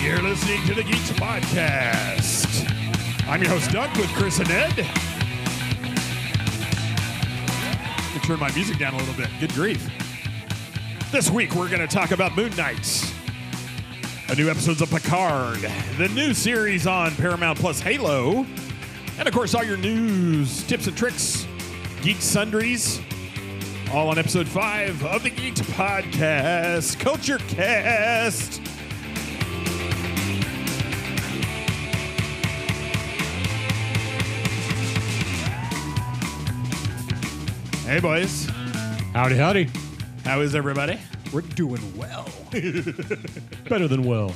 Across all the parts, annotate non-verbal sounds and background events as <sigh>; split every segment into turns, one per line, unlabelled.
You're listening to the Geeks Podcast. I'm your host, Doug, with Chris and Ed. I'll turn my music down a little bit. Good grief. This week, we're going to talk about Moon Knight, a new episodes of Picard, the new series on Paramount Plus Halo, and of course, all your news, tips, and tricks, geek sundries, all on episode five of the Geeks Podcast, Culture Cast. Hey, boys.
Howdy, howdy.
How is everybody?
We're doing well. <laughs>
Better than well.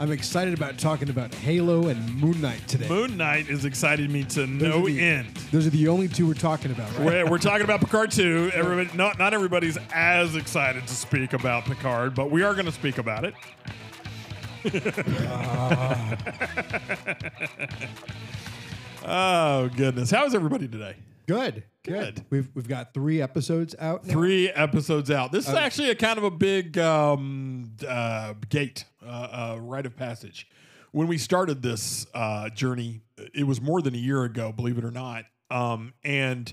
I'm excited about talking about Halo and Moon Knight today.
Moon Knight has excited me to
Those
no
are the-
end.
Those are the only two we're talking about, right?
We're, we're talking about Picard 2. Everybody, not, not everybody's as excited to speak about Picard, but we are going to speak about
<laughs>
it. <laughs> oh, goodness. How is everybody today?
Good, good.
Good.
We've we've got three episodes out. Now.
Three episodes out. This is actually a kind of a big um, uh, gate, uh, uh, rite of passage. When we started this uh, journey, it was more than a year ago, believe it or not. Um, and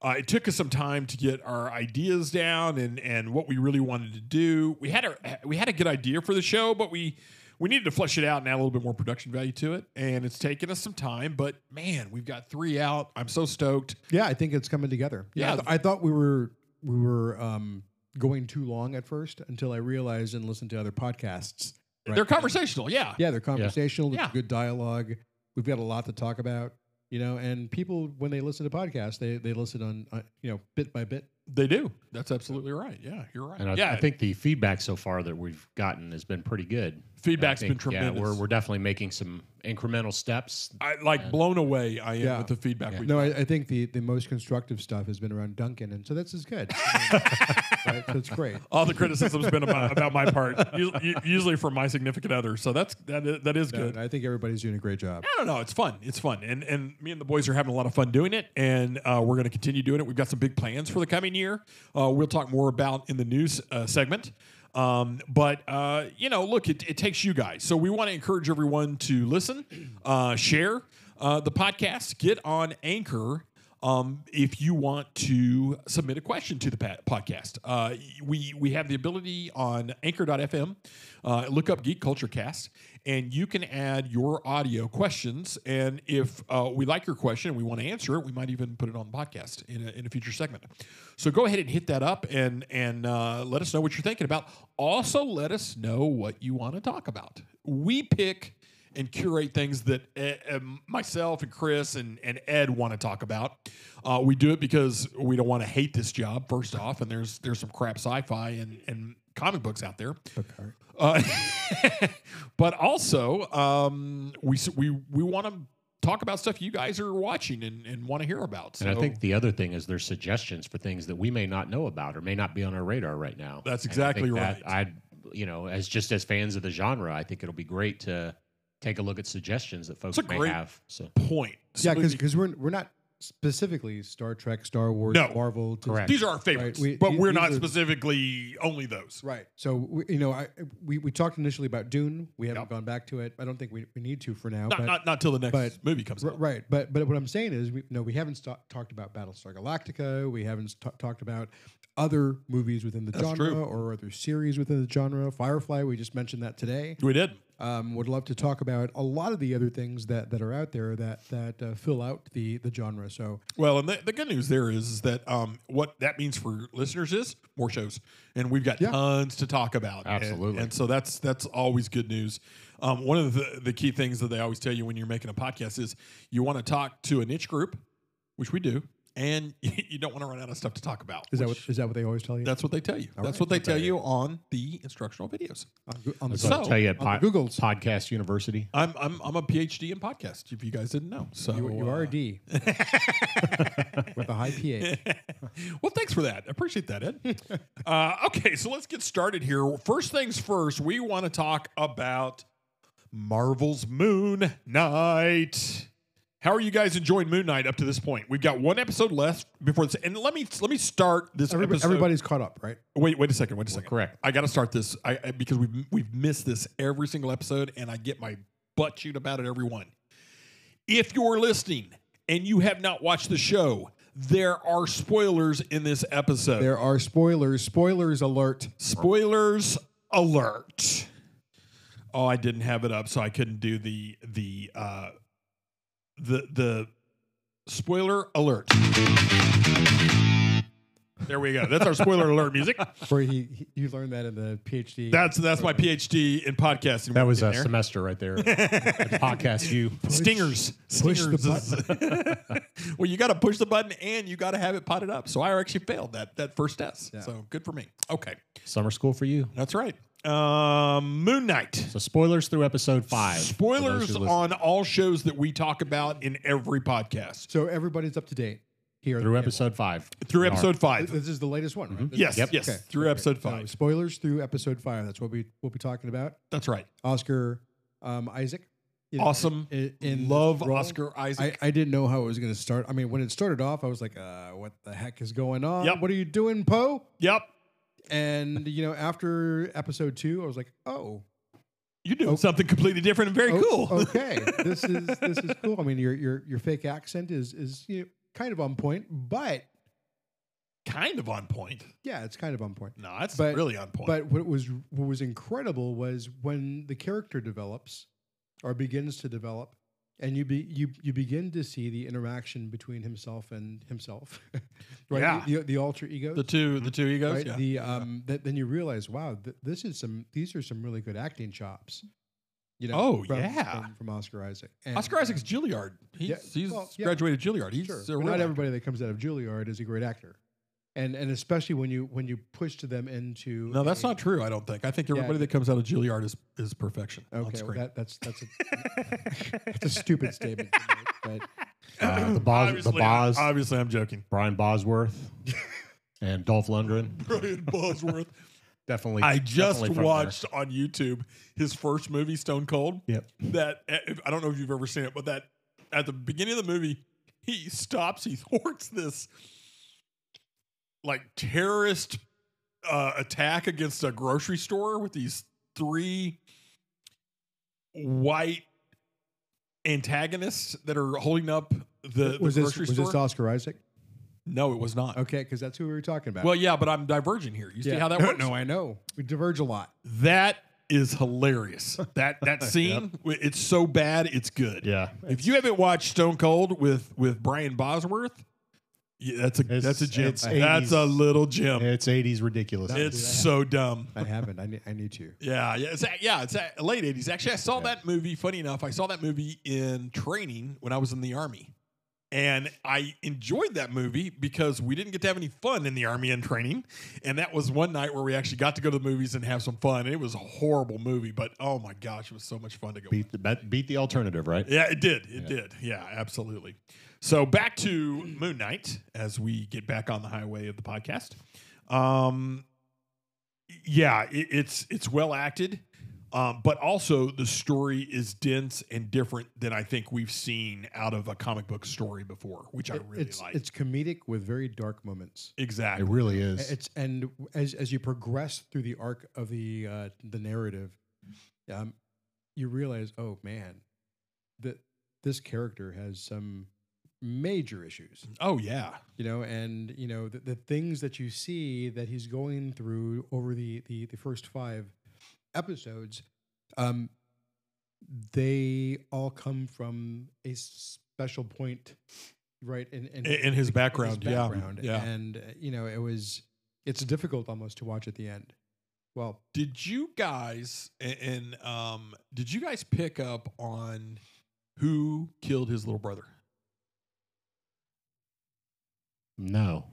uh, it took us some time to get our ideas down and and what we really wanted to do. We had a we had a good idea for the show, but we we needed to flesh it out and add a little bit more production value to it. And it's taken us some time, but man, we've got three out. I'm so stoked.
Yeah, I think it's coming together. I,
Yeah.
th- I thought we were we were um, going too long at first until I realized and listened to other podcasts. Right.
They're conversational, yeah.
Yeah, they're conversational. There's
Yeah.
good dialogue. We've got a lot to talk about, you know. And people, when they listen to podcasts, they they listen on, uh, you know, bit by bit.
They do. That's absolutely right. Yeah, you're right.
And I,
yeah,
I think the feedback so far that we've gotten has been pretty good.
Feedback's
Feedback's
been tremendous.
Yeah, we're, we're definitely making some incremental steps.
I like blown away. I am
Yeah.
with the feedback we
No, I, I think the, the most constructive stuff has been around Duncan, and so that's
<laughs>
as good. right? So it's great.
all the criticism's been about, about my part, <laughs> u- u- usually from my significant other. So that's that is, that is good.
And I think everybody's doing a great job.
I don't know. It's fun. It's fun, and and me and the boys are having a lot of fun doing it, and uh, we're going to continue doing it. We've got some big plans for the coming year. Uh, we'll talk more about in the news uh, segment. Um, but uh, you know, look, it, it takes you guys. So we want to encourage everyone to listen, uh, share uh, the podcast, get on Anchor um, if you want to submit a question to the pa- podcast. Uh, we we have the ability on Anchor.fm. Uh, look up Geek Culture Cast, and you can add your audio questions. And if uh, we like your question and we want to answer it, we might even put it on the podcast in a, in a future segment. So go ahead and hit that up and and uh, let us know what you're thinking about. Also, let us know what you want to talk about. We pick and curate things that uh, um, myself and Chris and, and Ed want to talk about. Uh, we do it because we don't want to hate this job first off, and there's there's some crap sci-fi and, and comic books out there. Uh, <laughs> but also, um, we s- we we want to talk about stuff you guys are watching and, and want to hear about. So
And I think the other thing is there's suggestions for things that we may not know about or may not be on our radar right now.
That's
And I think
exactly
that
right.
I'd, you know, as just as fans of the genre, I think it'll be great to take a look at suggestions that folks
a
may
great-
have. So
point.
Yeah,
So
because we're we're not specifically Star Trek, Star Wars,
No.
Marvel. Disney.
Correct.
these are our favorites,
we-
but
the-
we're
these
not
are-
specifically only those.
Right. So we, you know, I we, we talked initially about Dune. We haven't
Yep.
gone back to it. I don't think we, we need to for now.
Not
but
not not till the next
but-
movie comes
R-
out.
Right, but but what I'm saying is, we, no, we haven't sta- talked about Battlestar Galactica. We haven't ta- talked about other movies within the genre
true.
or other series within the genre. Firefly, we just mentioned that today.
We did.
Um, would love to talk about a lot of the other things that that are out there that that uh, fill out the the genre. So
Well, and the, the good news there is that um, what that means for listeners is more shows, and we've got
Yeah.
tons to talk about. And- and,
Absolutely.
so that's that's always good news. Um, one of the, the key things that they always tell you when you're making a podcast is you want to talk to a niche group, which we do, and <laughs> you don't want to run out of stuff to talk about.
is that what
which-
is that what they always tell you
that's what they tell you. that's
right.
what they tell you on the instructional videos.
on, Goo- on the
so, I'll
So,
tell you at
on
pod,
the Googles.
Podcast University.
I'm I'm I'm a PhD in podcast. If you guys didn't know, so uh,
you, you are a D
<laughs>
<laughs> with a high pH.
well, thanks for that. I appreciate that, Ed. <laughs> uh, okay, so let's get started here. First things first, we want to talk about Marvel's Moon Knight. How are you guys enjoying Moon Knight up to this point? We've got one episode left before this, and let me let me start this
Everybody,
episode.
everybody's caught up, right?
Wait, wait a second. Wait a second.
correct.
I got to start this I, I- because we've we've missed this every single episode, and I get my butt chewed about it every one. If you're listening and you have not watched the show, there are spoilers in this episode.
There are spoilers. Spoilers alert.
Spoilers alert! Oh, I didn't have it up, so I couldn't do the the uh, the the spoiler alert. There we go. That's our spoiler alert
<laughs>
music.
For he, he, you learned that in the PhD.
That's that's my PhD in podcasting.
That was
In
a
there.
semester
<laughs>
right there. podcast <laughs> you.
stingers.
push the
stingers. is- <laughs> well, you got to push the button and you got to have it potted up. So I actually failed that that first test.
Yeah.
So good for me. Okay,
Summer school for you.
that's right. Um, Moon Knight.
So spoilers through episode five. for those
Spoilers
who listen.
on all shows that we talk about in every podcast
so everybody's up to date here.
through episode five.
through episode
Th-
five.
This is the latest one, right?
Mm-hmm. Yes,
Yep.
yes,
Okay.
through episode
So
five.
spoilers through episode five. That's what we we'll be talking about.
That's right.
Oscar um, Isaac. in-
Awesome.
In, in this
Love
role.
Oscar
I,
Isaac.
I didn't know how it was going to start. I mean, when it started off, I was like, uh, "What the heck is going on?
Yep.
What are you doing, Poe?"
yep,
And you know, after episode two, I was like, "Oh,
you're doing
Oh.
something completely different and very
o-
cool. <laughs>
okay, this is this is cool. I mean, your your your fake accent is is you know, kind of on point, but
kind of on point.
yeah, it's kind of on point.
No, that's
But-
really on point.
But what was what was incredible was when the character develops or begins to develop, and you be you you begin to see the interaction between himself and himself, <laughs> right?
Yeah.
The, the, the alter ego.
the two, the two egos.
right?
yeah.
The um, that then you realize, wow, th- this is some. These are some really good acting chops. You know,
Oh,
from,
yeah.
from, from Oscar Isaac. And,
Oscar Isaac's Juilliard. He's,
Yeah,
he's
well, yeah.
graduated Juilliard. He's
Sure.
a
But
real
not
actor.
everybody that comes out of Juilliard is a great actor, and and especially when you when you push to them into
No, that's
a-
not true. I don't think. I think everybody that comes out of Juilliard is is perfection on
Okay, well,
screen.
that, that's
<laughs>
that's a, that's a stupid statement, to make, but
Uh, the Bos, the
obviously, uh,
Bos,
obviously, I'm joking. <laughs>
Brian Bosworth, and Dolph Lundgren.
Brian Bosworth.
Definitely.
I just
definitely from
watched on YouTube his first movie, Stone Cold.
There. Yep.
That I don't know if you've ever seen it, but that at the beginning of the movie, he stops, he <laughs> thwarts this like terrorist uh, attack against a grocery store with these three white antagonists that are holding up <laughs> the, the
was this
grocery
was
store.
this Oscar Isaac?
no, it was not.
Okay, because that's who we were talking about.
Well, yeah, but I'm diverging here. You see
Yeah.
how that
<laughs> No,
works?
No, I know we diverge a lot.
That is hilarious. That
<laughs>
that scene, w- it's so bad, it's good.
Yeah.
If you haven't watched Stone Cold with with Brian Bosworth, yeah, that's a
It's-
that's a gem.
it's
That's a
80s.
little gem.
It's 80s ridiculous.
That-
It's so dumb.
I haven't. I need I need to.
Yeah, yeah, it's a- yeah, it's a- late eighties. Actually, I saw that movie. Funny enough, I saw that movie in training when I was in the army, and I enjoyed that movie because we didn't get to have any fun in the army in training, and that was one night where we actually got to go to the movies and have some fun. And it was a horrible movie, but oh my gosh, it was so much fun to go.
beat the bet- beat the alternative, right?
Yeah, it did. It did. Yeah, absolutely. So back to Moon Knight as we get back on the highway of the podcast. Um, yeah, it, it's it's well acted, um, but also the story is dense and different than I think we've seen out of a comic book story before, which I
It-
really
it's
like.
it's comedic with very dark moments.
exactly.
It really is.
It's and as as you progress through the arc of the uh, the narrative, um, you realize, oh man, that this character has some major issues.
oh yeah,
you know and you know the, the things that you see that he's going through over the the, the first five episodes um they all come from a special point right in in,
in, in his background. yeah,
background.
yeah.
and uh, you know it was it's difficult almost to watch at the end well
Did you guys a- and um did you guys pick up on who killed his little brother?
no.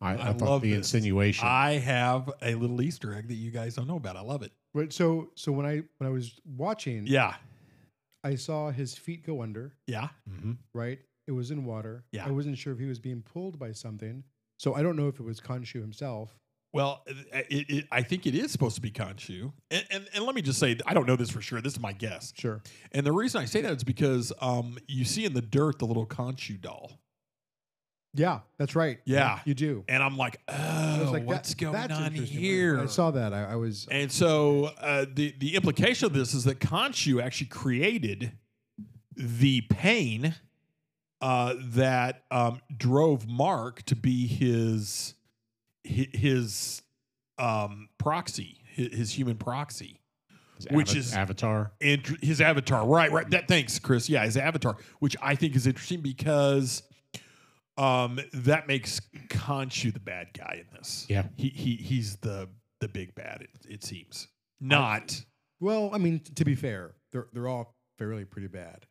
I, I,
I
thought
love
the
this.
insinuation.
I have a little Easter egg that you guys don't know about. I love it.
but so so when i when i was watching
Yeah.
i saw his feet go under
Yeah.
Mm-hmm.
Mhm.
right? It was in water.
Yeah.
I wasn't sure if he was being pulled by something. So I don't know if it was Khonshu himself
Well, uh, it, it, I think it is supposed to be Khonshu. And, and, and let me just say, I don't know this for sure. This is my guess.
Sure.
And the reason I say that is because um, you see in the dirt the little Khonshu doll.
Yeah, that's right.
Yeah.
you do.
And I'm like,
I
oh,
was like, that-
what's going
that's
on
interesting.
here?
I saw that. I, I was.
And so uh, the the implication of this is that Khonshu actually created the pain uh, that um, drove Mark to be his hi- his um, proxy, hi- his human proxy,
His
Which
ava-
is-
Avatar.
and tr- his avatar. Right, right. That thanks, Chris. Yeah, his avatar, which I think is interesting because um, that makes Khonshu the bad guy in this.
Yeah.
he he he's the the big bad. It, it seems not.
Well, I mean, t- to be fair, they're they're all fairly pretty bad,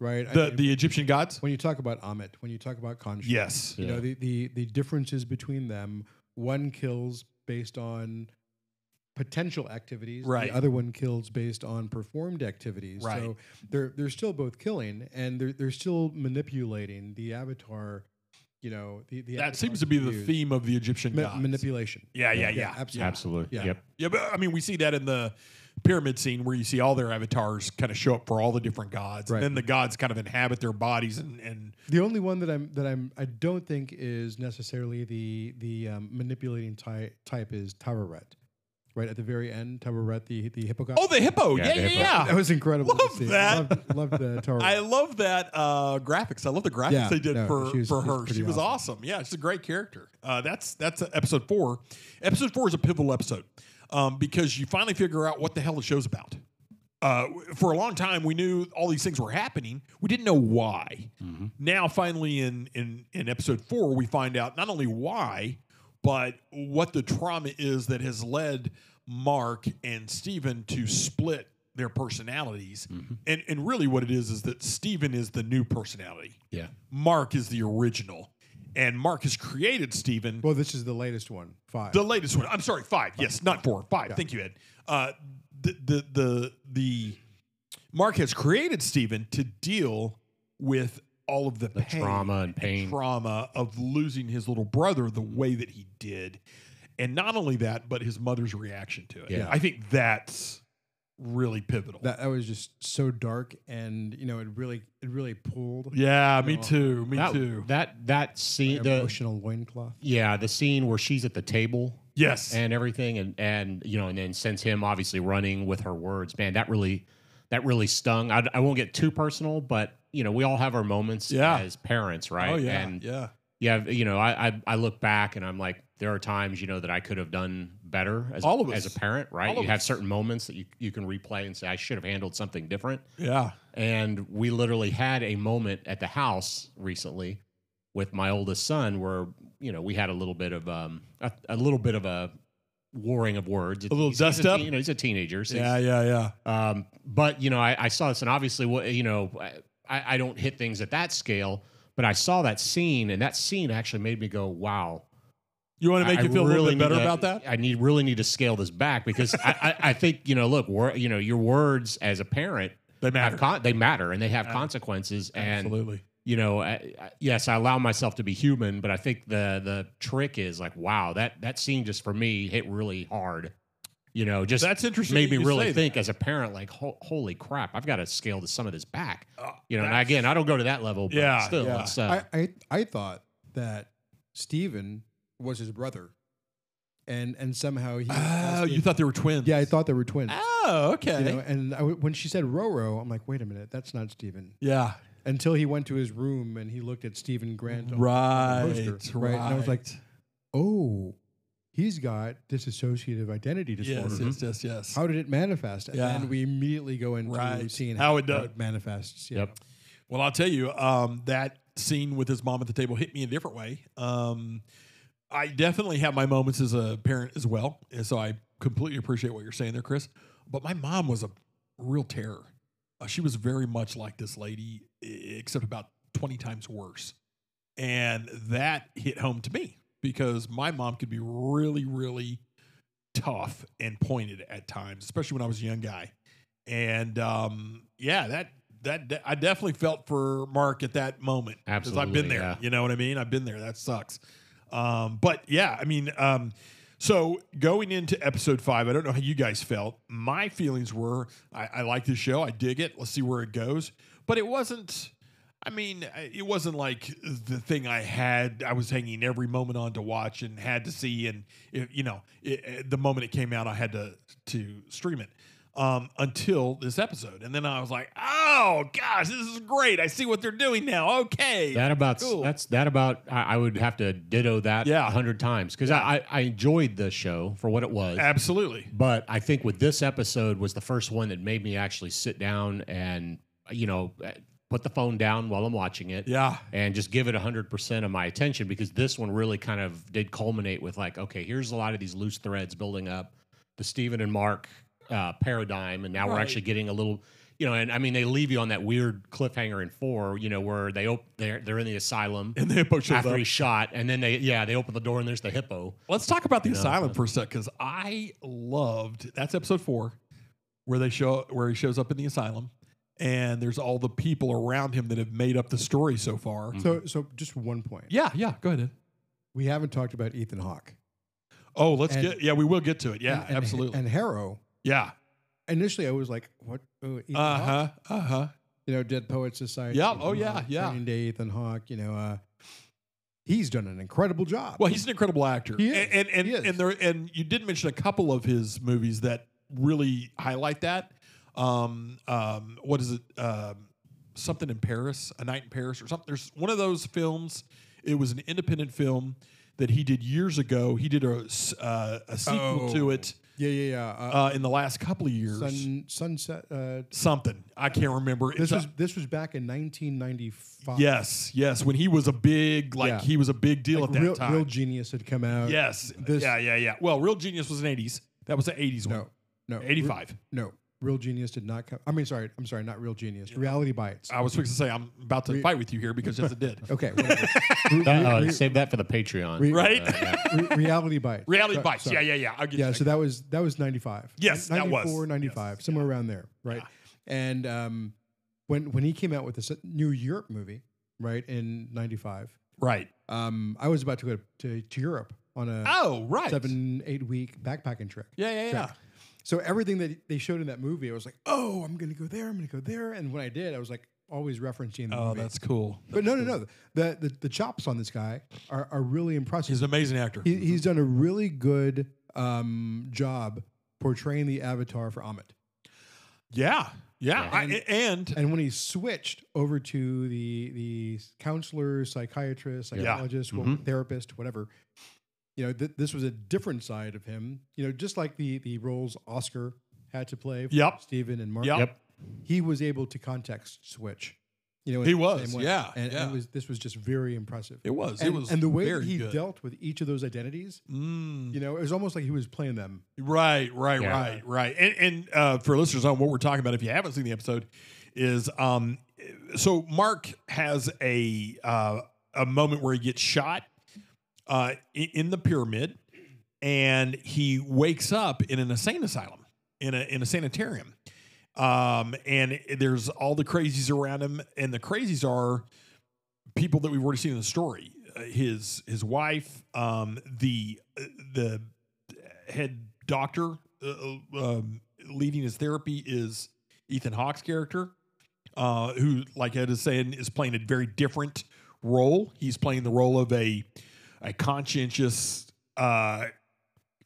right? I
the
mean,
the Egyptian gods.
when you talk about Amit, when you talk about Khonshu,
Yes.
you
Yeah.
know the, the the differences between them. One kills based on potential activities.
Right.
The other one kills based on performed activities.
Right.
So they're they're still both killing, and they're they're still manipulating the avatar. You know, the, the
That
avatar
seems to be the
used.
theme of the Egyptian
Ma-
gods.
manipulation.
yeah, yeah, yeah.
Yeah, absolutely.
Absolutely.
Yeah.
Yep.
Yeah, but I mean, we see that in the pyramid scene where you see all their avatars kind of show up for all the different gods.
Right.
And then the gods kind of inhabit their bodies and, and
The only one that I'm that I'm I don't think is necessarily the the um, manipulating ty- type is Tawaret, right at the very end. Tawaret, the the hippogriff.
oh, the hippo. Yeah,
Yeah, the
yeah,
hippo.
yeah.
that was incredible. to
Love
see.
that.
Loved, loved the Tawaret.
I love that uh, graphics. I love the graphics
Yeah,
they did
no,
for,
she was-
for
she was
her.
pretty
She was awesome.
awesome.
Yeah, she's a great character. Uh, that's that's episode four. Episode four is a pivotal episode um, because you finally figure out what the hell the show's about. Uh, for a long time, we knew all these things were happening. We didn't know why.
Mm-hmm.
Now, finally, in in in episode four, we find out not only why, but what the trauma is that has led Mark and Steven to split their personalities.
Mm-hmm.
And and really what it is is that Steven is the new personality.
Yeah.
Mark is the original. And Mark has created Steven.
well, this is the latest one. Five.
the latest one. I'm sorry, five. Yes, not four. Five. Thank you, Ed. Uh, the, the the the Mark has created Steven to deal with all of the,
The
pain
trauma and pain.
trauma of losing his little brother the way that he did. And not only that, but his mother's reaction to it.
Yeah.
I think that's really pivotal.
that, that was just so dark, and you know, it really it really pulled
yeah, me
No.
too. Me
Oh. that,
too.
That that
my
scene. The,
emotional loincloth.
yeah, the scene where she's at the table
yes.
and everything, and and you know, and then sends him obviously running with her words. Man, that really that really stung. I, I won't get too personal, but you know, we all have our moments
Yeah.
as parents, right?
oh yeah.
And
yeah.
yeah, you know, I, I I look back and I'm like, there are times you know that I could have done better as
All of
as
us.
a parent, right?
All of
you have
us.
certain moments that you you can replay and say I should have handled something different.
Yeah.
And we literally had a moment at the house recently with my oldest son where, you know, we had a little bit of um a, a little bit of a warring of words.
A little
He's- he's
dust up?
teen- you know, he's a teenager. So
Yeah,
he's-
yeah, yeah.
um, but you know, I, I saw this and obviously what you know, I, I don't hit things at that scale, but I saw that scene and that scene actually made me go, Wow,
You want to make
I-
you
I
feel a little bit
really need
better
to-
about that?
I need really need to scale this back because I, I, I think you know, look, wor- you know, your words as a parent
They
have
matter.
con- they matter and they have
Yeah.
consequences. And
Absolutely.
you know, I, I, yes, I allow myself to be human, but I think the the trick is like, wow, that that scene just for me hit really hard. You know, just
That's interesting.
made
that
me
you say
really
that.
think as a parent, like, ho- holy crap, I've got to scale to some of this back.
Uh,
You know, and
that's-
again, I don't go to that level, but
Yeah,
still,
yeah.
it's, uh,
I, I I thought that Stephen was his brother, and and somehow he. was
Oh,
asking-
you thought they were twins?
Yeah, I thought they were twins.
Oh, okay.
You know, and I w when she said Roro, I'm like, wait a minute, that's not Stephen.
yeah.
Until he went to his room and he looked at Stephen Grant. on-
Right.
poster, right? And I was like,
right.
oh, he's got dissociative identity disorder.
yes, yes, yes, yes.
How did it manifest? And
Yeah.
then we immediately go into
Right.
seeing
How it does.
manifests. yeah.
Yep.
Well, I'll tell you, um, that scene with his mom at the table hit me a different way. Um, I definitely have my moments as a parent as well. And so I completely appreciate what you're saying there, Chris. But my mom was a real terror. Uh, she was very much like this lady, e- except about 20 times worse. And that hit home to me because my mom could be really, really tough and pointed at times, especially when I was a young guy. And um, yeah, that, that that I definitely felt for Mark at that moment because I've been
Absolutely,
there.
yeah.
You know what I mean? I've been there. That sucks. Um, but yeah, I mean, um, So going into episode five, I don't know how you guys felt. My feelings were I, I like this show. I dig it. Let's see where it goes. But it wasn't. I mean, I- it wasn't like the thing I had. I was hanging every moment on to watch and had to see. And it, you know, it, it- the moment it came out, I had to to stream it um, until this episode. And then I was like, oh gosh, this is great. I see what they're doing now. Okay,
That about
Cool.
that's that about. I, I would have to ditto that
Yeah.
a hundred times because I, I I enjoyed the show for what it was.
absolutely.
But I think with this episode was the first one that made me actually sit down and you know eh, put the phone down while I'm watching it.
Yeah,
and just give it 100% of my attention because this one really kind of did culminate with like okay here's a lot of these loose threads building up the Stephen and Mark uh, paradigm and now we're
Right.
actually getting a little you know and I mean they leave you on that weird cliffhanger in 4 you know where they op- they're they're in the asylum
and the hippo shows
after
up.
he's shot and then they yeah they open the door and there's the hippo
Let's talk about the
No,
asylum
no.
for a sec because I loved that's episode four, where they show where he shows up in the asylum, and there's all the people around him that have made up the story so far.
So, so just one point.
Yeah, yeah, go ahead. Ed.
We haven't talked about Ethan Hawke.
Oh, let's
And-
get yeah, we will get to it. Yeah,
And- and-
absolutely.
And Harrow.
yeah,
Initially, I was like, "What? Oh, Ethan
uh
Hawke?
huh, uh huh.
You know, Dead Poets Society.
Yeah,
Ethan
oh, yeah,
Hawke,
yeah.
Training Day, Ethan Hawke. You know, uh, he's done an incredible job.
Well, he's an incredible actor,
He is.
and and and,
He is.
and there and you did mention a couple of his movies that really highlight that. Um, um, what is it? Um, something in Paris, A Night in Paris, or something. There's one of those films. It was an independent film that he did years ago. He did a s- uh, a sequel to
Oh.
it
yeah, yeah, yeah. Uh,
uh, in the last couple of years.
sun, sunset. Uh,
something I can't remember. It's
this
a-
was this was back in 1995.
yes, yes. When he was a big like
Yeah.
he was a big deal
Like,
at that
real,
time.
real genius had come out.
Yes.
Uh, This-
yeah, yeah, yeah. Well, Real Genius was an 80s. That was an 80s one.
No, no. Re-
85.
no, real genius did not come. I mean, sorry. I'm sorry. Not real genius. Reality bites.
I was fixing to say I'm about to
Re-
fight with you here because yes, it did.
<laughs> Okay.
<laughs>
whatever. Re- re- re-
save that for the Patreon
re-
Right?
Uh, yeah.
re- reality bites.
Reality
So-
bites.
sorry.
Yeah, yeah, yeah. I'll get
yeah
you.
so that was that was 95
Yes, that was.
94 95
Yes,
somewhere around there right and um when when he came out with this new europe movie right in 95
right.
um i was about to go to, to europe on a
Oh, right.
uh, seven eight week backpacking trip
Yeah, yeah, yeah.
Check. so everything that they showed in that movie i was like oh i'm gonna go there i'm gonna go there and when i did i was like always referencing the
Oh,
movie
that's cool.
but no no no the, the the chops on this guy are, are really impressive
He's an amazing actor.
he, he's done a really good um, job portraying the avatar for Amit.
yeah. Yeah. I-
And-
And,
And when he switched over to the the counselor, psychiatrist,
Yeah. Mm-hmm.
psychologist, wha-
Mhm.
therapist, whatever, you know, th- this was a different side of him. You know, just like the the roles Oscar had to play for
Yep.
Stephen and Mark,
Yep.
Yep.
he was able to context switch. You know, in
He
the
was,
same way.
yeah,
and, and
yeah.
it was this was just very impressive.
it was.
and,
it was.
and the way
very
that he
good.
dealt with each of those identities,
Mm.
you know, it was almost like he was playing them
Right, right,
Yeah.
right, right. And, and uh, for listeners on what we're talking about, if you haven't seen the episode, is um, so Mark has a uh, a moment where he gets shot uh, i- in the pyramid, and he wakes up in an insane asylum in a in a sanitarium, um, and there's all the crazies around him, and the crazies are people that we've already seen in the story. Uh, his his wife, um, the the head doctor uh, um, leading his therapy is Ethan Hawke's character, uh, who, like Ed is saying, is playing a very different role. He's playing the role of a a conscientious uh,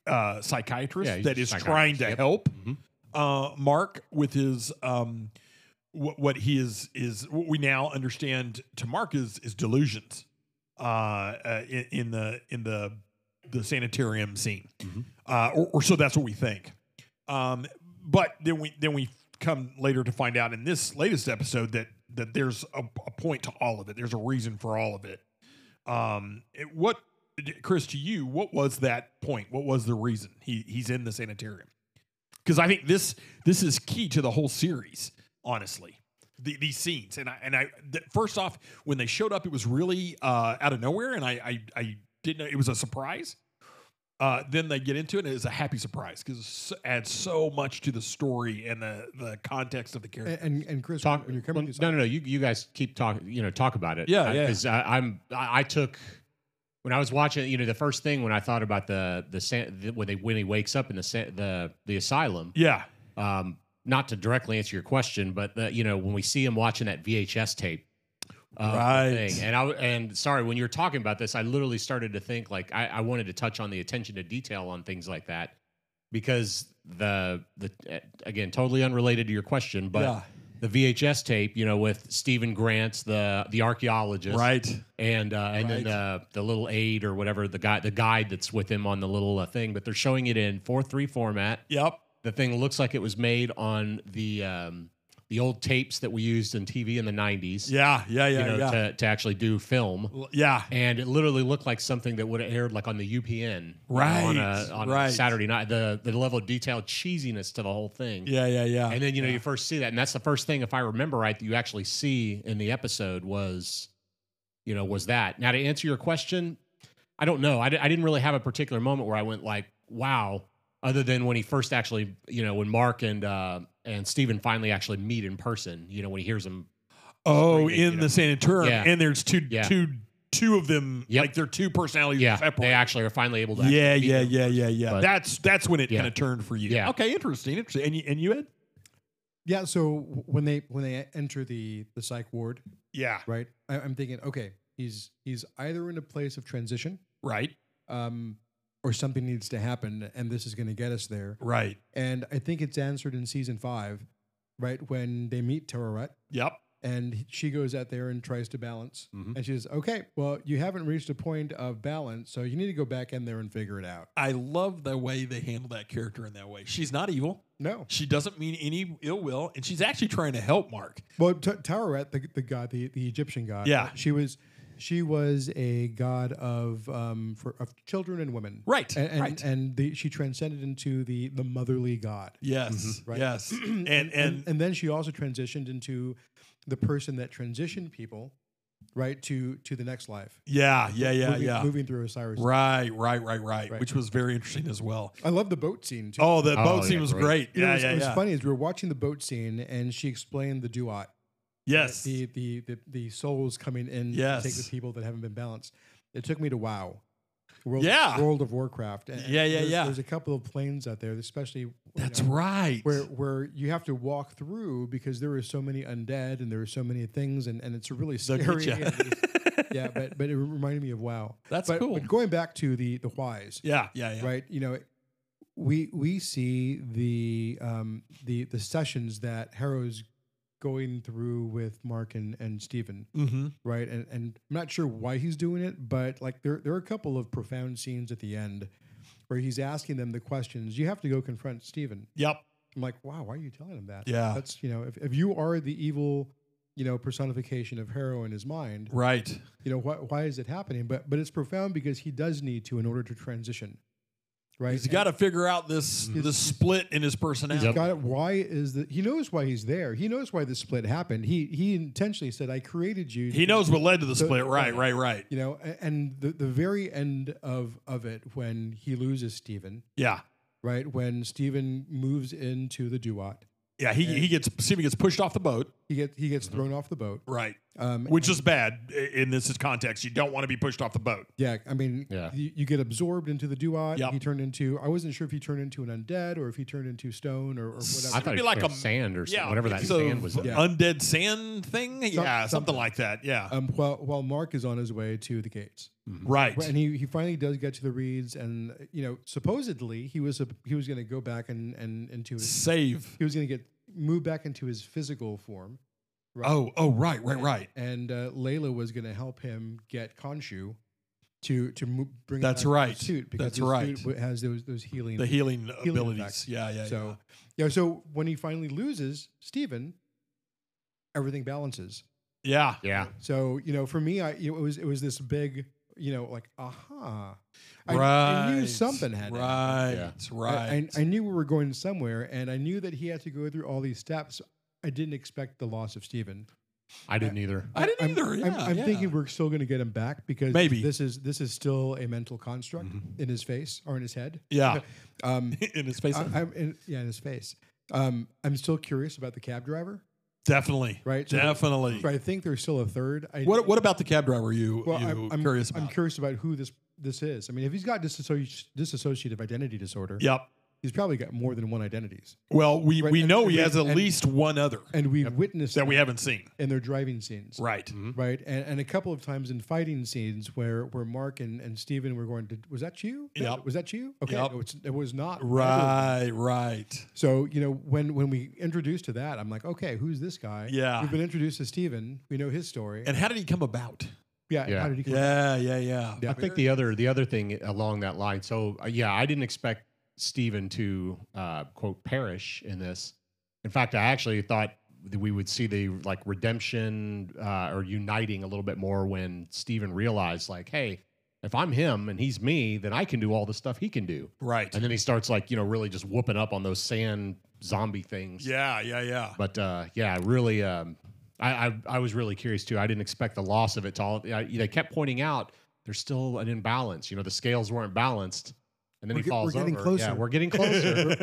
uh, psychiatrist
Yeah, he's
that
a
is trying
psychiatrist,
to
yep.
help
Mhm.
uh, Mark with his um, what, what he is is what we now understand to Mark is is delusions uh, uh, in, in the in the the sanitarium scene,
Mhm.
uh, or, or so that's what we think. Um, but then we then we come later to find out in this latest episode that that there's a, a point to all of it. There's a reason for all of it. Um, it- what, Chris, to you, what was that point? What was the reason he he's in the sanitarium? Because I think this this is key to the whole series, honestly. The, these scenes and I and I th- first off when they showed up it was really uh, out of nowhere and I I, I didn't it was a surprise. Uh, then they get into it and it's a happy surprise because it adds so much to the story and the the context of the character.
And and, and Chris,
talk
when you're coming,
well,
to
no no no you, you guys keep talking you know talk about it
Yeah, yeah.
because i'm I, I took when I was watching, you know, the first thing when I thought about the the, sa- the when they when he wakes up in the sa- the the asylum,
Yeah.
um, not to directly answer your question, but the, you know when we see him watching that VHS tape, uh,
Right.
Thing, and I and sorry when you were talking about this, I literally started to think like I, I wanted to touch on the attention to detail on things like that because the the eh, again totally unrelated to your question, but
Yeah.
the VHS tape, you know, with Stephen Grant's the the archaeologist,
Right.
and uh, and then
Right.
the the little aid or whatever the guy the guide that's with him on the little uh, thing, but they're showing it in four three format.
Yep.
The thing looks like it was made on the um, the old tapes that we used in TV in the '90s.
Yeah. Yeah. Yeah.
you know,
yeah.
to, to actually do film.
L- yeah.
And it literally looked like something that would have aired like on the UPN, you know,
Right,
on a, on
right.
a Saturday night. The the level of detail cheesiness to the whole thing,
Yeah. Yeah. Yeah.
and then you know you first see that, and that's the first thing, if I remember right, that you actually see in the episode was, you know, was that. Now to answer your question, I don't know. I, di- I didn't really have a particular moment where I went like, wow. Other than when he first actually, you know, when Mark and uh, and Steven finally actually meet in person, you know, when he hears them,
oh,
screaming,
in
you
the
know.
sanatorium,
Yeah.
and there's two,
Yeah.
two, two of them.
Yep.
Like they're two personalities
yeah,
separate.
they actually are finally able to. actually
yeah,
meet
yeah,
them.
yeah, yeah, yeah.
But-
That's that's when it
Yeah.
kind of turned for you.
Yeah.
Okay. Interesting. Interesting. And you, and you Ed?
Yeah. So w- when they when they enter the the psych ward,
Yeah.
right? I, I'm thinking, okay, he's he's either in a place of transition,
Right.
um, or something needs to happen, and this is going to get us there.
Right.
And I think it's answered in season five, right when they meet Terrorette,
Yep.
and he- she goes out there and tries to balance,
Mhm.
and she says, okay, well, you haven't reached a point of balance, so you need to go back in there and figure it out.
I love the way they handle that character in that way. She's not evil.
No,
She doesn't mean any ill will, and she's actually trying to help Mark.
well, T- Terrorette, the the god, the, the Egyptian god,
Yeah.
she was. She was a god of um, for of children and women,
Right.
and and,
right.
and the, she transcended into the the motherly god <clears throat>
yes.
Mm-hmm.
Right.
Yes. and and,
and then she also transitioned into the person that transitioned people right to to the next life
yeah, yeah, yeah,
moving,
yeah.
moving through osiris
Right, right, right, right,
Right.
Which was very interesting as well.
i love the boat scene too
Oh, the
Oh,
boat scene
yeah,
was
great.
great.
You know,
Yeah,
it was,
yeah,
it was
yeah.
funny as we were watching the boat scene and she explained the duat
Yes.
the, the the the souls coming in
Yes.
to take the people that haven't been balanced it took me to wow World,
Yeah.
World of Warcraft. And
Yeah, yeah,
there's,
yeah.
There's a couple of planes out there, especially you
That's
know,
right.
where where you have to walk through because there are so many undead and there are so many things and, and it's really
They'll
scary.
get ya.
and it's- <laughs>
<laughs>
yeah, but but it reminded me of WoW.
That's
but,
cool.
But going back to the the whys,
yeah, yeah, yeah.
right? You know, we we see the um the the sessions that Harrow's going through with Mark and and Stephen,
Mm-hmm.
right? And and I'm not sure why he's doing it, but like there there are a couple of profound scenes at the end where he's asking them the questions. You have to go confront Stephen.
Yep.
I'm like, wow, why are you telling him that?
Yeah.
That's, you know, if, if you are the evil, you know, personification of Harrow in his mind,
Right.
you know, why, why is it happening? But, but it's profound because he does need to in order to transition, right?
He's got to figure out this
He's-
this split in his
And
personality.
he's got it. Why is the, he knows why he's there. He knows why the split happened. He, he intentionally said, I created you.
He
to-
knows what led to the
So-
split. Right, right, right.
you know, a- and the, the very end of, of it when he loses Stephen,
Yeah.
right? When Stephen moves into the Duat,
Yeah, he, he gets Stephen gets pushed off the boat,
he gets, he gets thrown off the boat.
right?
Um,
Mm-hmm. Which is bad i- in this context. You don't want to be pushed off the boat.
Yeah, I mean,
Yeah.
You, you get absorbed into the duat.
Yep.
He turned into, I wasn't sure if he turned into an undead or if he turned into stone or, or
I
whatever.
thought
It'd
it
be
was
like
like
a-
sand or
Yeah,
something, whatever that
it's a
sand was.
v-
in.
Yeah.
Undead sand thing. yeah, something,
something.
like that. Yeah,
um, while, while Mark is on his way to the gates.
right.
And he, he finally does get to the reeds and, you know, supposedly he was he was going to go back and, and into his,
Save.
he was going to get moved back into his physical form. Right.
Oh, oh, right, right, right.
And uh, Layla was going to help him get Khonshu to, to mo- bring him
That's
back to his
right.
suit because
That's
his
right.
suit has those, those healing.
The healing,
Healing
abilities.
effect.
Yeah, yeah.
So, you know, so when he finally loses Steven, everything balances.
yeah. yeah.
Yeah,
So, you know, for me, I you know, it was it was this big, you know, like aha, I,
right.
I knew something had to happen.
Right.
Yeah.
Right.
I, I, I knew we were going somewhere, and I knew that he had to go through all these steps. I didn't expect the loss of Steven.
I didn't either.
I didn't
I'm-
either.
I'm,
yeah,
I'm
yeah.
thinking we're still going to get him back because
Maybe. Mm-hmm.
this is this is still a mental construct in his face or in his head. <laughs>
Yeah.
Um,
<laughs> in his face.
I, I'm in, yeah, in his face. Um, I'm still curious about the cab driver.
Definitely.
Right, so-
Definitely.
But I think there's still a third. I,
What What about the cab driver? You
Well,
you
I'm, I'm
curious about?
I'm curious about who this this is. I mean, if he's got disassoci- disassociative identity disorder,
yep.
he's probably got more than one identities.
Well, we,
Right,
we
and-
know
and
he
we-
has at
and-
least one other
And we've witnessed
that we haven't seen.
in their driving scenes,
Right.
right? And, and a couple of times in fighting scenes where where Mark and, and Steven were going, Did, was that you?
Yep.
Was that you? Okay,
Yep.
no, it's, it was not.
Right. Right.
So you know when when we introduced to that, I'm like, okay, who's this guy?
Yeah.
we've been introduced to Steven. We know his story.
And how did he come about?
yeah,
Yeah.
how did he? Come
Yeah. Yeah. Yeah.
Yeah.
I think the other the other thing along that line. So uh, yeah, I didn't expect Stephen to uh, quote perish in this. In fact, I actually thought that we would see the like redemption uh, or uniting a little bit more when Stephen realized like, hey, if I'm him and he's me, then I can do all the stuff he can do.
Right.
And then he starts like you know really just whooping up on those sand zombie things.
Yeah. Yeah. Yeah.
But uh, yeah, really, um, I, I I was really curious too. I didn't expect the loss of it to all. I, they kept pointing out there's still an imbalance. You know, the scales weren't balanced, and then
We're
he
get-
falls
we're getting
over. Yeah,
closer. <laughs>
we're getting closer.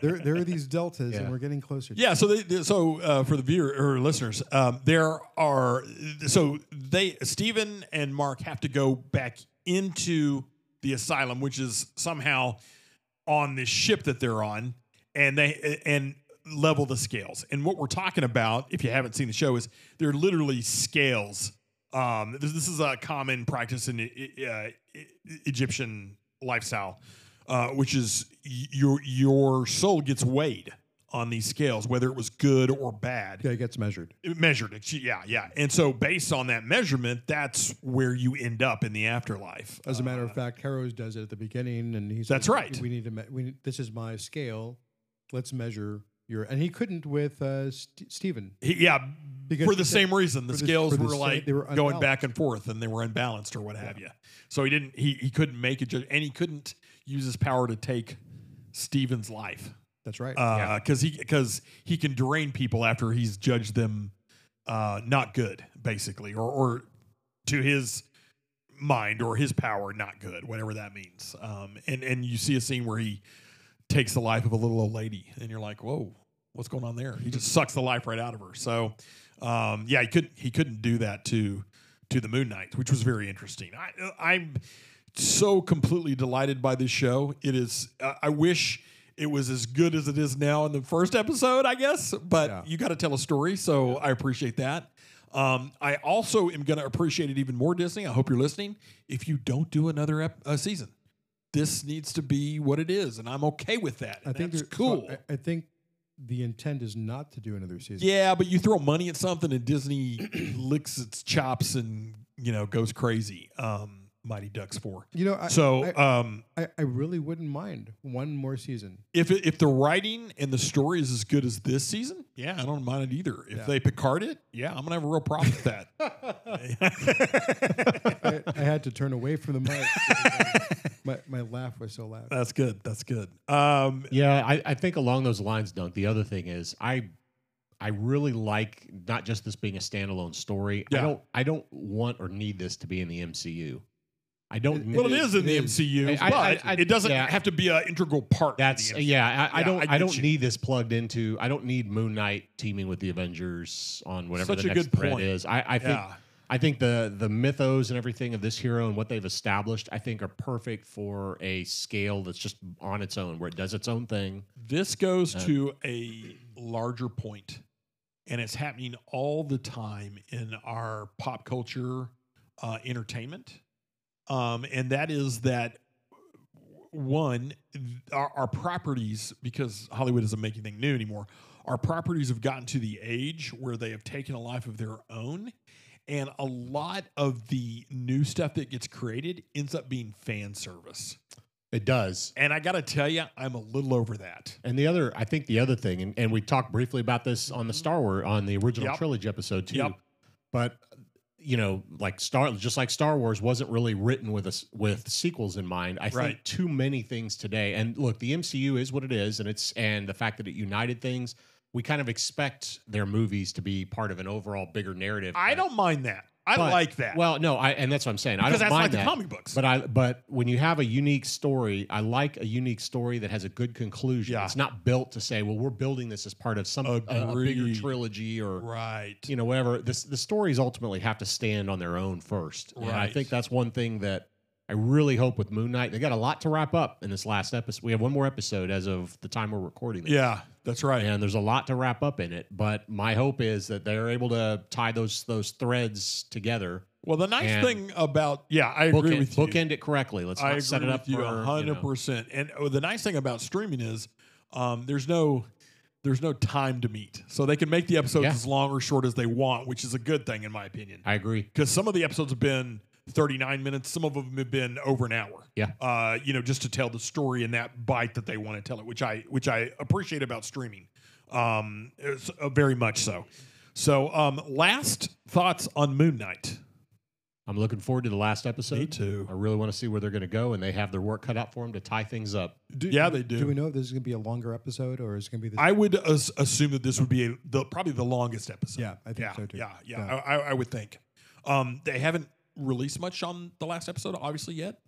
There, there are these deltas,
Yeah.
and we're getting closer.
Yeah, so they- they, so uh, for the viewer or listeners, um, there are so they Stephen and Mark have to go back into the asylum, which is somehow on this ship that they're on, and they and level the scales. And what we're talking about, if you haven't seen the show, is they're literally scales. Um, this, this is a common practice in uh, uh, Egyptian lifestyle, uh, which is y- your your soul gets weighed on these scales, whether it was good or bad
yeah, it gets measured.
measured. ex- Yeah, yeah. And so based on that measurement, that's where you end up in the afterlife.
As a matter
Uh,
of fact, Harrows does it at the beginning, and he's
That's right.
We need to. Me- we need, this is my scale. Let's measure your. And he couldn't with uh, St- Stephen
he- yeah,
because
for
he
the
said-
same reason. The
for the-
scales
for the
were
same-
like
they were
going back and forth, and they were unbalanced or what have you. So he didn't. He he couldn't make a judge, and he couldn't use his power to take Stephen's life
That's right.
uh, because he because he can drain people after he's judged them uh, not good, basically, or or to his mind or his power not good, whatever that means. Um, and and you see a scene where he takes the life of a little old lady, and you're like, whoa, what's going on there? He just sucks the life right out of her. So, um, yeah, he couldn't he couldn't do that to to the Moon Knight, which was very interesting. I, I'm so completely delighted by this show. It is. Uh, I wish it was as good as it is now in the first episode, I guess. But
Yeah.
you got to tell a story, so I appreciate that. Um, I also am going to appreciate it even more, Disney. I hope you're listening. If you don't do another ep- uh, season, this needs to be what it is, and I'm okay with that.
I think
that's
there- so
cool.
I, I think the intent is not to do another season.
yeah, but you throw money at something, and Disney <clears throat> licks its chops and you know goes crazy. Um, Mighty Ducks four.
You know, I,
so
I,
um,
I, I really wouldn't mind one more season.
if it, if the writing and the story is as good as this season, yeah, I don't mind it either. If
Yeah.
they Picard it, yeah, I'm gonna have a real problem with that. <laughs>
I, I had to turn away from the mic. because my, my laugh was
<laughs>
so loud.
That's good. That's good. Um,
yeah, I, I think along those lines, Dunk. The other thing is I I really like not just this being a standalone story.
Yeah.
I don't I don't want or need this to be in the MCU. I don't.
It-
need-
well, it is in the
It is.
MCU,
I- I-
but
I-
it doesn't
yeah.
have to be an integral part.
That's uh,
of the MCU.
yeah. I, I
Yeah,
don't.
I
I,
get
don't
you.
need this plugged into. I don't need Moon Knight teaming with the Avengers on whatever
Such
the
a
next
good
threat
point.
is. I, I think.
yeah.
I think the the mythos and everything of this hero and what they've established, I think, are perfect for a scale that's just on its own, where it does its own thing.
This goes
Uh,
to a larger point, and it's happening all the time in our pop culture uh, entertainment. Um, and that is that one, our, our properties, because Hollywood doesn't make anything new anymore, our properties have gotten to the age where they have taken a life of their own. And a lot of the new stuff that gets created ends up being fan service.
It does.
And I got to tell you, I'm a little over that.
And the other, I think, the other thing, and, and we talked briefly about this on the Star Wars on the original
Mm-hmm. Yep.
trilogy episode too.
Yep.
But you know, like Star, just like Star Wars wasn't really written with us with sequels in mind. I
Right.
think too many things today. And look, the MCU is what it is, and it's and the fact that it united things. We kind of expect their movies to be part of an overall bigger narrative.
I
but-
don't mind that. I
But-
like that.
Well, no, I and that's what I'm saying. I
because
don't
that's
mind
like
that.
the comic books.
But I but when you have a unique story, I like a unique story that has a good conclusion.
Yeah.
It's not built to say, well, we're building this as part of some a, a bigger
Agreed.
trilogy or
right.
you know whatever. This the stories ultimately have to stand on their own first. And I
Right.
think that's one thing that I really hope with Moon Knight. They got a lot to wrap up in this last episode. We have one more episode as of the time we're recording this
Yeah, that's right.
and there's a lot to wrap up in it. But my hope is that they're able to tie those those threads together.
Well, the nice
And-
thing about yeah, I
Book
agree
it,
with you.
bookend it correctly. Let's
I
not
agree
set it
with
up
you
for
a hundred
you know,
percent. And uh, the nice thing about streaming is um, there's no there's no time to meet, so they can make the episodes
Yeah.
as long or short as they want, which is a good thing in my opinion.
I agree.
Because some of the episodes have been 39 minutes, some of them have been over an hour.
Yeah.
uh, you know, just to tell the story in that bite that they want to tell it, which I which I appreciate about streaming, um, it's, uh, very much so. So, um, last thoughts on Moon Knight.
I'm looking forward to the last episode.
too.
I really want to see where they're going to go, and they have their work cut out for them to tie things up.
Do,
Yeah, they do.
Do we know if this is going to be a longer episode or is it going to be the
I would as- assume that this would be a, the probably the longest episode.
Yeah, I think
yeah,
so too.
Yeah, yeah,
Yeah.
I, I, I would think. Um, they haven't released much on the last episode, obviously yet.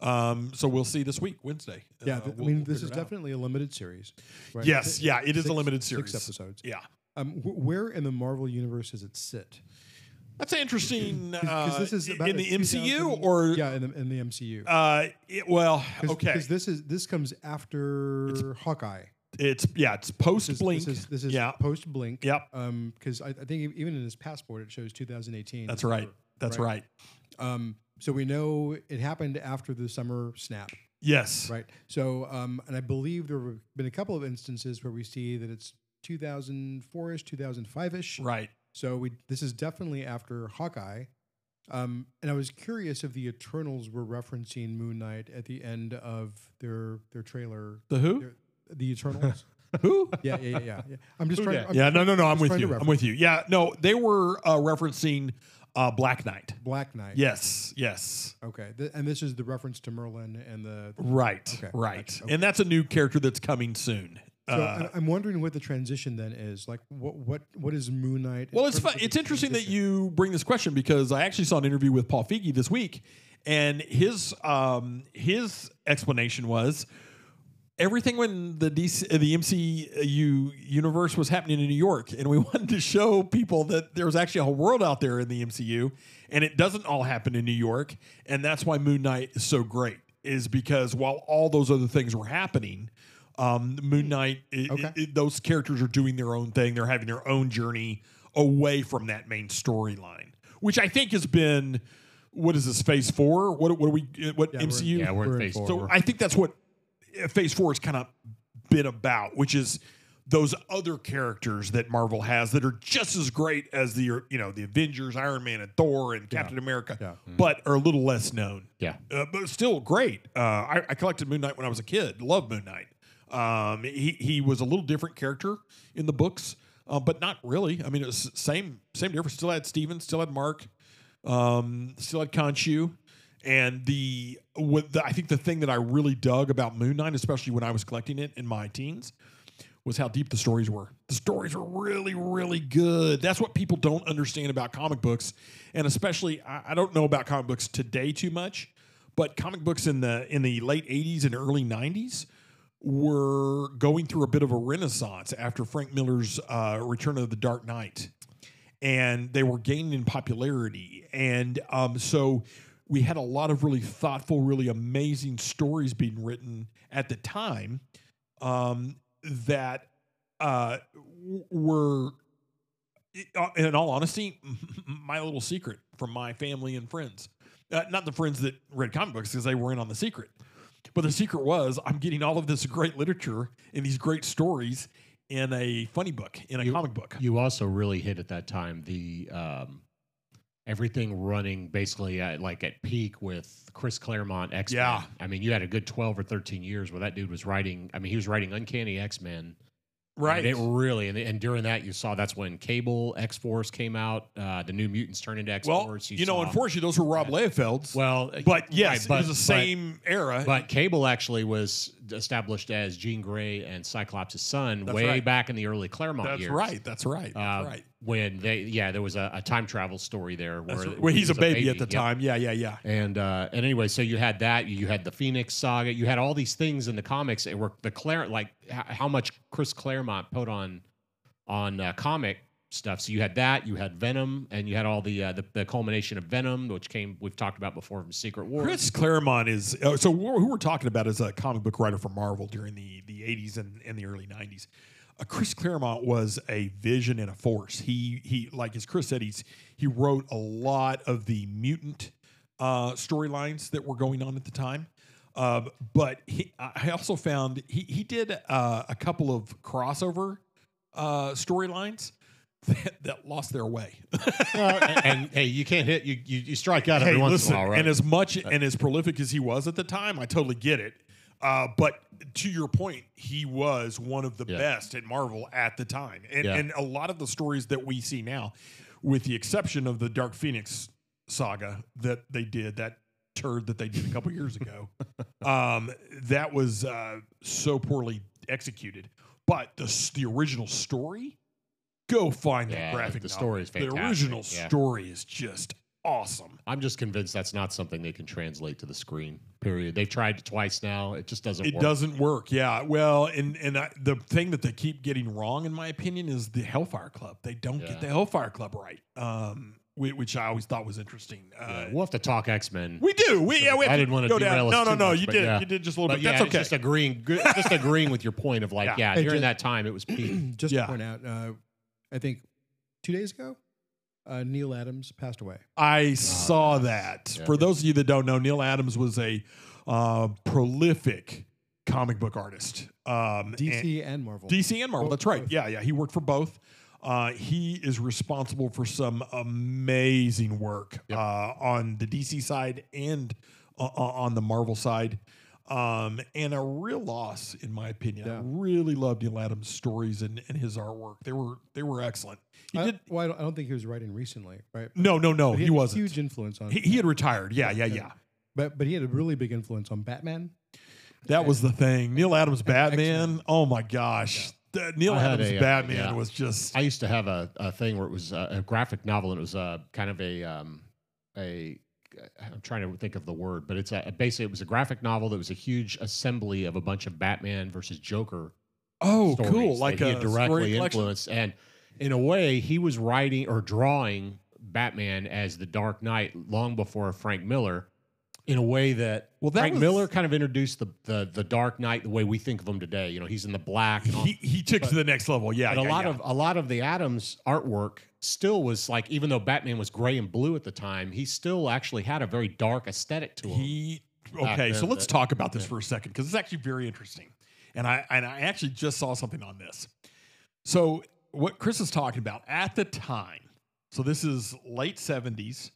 Um, so we'll see this week, Wednesday.
Yeah,
Uh,
th-
we'll-
I mean,
we'll figure
this is
it out.
definitely a limited series. right?
Yes, yeah, it is a
Six-
limited
six
series.
episodes.
Yeah,
Um, wh- where in the Marvel universe does it sit?
that's an interesting.
Because
uh, in
a
the MCU
2000
or
yeah, in the, in the MCU.
Uh, it, well,
'Cause-
okay.
because this is this comes after Hawkeye.
It's yeah, it's post
This,
Blink.
This is, this is
yeah,
post Blink.
Yep.
Um, because I, I think even in his passport it shows 2018.
that's right. That's right.
Right. Um, so we know it happened after the summer snap.
Yes.
Right. So, um, and I believe there have been a couple of instances where we see that it's 2004 ish, 2005 ish.
Right.
So we this is definitely after Hawkeye. Um, and I was curious if the Eternals were referencing Moon Knight at the end of their their trailer.
The who?
They're-
<laughs>
The Eternals.
Who?
<laughs> yeah, yeah, yeah, yeah, yeah. I'm just
Who
trying.
dat?
I'm
yeah. No. No. No. I'm
just
with
trying
you.
to
I'm with you. Yeah. No. They were uh, referencing uh, Black Knight.
Black Knight.
Yes. Yes.
Okay. Th- and this is the reference to Merlin and the.
Right.
Okay,
Right.
gotcha, okay.
And that's a new character that's coming soon.
So
uh,
I- I'm wondering what the transition then is. Like, what what what is Moon Knight? in
Well, it's
terms
fun.
of the
It's interesting that
transition?
you bring this question because I actually saw an interview with Paul Feige this week, and his um, his explanation was everything when the DC, uh, the MCU universe was happening in New York, and we <laughs> wanted to show people that there was actually a whole world out there in the MCU, and it doesn't all happen in New York, and that's why Moon Knight is so great, is because while all those other things were happening. Um, Moon Knight, i-
Hmm. Okay.
i- those characters are doing their own thing. They're having their own journey away from that main storyline, which I think has been what is this phase four? What what are we? uh, What
Yeah, we're in-
MCU?
Yeah, we're,
We're
in
in
phase
for-
four.
So I think that's what uh, Phase Four has kind of been about, which is those other characters that Marvel has that are just as great as the uh, you know the Avengers, Iron Man, and Thor, and Captain America,
Yeah.
but are a little less known.
yeah,
Uh, but still great. Uh, I, I collected Moon Knight when I was a kid. Loved Moon Knight. Um, he he was a little different character in the books, uh, but not really. I mean, it was same same difference. Still had Steven, still had Mark, um, still had Conchu, and the, what the I think the thing that I really dug about Moon Knight, especially when I was collecting it in my teens, was how deep the stories were. The stories were really, really good. That's what people don't understand about comic books, and especially I, I don't know about comic books today too much, but comic books in the in the late '80s and early '90s were going through a bit of a renaissance after Frank Miller's uh, Return of the Dark Knight and they were gaining in popularity. And um, so we had a lot of really thoughtful, really amazing stories being written at the time um, that uh, w- were, uh, in all honesty, <laughs> my little secret from my family and friends. Uh, not the friends that read comic books because they were in on the secret. But the secret was I'm getting all of this great literature and these great stories in a funny book, in a
You-
comic book.
you also really hit at that time the um, everything running basically at, like at peak with Chris Claremont X Men.
Yeah.
I mean, you had a good twelve or thirteen years where that dude was writing. I mean, he was writing Uncanny X Men.
right.
And it really, and, and during that, you saw that's when Cable X Force came out. Uh, the New Mutants turned into X
Well,
Force.
you, know, unfortunately, those were Rob Liefeld's.
well,
but yes,
right, but-
it was the
but-
same era.
But, Cable actually was established as Jean Grey and Cyclops' son
That's
way
right.
back in the early Claremont
that's
years.
right. That's right. That's
Uh,
right.
when they yeah there was a, a time travel story there where,
That's right.
it
Well, he's a
was
baby, at the
Yep.
time. Yeah, yeah, yeah.
And uh, and anyway, so you had that. You had the Phoenix Saga. You had all these things in the comics. that were the Claire like h- how much Chris Claremont put on on uh, comic stuff. So you had that. You had Venom, and you had all the uh, the, the culmination of Venom, which came we've talked about before from Secret War.
Chris Claremont is uh, so wh- who we're talking about is a comic book writer for Marvel during the the 80s and, and the early 90s. Uh, Chris Claremont was a vision and a force. He he like as Chris said he's he wrote a lot of the mutant uh, storylines that were going on at the time. Um, but he, I I also found he he did uh, a couple of crossover uh, storylines <laughs> that, that lost their way.
Well, and, and, hey, you can't hit you you, you strike out
Hey,
every once
listen,
in a while, right? Uh,
and as much and as prolific as he was at the time, I totally get it. Uh, but to your point, he was one of the
Yeah.
best at Marvel at the time, and
Yeah.
and a lot of the stories that we see now, with the exception of the Dark Phoenix saga that they did that turd that they did a couple years
<laughs>
ago, um, that was uh, so poorly executed. But the s- the original story, go find
Yeah,
that graphic.
the
novel.
story is
The
fantastic,
original
yeah.
story is just awesome.
I'm just convinced that's not something they can translate to the screen. Period. They've tried twice now. It just doesn't.
It
work.
doesn't work. Yeah. Well, and and I, the thing that they keep getting wrong, in my opinion, is the Hellfire Club. They don't
Yeah.
get the Hellfire Club right, um, whi- which I always thought was interesting. Uh,
Yeah, we'll have to talk X Men.
We do. We yeah. We
I
have
didn't wanna
go down.
derail us
No, no,
too
no.
much,
you
but
did.
yeah.
You did just a little
But
bit.
yeah,
That's
it's
okay.
just agreeing, good- just agreeing with your point of like, yeah,
Yeah.
Hey,
during
Jay-
that time it was
<clears throat>
peak.
Just
Yeah.
to point out, uh, I think two days ago, uh, Neil Adams passed away.
I saw that.
that's- Ah, yeah.
For those of you that don't know, Neil Adams was a uh, prolific comic book artist. Um, and-
DC and, Marvel.
DC and Marvel.
Both-
That's right.
both.
Yeah, yeah. He worked for both. Uh, he is responsible for some amazing work
Yep.
uh, on the DC side and uh, uh, on the Marvel side. Um, and a real loss, in my opinion. I
Yeah.
really loved Neil Adams' stories and, and his artwork. They were they were excellent. He
I,
did
well, I don't, I don't think he was writing recently, right?
no no no
But
he,
Uh, had a
wasn't.
Huge influence on,
he, he had retired. Yeah yeah yeah.
but but he had a really big influence on Batman.
That was the thing. Neil
<laughs>
Adams Batman.
X-Men.
Oh my gosh. The- Neil
I had
Adams
a, uh,
Batman
yeah.
was just
I used to have a, a thing where it was uh, a, a graphic novel and it was a kind of a um, a I'm trying to think of the word, but it's a basically it was a graphic novel that was a huge assembly of a bunch of Batman versus Joker
oh
stories
cool.
that
Like
he
a
had
story
directly
collection.
influenced, and in a way, he was writing or drawing Batman as the Dark Knight long before Frank Miller. In a way that,
Well, that
Frank
was-
Miller kind of introduced the, the the Dark Knight the way we think of him today. You know, he's in the black. and all-
he he took it to the next level. Yeah,
but a
yeah,
lot
yeah.
of a lot of the Adams artwork still was like, even though Batman was gray and blue at the time, he still actually had a very dark aesthetic to him.
he. Okay, so
then,
let's
but-
talk about this for a second because it's actually very interesting, and I and I actually just saw something on this. So what Chris is talking about at the time, so this is late seventies,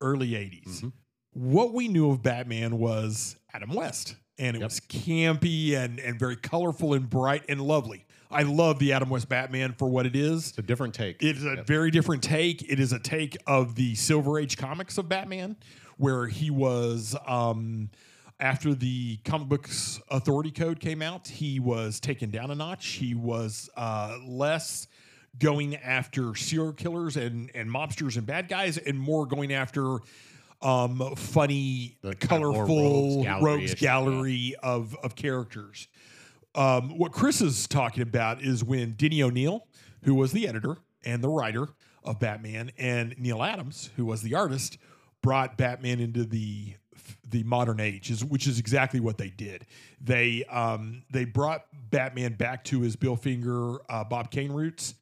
early 80s
Mhm.
What we knew of Batman was Adam West, and it
Yep.
was campy and and very colorful and bright and lovely. I love the Adam West Batman for what it is.
It's a different take.
It is a
Yep.
very different take. It is a take of the Silver Age comics of Batman, where he was um, after the comic books authority code came out. He was taken down a notch. He was uh, less going after serial killers and and mobsters and bad guys, and more going after um, funny,
The kind of more
colorful
rogues
rogues
gallery-ish, yeah.
gallery of of characters um, what Chris is talking about is when Denny O'Neil, who was the editor and the writer of Batman, and Neil Adams, who was the artist, brought Batman into the the modern age, is, which is exactly what they did. They um, they brought Batman back to his Bill Finger, uh, Bob Kane roots,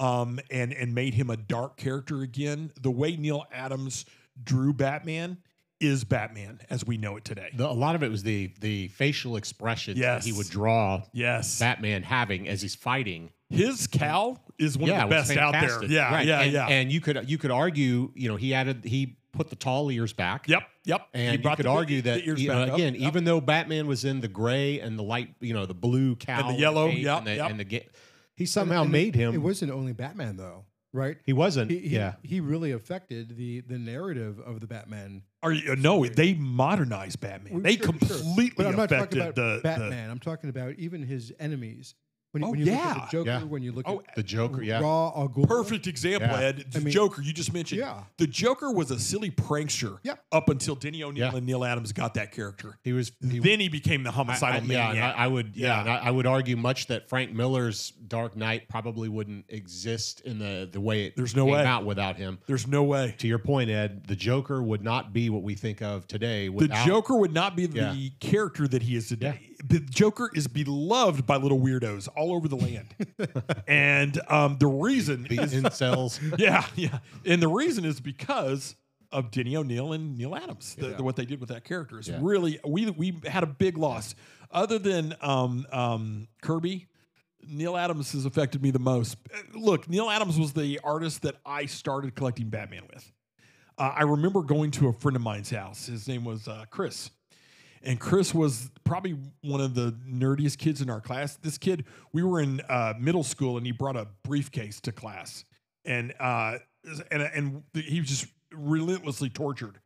um, and and made him a dark character again. The way Neil Adams drew Batman is Batman as we know it today.
The- a lot of it was the the facial expressions
Yes.
that he would draw
Yes.
Batman having as he's fighting.
His cow is one
yeah,
of
it
the
was
best out there.
fantastic.
Yeah,
Right.
yeah,
and,
yeah.
And you could you could argue, you know, he added he put the tall ears back.
yep, yep.
And you
brought
could
the-
argue
the
that
ears
you know,
back up.
again,
Yep.
even though Batman was in the gray and the light, you know, the blue cow
yellow,
cape
yep,
and the,
yep.
and the ga- he somehow
And it-
made him.
It wasn't only Batman though, right?
he wasn't.
He, he,
yeah,
he really affected the the narrative of the Batman.
Are you- uh, no, they modernized Batman.
Well,
they
sure, sure.
completely
But I'm not
affected
talking about
the, the-
Batman. I'm talking about even his enemies. When you,
Oh,
when you look
yeah.
at the Joker,
yeah.
when you look
Oh,
The
at
Joker, yeah.
Raw Al Ghul,
Perfect example,
Yeah.
Ed. The
I mean-
Joker, you just mentioned.
Yeah.
The Joker was a silly prankster
Yeah.
up until Denny O'Neil
Yeah.
and Neil Adams got that character.
He was. He,
then he became the
I- I-
homicidal
yeah, and I,
maniac.
I would. Yeah,
Yeah.
and I, I would argue much that Frank Miller's Dark Knight probably wouldn't exist in the the way it
There's no
came
way.
out without him.
There's no way.
To your point, Ed, the Joker would not be what we think of today
The
without
Joker would not be the
Yeah.
character that he is today. The Joker is beloved by little weirdos all over the
<laughs>
land. and um, the reason
the <laughs> incels.
<laughs> yeah, yeah. And the reason is because of Denny O'Neill and Neil Adams. The,
Yeah.
the- what they did with that character is
Yeah.
really we we had a big loss. Other than um, um, Kirby, Neil Adams has affected me the most. Uh, Look, Neil Adams was the artist that I started collecting Batman with. Uh, I remember going to a friend of mine's house. His name was uh, Chris. And Chris was probably one of the nerdiest kids in our class. This kid, we were in uh, middle school, and he brought a briefcase to class, and uh, and and he was just relentlessly tortured.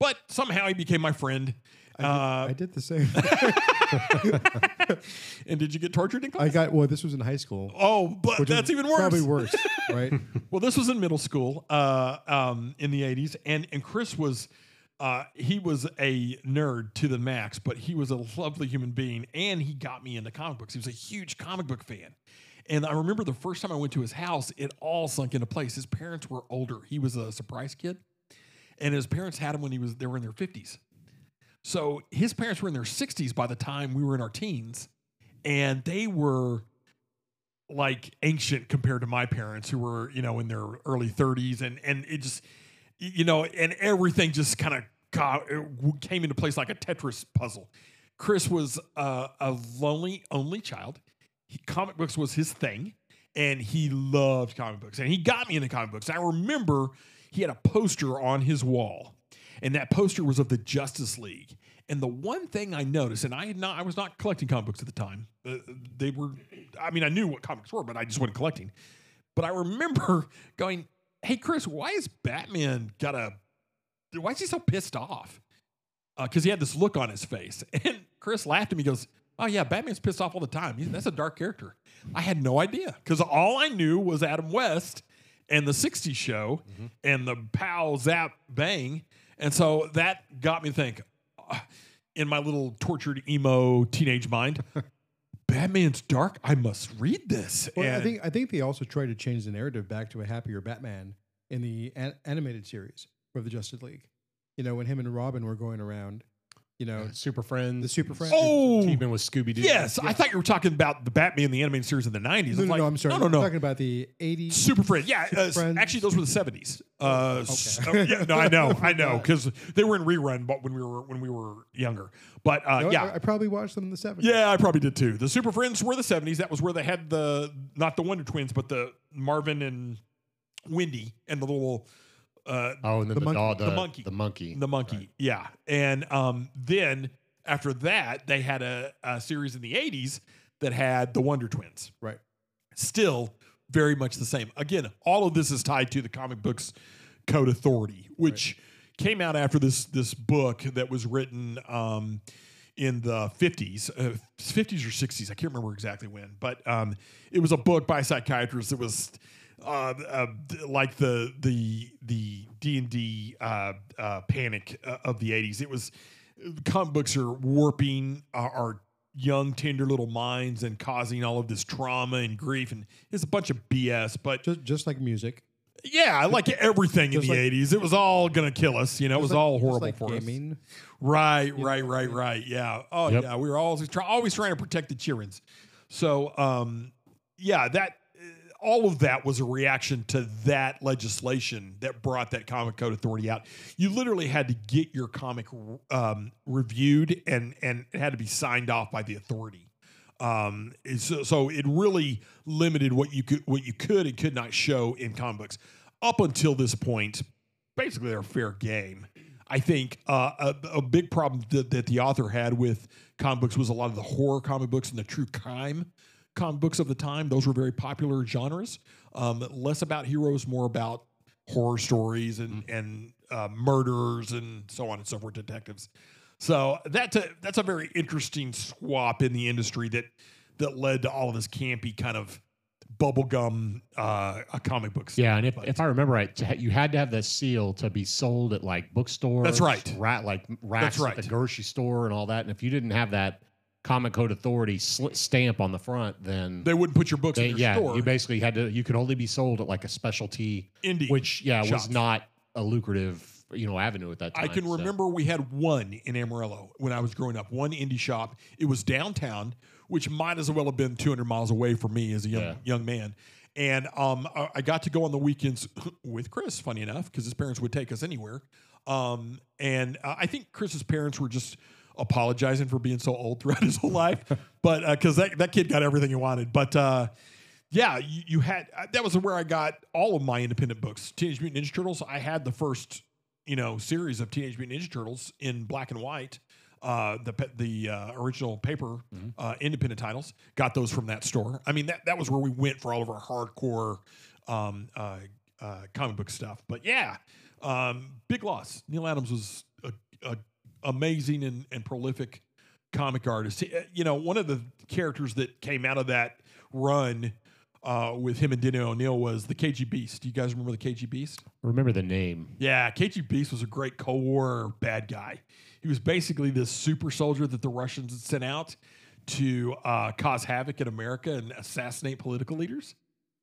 But somehow he became my friend.
I did,
Uh,
<laughs>
<laughs>
I did the same.
and did you get tortured in class?
I got well. This was in
<laughs>
high school.
oh, but
which is
that's even worse.
Probably worse,
<laughs>
right?
Well, this was in middle school, uh, um, in the '80s, and and Chris was, uh, he was a nerd to the max, but he was a lovely human being, and he got me into comic books. He was a huge comic book fan, and I remember the first time I went to his house, it all sunk into place. His parents were older; he was a surprise kid, and his parents had him when he was they were in their 50s. So his parents were in their 60s by the time we were in our teens, and they were like ancient compared to my parents who were you know in their early 30s and and it just y- you know and everything just kind of came into place like a tetris puzzle chris was uh, a lonely only child he, comic books was his thing and he loved comic books and he got me into comic books i remember he had a poster on his wall and that poster was of the justice league and the one thing i noticed and i had not i was not collecting comic books at the time uh, they were i mean i knew what comics were but i just wasn't collecting but i remember <laughs> going hey chris why is batman got a why is he so pissed off because he had this look on his face. <laughs> And Chris laughed at me. He goes, "Oh yeah, Batman's pissed off all the time. He's- That's a dark character." I had no idea because all I knew was Adam West and the '60s show and the pow zap bang, and so that got me to think uh, in my little tortured emo teenage mind. Batman's dark. I must read this.
Well, I
And-
think I think they also tried to change the narrative back to a happier Batman in the an- animated series of the Justice League. You know, when him and Robin were going around, you know,
Super Friends.
The Super Friends.
oh
Even with Scooby Doo.
yes, I thought you were talking about the Batman the animated series in the '90s.
no,
It's
no,
like,
no, I'm sorry,
No, no, no.
I'm talking about the '80s.
Super Friends. Yeah, uh,
Friends. Oh,
actually, those were the seventies. Uh, s-
Okay.
uh, yeah, no, I know,
<laughs>
I know, because they were in rerun, but when we were when we were younger. But uh,
No, I-
yeah,
I, probably watched them in the '70s.
yeah, I probably did too. The Super Friends were the seventies. That was where they had the not the Wonder Twins, but the Marvin and Wendy and the little uh,
Oh, and
The
then the,
monkey.
dog- the,
The monkey.
The monkey.
the monkey. Yeah, and um, then after that, they had a, a series in the eighties that had the Wonder Twins.
Right.
still very much the same. Again, all of this is tied to the comic books code authority, which came out after this this book that was written um, in the fifties, uh, fifties or sixties. I can't remember exactly when, but um, it was a book by a psychiatrist that was. Uh, uh, d- like the the the D and D panic uh, of the eighties, it was comic books are warping our, our young, tender little minds and causing all of this trauma and grief. And it's a bunch of BS. But
just just like music.
yeah, I like everything in
Just
the
like-
80s. It was all going to kill us. You know, it was
Just like-
all
just
horrible
like
for us.
gaming.
Right, right, right, right. Yeah. Oh,
Yep.
yeah. We were always try, always trying to protect the Chirins. So, um, yeah, that uh, all of that was a reaction to that legislation that brought that comic code authority out. You literally had to get your comic um, reviewed and and it had to be signed off by the authority. Um, and so, so it really limited what you could what you could and could not show in comic books up until this point basically they're fair game. I think uh, a, a big problem that, that the author had with comic books was a lot of the horror comic books and the true crime comic books of the time. Those were very popular genres. Um, less about heroes, more about horror stories and
Mm.
and uh, murders and so on and so forth, detectives. So that's a that's a very interesting swap in the industry that that led to all of his campy kind of bubblegum uh, uh, comic book stuff.
Yeah, and if,
But-
if I remember right, to ha- you had to have the seal to be sold at like bookstores.
That's right.
Right, like racks at
right.
the grocery store and all that. And if you didn't have that comic code authority sl- stamp on the front, then
they wouldn't put your books
they-
in your
yeah,
store.
you basically had to. You could only be sold at like a specialty,
indie,
which yeah
shops.
was not a lucrative you know avenue at that time.
I can
so-
remember we had one in Amarillo when I was growing up, one indie shop. It was downtown, which might as well have been 200 miles away from me as a young
Yeah.
young man. And um, I I got to go on the weekends <laughs> with Chris, funny enough, because his parents would take us anywhere. Um, and uh, I think Chris's parents were just apologizing for being so old throughout his whole
<laughs>
life, but because that, that kid got everything he wanted. But uh, yeah, you, you had uh, that was where I got all of my independent books. Teenage Mutant Ninja Turtles. I had the first you know series of Teenage Mutant Ninja Turtles in black and white. Uh, the pe- the uh, original paper uh, independent titles got those from that store. I mean that that was where we went for all of our hardcore um, uh, uh, comic book stuff. But yeah, um, big loss. Neil Adams was a, a amazing and, and prolific comic artist. He- uh, You know, one of the characters that came out of that run uh, with him and Denny O'Neill was the KG Beast. Do you guys remember the KG Beast?
Remember the name.
Yeah, KG Beast was a great Cold War bad guy. He was basically this super soldier that the Russians had sent out to uh, cause havoc in America and assassinate political leaders.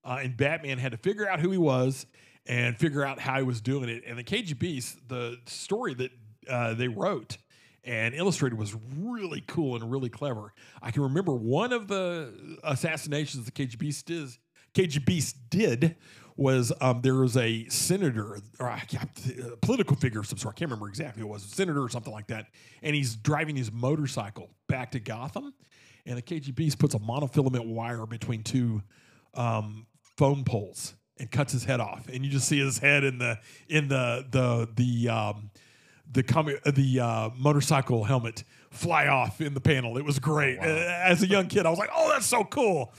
Uh, and Batman had to figure out who he was and figure out how he was doing it. And the KG Beast, the story that uh, they wrote and illustrated was really cool and really clever. I can remember one of the assassinations the KG Beast is KG Beast did was um, there was a senator or I can't- a political figure of some sort. I can't remember exactly who it was, a senator or something like that. And he's driving his motorcycle back to Gotham. And the KG Beast puts a monofilament wire between two um, phone poles and cuts his head off. And you just see his head in the, in the, the, the, um, the comic, uh, the uh, motorcycle helmet fly off in the panel. It was great. Uh, As a young kid, I was like, "Oh, that's so cool!"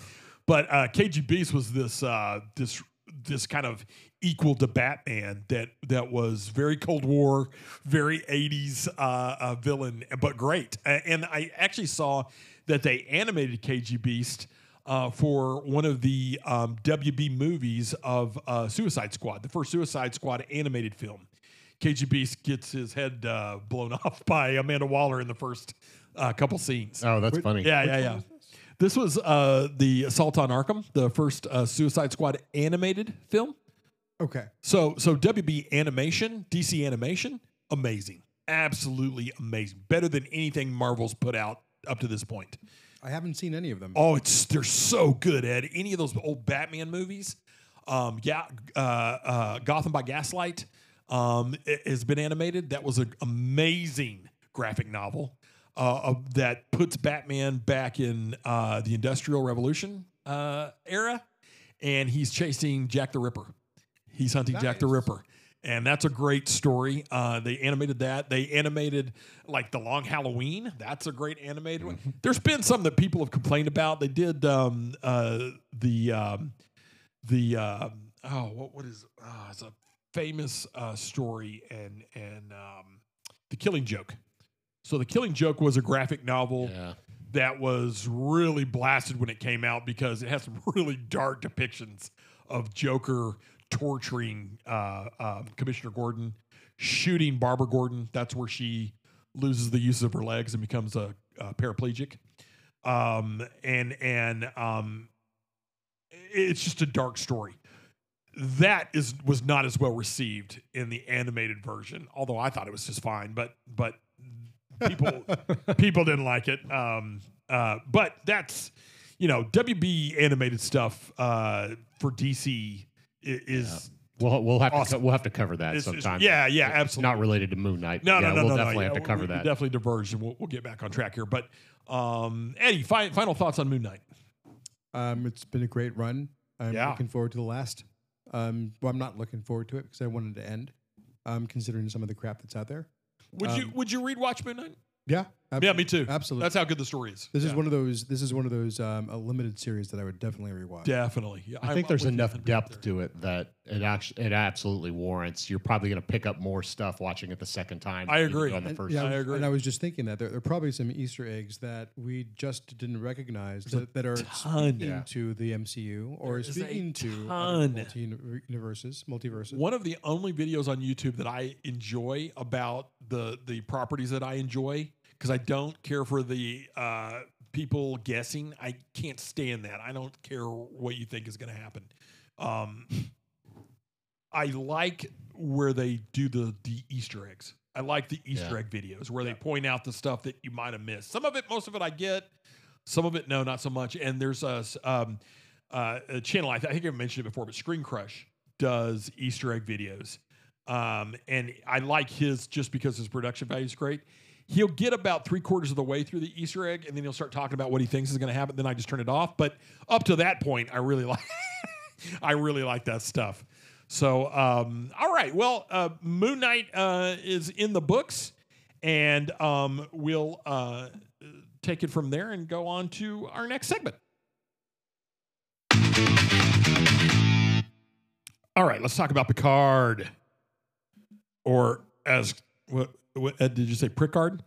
But uh, KG Beast was this uh, this this kind of equal to Batman that that was very Cold War, very '80s uh, uh, villain, but great. A- And I actually saw that they animated KG Beast. Uh, for one of the um, WB movies of uh, Suicide Squad, the first Suicide Squad animated film. KG Beast gets his head uh, blown <laughs> off by Amanda Waller in the first uh, couple scenes.
Oh, that's funny.
yeah, yeah, yeah. This was uh, the Assault on Arkham, the first uh, Suicide Squad animated film.
Okay.
So, so WB animation, DC animation, amazing, absolutely amazing, better than anything Marvel's put out up to this point.
I haven't seen any of them.
Oh, it's they're so good, Ed. Any of those old Batman movies? Um, yeah, uh, uh, Gotham by Gaslight um, i- has been animated. That was an amazing graphic novel uh, of- that puts Batman back in uh, the Industrial Revolution uh, era, and he's chasing Jack the Ripper. He's hunting Jack the
Nice.
Ripper. And that's a great story. Uh, they animated that. They animated like the Long Halloween. That's a great animated one. There's been some that people have complained about. They did um, uh, the um, the um, oh what what is oh, it's a famous uh, story and and um, the Killing Joke. So the Killing Joke was a graphic novel
Yeah.
that was really blasted when it came out because it has some <laughs> really dark depictions of Joker torturing uh, um, Commissioner Gordon, shooting Barbara Gordon. That's where she loses the use of her legs and becomes a, a paraplegic. Um, and and um, it's just a dark story. That is was not as well received in the animated version, although I thought it was just fine. But but people people didn't like it. Um, uh, but that's you know WB animated stuff uh, for DC i- is
We'll, we'll have to
Awesome.
co- we'll have to cover that
It's- it's-
sometime.
yeah, yeah,
It's
absolutely.
Not related to Moon Knight.
no
yeah,
no no
We'll
no, no,
definitely
yeah,
have to
we-
cover
we
that.
Definitely diverged, and we'll, we'll get back on track here. But um, Eddie, fi- final thoughts on Moon Knight?
Um, it's been a great run. I'm
Yeah.
looking forward to the last. Um, well, I'm not looking forward to it because I wanted to end. Um, considering some of the crap that's out there.
Would you
Um,
would you read Watch Moon Knight?
Yeah. ab-
Yeah, me too.
Absolutely.
That's how good the story is.
this is
Yeah.
one of those. This is one of those um, a limited series that I would definitely rewatch.
Definitely. Yeah,
I
I'm-
think
I'm
there's
with you
enough
100%
depth
there.
to it that it actually it absolutely warrants. You're probably going to pick up more stuff watching it the second time.
I
than you
agree.
do On the
And-
first,
yeah,
I
was-
agree.
And I was just thinking that there, there are probably some Easter eggs that we just didn't recognize
There's a
that, that are
ton.
speaking
Yeah.
to the MCU or
There is a
speaking to
ton.
multi universes, multiverses.
One of the only videos on YouTube that I enjoy about the the properties that I enjoy because I don't care for the uh, people guessing. I can't stand that. I don't care what you think is going to happen. Um, I like where they do the the Easter eggs. I like the Easter
Yeah.
egg videos where they point out the stuff that you might have missed. Some of it, most of it, I get. Some of it, no, not so much. And there's a, s- um, uh, a channel. I, th- I think I've mentioned it before, but Screen Crush does Easter egg videos, um, and I like his just because his production value is great. He'll get about three quarters of the way through the Easter egg, and then he'll start talking about what he thinks is going to happen. Then I just turn it off. But up to that point, I really <laughs> like, <laughs> I really like that stuff. So, um, all right, well, uh, Moon Knight uh, is in the books, and um, we'll uh, take it from there and go on to our next segment. All right, let's talk about Picard. Or as what, what Ed, did you say Prickard?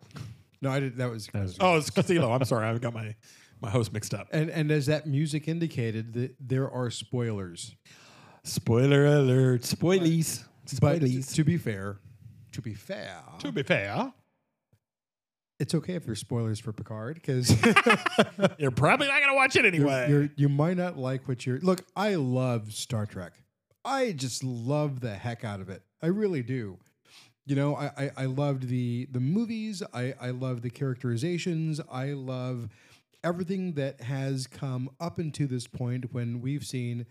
No, I did. That was.
That was-
Oh, it's Castillo. I'm sorry, I've got my my host mixed up.
and and as that music indicated, that there are spoilers.
Spoiler alert! Spoilies.
But t- to be fair, to be fair,
To be fair,
it's okay if there's spoilers for Picard because
you're probably not gonna watch it anyway.
you you might not like what you're. Look, I love Star Trek. I just love the heck out of it. I really do. You know, I I, I loved the the movies. I I love the characterizations. I love everything that has come up into this point when we've seen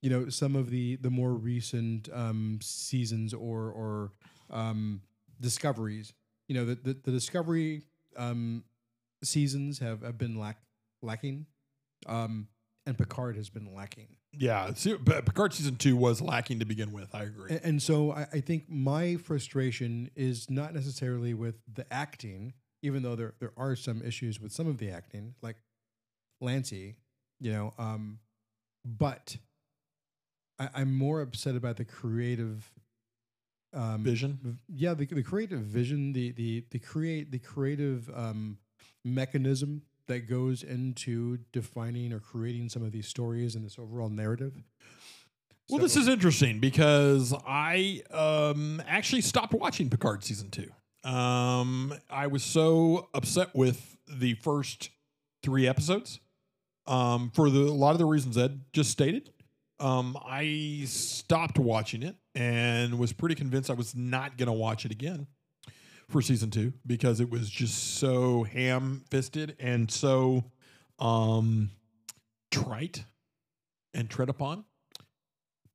you know some of the the more recent um seasons or or um discoveries you know the the, the discovery um seasons have, have been lack lacking um and picard has been lacking
yeah, see, but Picard season two was lacking to begin with. I agree.
and, and so I, I think my frustration is not necessarily with the acting even though there there are some issues with some of the acting like Lancy, you know, um, but I, I'm more upset about the creative um,
Vision.
v- Yeah, the, the creative vision, the the the create the creative um, mechanism that goes into defining or creating some of these stories and this overall narrative.
Well, this
So-
is interesting because I um, actually stopped watching Picard season two. Um, I was so upset with the first three episodes um, for the, a lot of the reasons Ed just stated. Um, I stopped watching it and was pretty convinced I was not going to watch it again for season two because it was just so ham fisted and so um, trite and tread upon.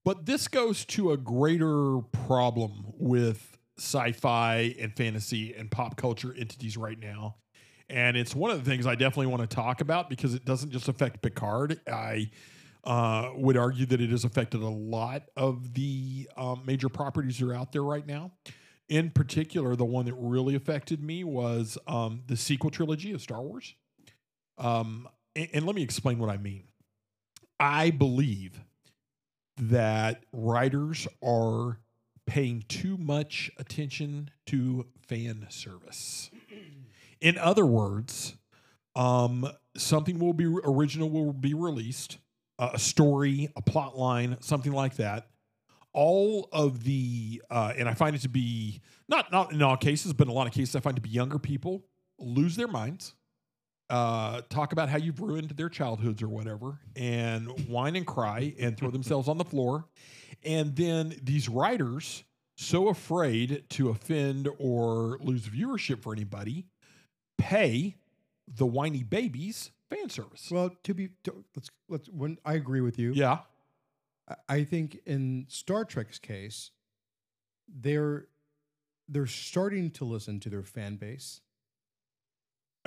But this goes to a greater problem with sci fi and fantasy and pop culture entities right now. And it's one of the things I definitely want to talk about because it doesn't just affect Picard. I uh, would argue that it has affected a lot of the um, major properties that are out there right now. In particular, the one that really affected me was um, the sequel trilogy of Star Wars. Um, and- and let me explain what I mean. I believe that writers are paying too much attention to fan service. In other words, um, something will be original will be released, uh, a story, a plot line, something like that. All of the uh, and I find it to be not not in all cases, but in a lot of cases, I find it to be younger people lose their minds uh, talk about how you've ruined their childhoods or whatever, and whine and cry and throw themselves on the floor. And then these writers, so afraid to offend or lose viewership for anybody, pay the whiny babies fan service.
Well, to be to, let's let's when I agree with you.
yeah.
I- I think in Star Trek's case, they're they're starting to listen to their fan base.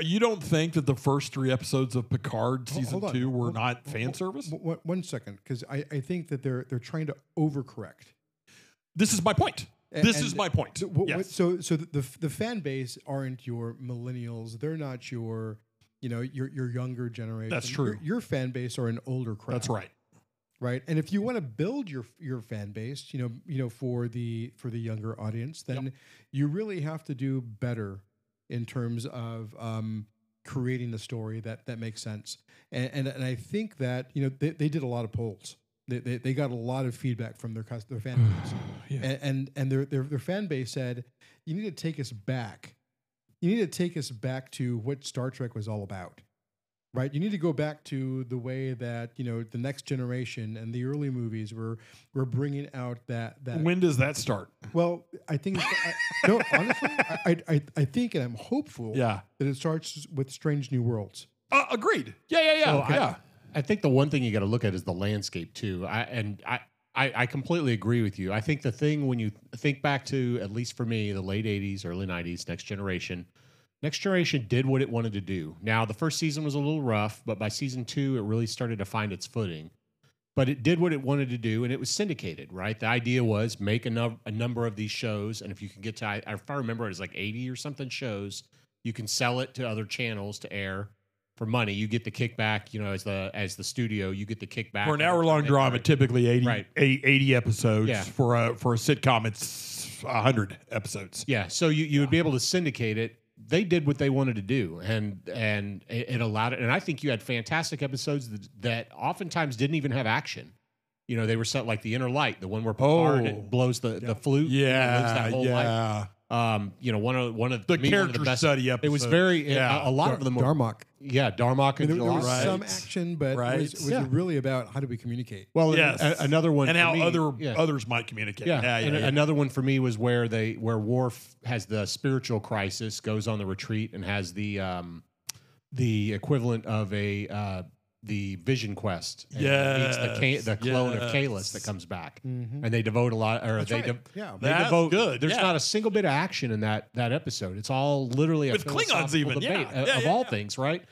You don't think that the first three episodes of Picard
Ho-
season
hold on.
two were
Hold-
not
hold-
fan
hold-
service?
W- one- one second, because I, I think that they're they're trying to overcorrect.
this is my point.
A-
This
and
is my point.
th- what- what-
yes.
so so the, the f- the fan base aren't your millennials. They're not your you know your your younger generation. Your,
true.
your fan base are an older crowd.
That's
<sighs>
right.
right? And if you want to build your your fan base, you know, you know, for the for the younger audience, then you really have to do better in terms of um, creating a story that that makes sense. And and, and I think that you know they, they did a lot of polls. They, they, they got a lot of feedback from their cus-
<sighs>
their fan base,
Yeah.
and and, and their, their their fan base said, "You need to take us back. You need to take us back to what Star Trek was all about." right? You need to go back to the way that you know the next generation and the early movies were were bringing out that that.
When does that start?
well, I think I, no, honestly, I, I I think and I'm hopeful
Yeah.
that it starts with Strange New Worlds.
Uh, agreed. Yeah, yeah, yeah.
Oh,
So I-
yeah.
I think the one thing you got to look at is the landscape too. I and I, I I completely agree with you. I think the thing when you think back to at least for me the late '80s, early '90s, Next Generation. Next Generation did what it wanted to do. Now the first season was a little rough, but by season two it really started to find its footing. But it did what it wanted to do, and it was syndicated. Right, the idea was make a, num- a number of these shows, and if you can get to, I, if I remember, it was like eighty or something shows. You can sell it to other channels to air for money. You get the kickback, you know, as the as the studio, you get the kickback
For an hour long drama, typically 80,
Right.
eight- 80 episodes.
Yeah.
For a for a sitcom, it's 100 episodes.
Yeah, so you you would be able to syndicate it. They did what they wanted to do, and and it, it allowed it. And I think you had fantastic episodes that, that oftentimes didn't even have action. You know, they were set like the inner light, the one where Picard
Oh.
blows the, the flute. and lives
Yeah,
that whole life.
yeah.
Um, you know, one of one of
The
to me, one of
character
the best.
study episode.
It was very
Yeah.
a, a lot of them. Were,
Darmok.
yeah, Darmok
I mean,
and
there, there was
Right.
some action, but it was,
Right.
it was
Yeah.
really about how do we communicate.
Well,
Yes.
a- another one
and
for
how
me-
other
yeah.
others might communicate.
Yeah.
yeah,
And
yeah.
Another one for me was where they where Worf has the spiritual crisis, goes on the retreat, and has the um, the equivalent of a uh, the Vision Quest. and meets
Yes.
the, Ka- the clone of Kalis
Yes.
that comes back,
Mhm.
and they devote a lot, or
That's
they
right.
de-
yeah.
they
That's
devote.
good,
There's
yeah.
not a single bit of action in that that episode. It's all literally a
With Klingons
philosophical
even, yeah.
debate uh,
Yeah,
of
yeah,
all
yeah.
things, right?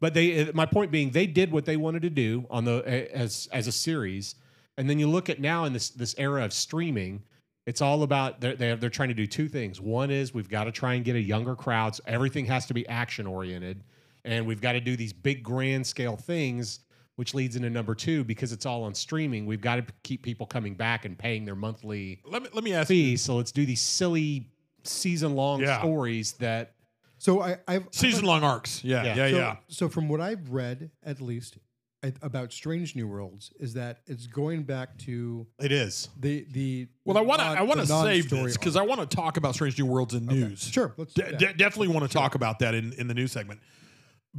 But they, uh, my point being, they did what they wanted to do on the a- as as a series, and then you look at now in this this era of streaming, it's all about they're they're, they're trying to do two things. One is we've got to try and get a younger crowd. So everything has to be action oriented, and we've got to do these big grand scale things. Which leads into number two because it's all on streaming. We've got to keep people coming back and paying their monthly
let me let me ask. you.
fee, so let's do these silly season long
Yeah.
stories that
So I, I've
Season long arcs. Yeah, yeah,
Yeah.
Uh, yeah.
so, so from what I've read, at least, I, about Strange New Worlds, is that it's going back to
it is.
the the
Well, I want to
non-
I want to
the
save
non-story
this because
arc.
I want to talk about Strange New Worlds in news.
sure let's do
De-
that.
de- definitely want to talk about that in, in the news segment.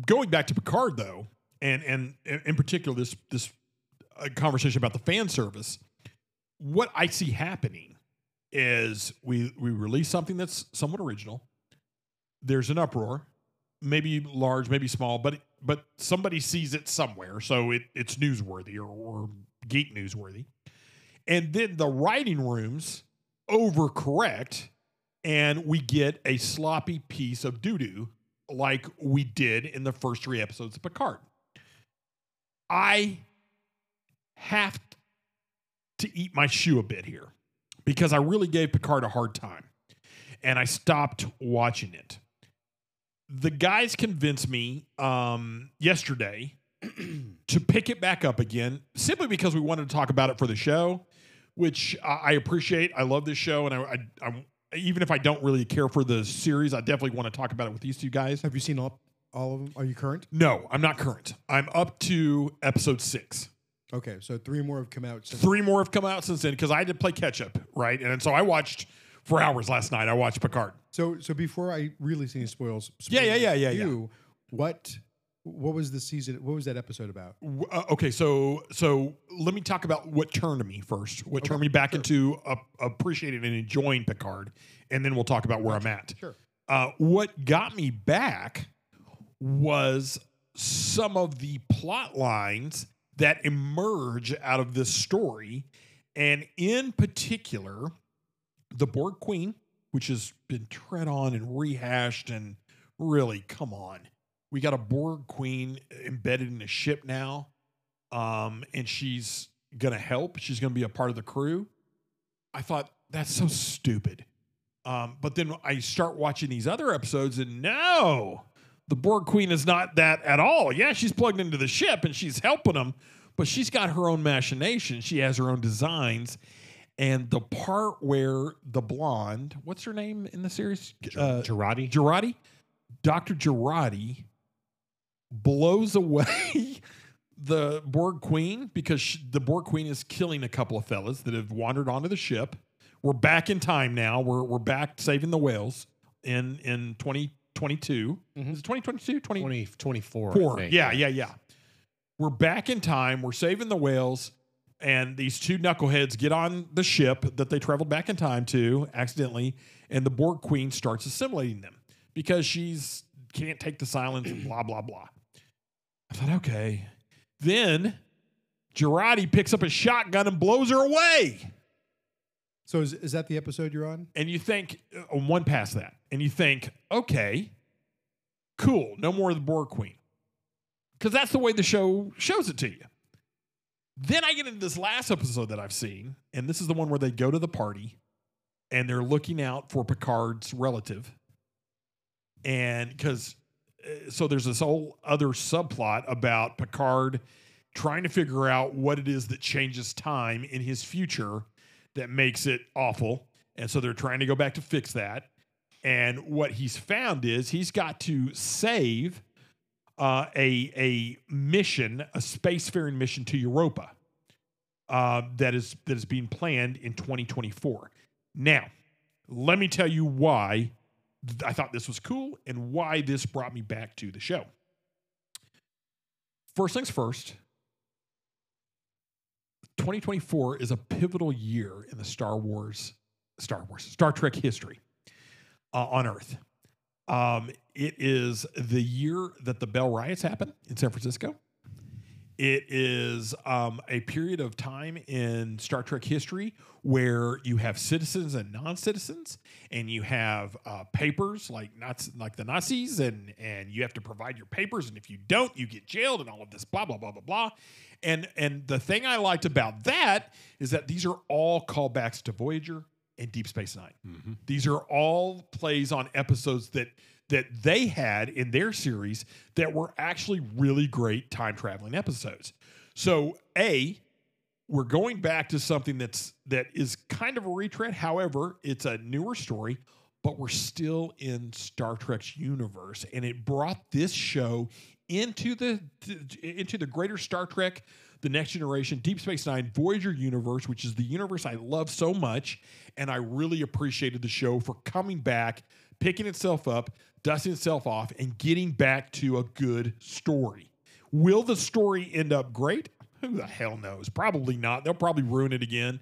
Going back to Picard though, and and and in particular this this uh, conversation about the fan service, what I see happening is we we release something that's somewhat original. There's an uproar, maybe large, maybe small, but but somebody sees it somewhere, so it it's newsworthy or, or geek newsworthy, and then the writing rooms overcorrect and we get a sloppy piece of doo doo like we did in the first three episodes of Picard. I have to eat my shoe a bit here because I really gave Picard a hard time and I stopped watching it. The guys convinced me um, yesterday <clears throat> to pick it back up again simply because we wanted to talk about it for the show, which I, I appreciate. I love this show, and I, I, I even if I don't really care for the series, I definitely want to talk about it with these two guys.
Have you seen all all of them? Are you current?
No, I'm not current. I'm up to episode six.
Okay, so three more have come out. Since
Three more have come out since then because I had to play catch up, right? And so I watched for hours last night. I watched Picard.
so so before I release any spoils,
Yeah, yeah, yeah,
spoilers
yeah,
to
yeah.
You, what what was the season? What was that episode about?
W- Uh, okay, so so let me talk about what turned me first, what turned me back into uh, appreciating and enjoying Picard, and then we'll talk about where I'm at.
Sure.
Uh, what got me back was some of the plot lines that emerge out of this story, and in particular, the Borg Queen, which has been tread on and rehashed, and really, come on, we got a Borg Queen embedded in a ship now, um, and she's gonna help. She's gonna be a part of the crew. I thought that's so stupid. Um, but then I start watching these other episodes, and no, the Borg Queen is not that at all. Yeah, she's plugged into the ship and she's helping them, but she's got her own machinations. She has her own designs. And the part where the blonde, what's her name in the series? Uh,
Girardi.
Girardi, Dr. Girardi blows away the Borg Queen because sh the Borg Queen is killing a couple of fellas that have wandered onto the ship. We're back in time now. We're, we're back saving the whales in, in 2022.
Mhm.
Is it 2022? 20,
20, 24. I
Four.
think.
Yeah, yeah, yeah. We're back in time. We're saving the whales, and these two knuckleheads get on the ship that they traveled back in time to accidentally, and the Borg Queen starts assimilating them because she's can't take the silence. and blah blah blah. I thought, okay. Then Girardi picks up a shotgun and blows her away.
So is, is that the episode you're on?
And you think uh, one past that, and you think, okay, cool, no more of the Borg Queen, because that's the way the show shows it to you. Then I get into this last episode that I've seen, and this is the one where they go to the party, and they're looking out for Picard's relative, and because so there's this whole other subplot about Picard trying to figure out what it is that changes time in his future that makes it awful. And so they're trying to go back to fix that. And what he's found is he's got to save uh, a a mission, a spacefaring mission to Europa uh, that is that is being planned in 2024. Now, let me tell you why th- I thought this was cool and why this brought me back to the show. First things first, 2024 is a pivotal year in the Star Wars, Star Wars, Star Trek history uh, on Earth. Um, it is the year that the Bell riots happened in San Francisco. It is um, a period of time in Star Trek history where you have citizens and non-citizens, and you have uh, papers like Nazi, like the Nazis, and and you have to provide your papers, and if you don't, you get jailed, and all of this blah blah blah blah blah. And and the thing I liked about that is that these are all callbacks to Voyager and Deep Space Nine.
Mhm.
These are all plays on episodes that that they had in their series that were actually really great time traveling episodes. So, A, we're going back to something that's that is kind of a retread. However, it's a newer story, but we're still in Star Trek's universe, and it brought this show into the into the greater Star Trek, the Next Generation, Deep Space Nine, Voyager universe, which is the universe I love so much, and I really appreciated the show for coming back, picking itself up, dusting itself off, and getting back to a good story. Will the story end up great? Who the hell knows? Probably not. They'll probably ruin it again.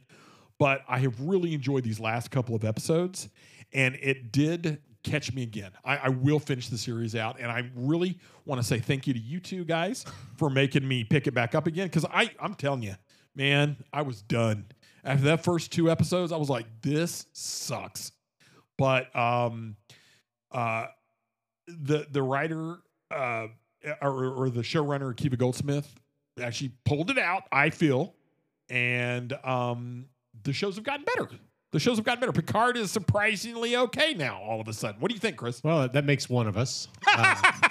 But I have really enjoyed these last couple of episodes, and it did catch me again. I, I will finish the series out, and I really want to say thank you to you two guys for making me pick it back up again. Because I, I'm telling you, man, I was done after that first two episodes. I was like, this sucks. But um, uh, the the writer uh or, or the showrunner Kiva Goldsmith actually pulled it out. I feel, and um, the shows have gotten better. The shows have gotten better. Picard is surprisingly okay now. All of a sudden, what do you think, Chris?
Well, that makes one
<laughs>
of us. <laughs> Uh,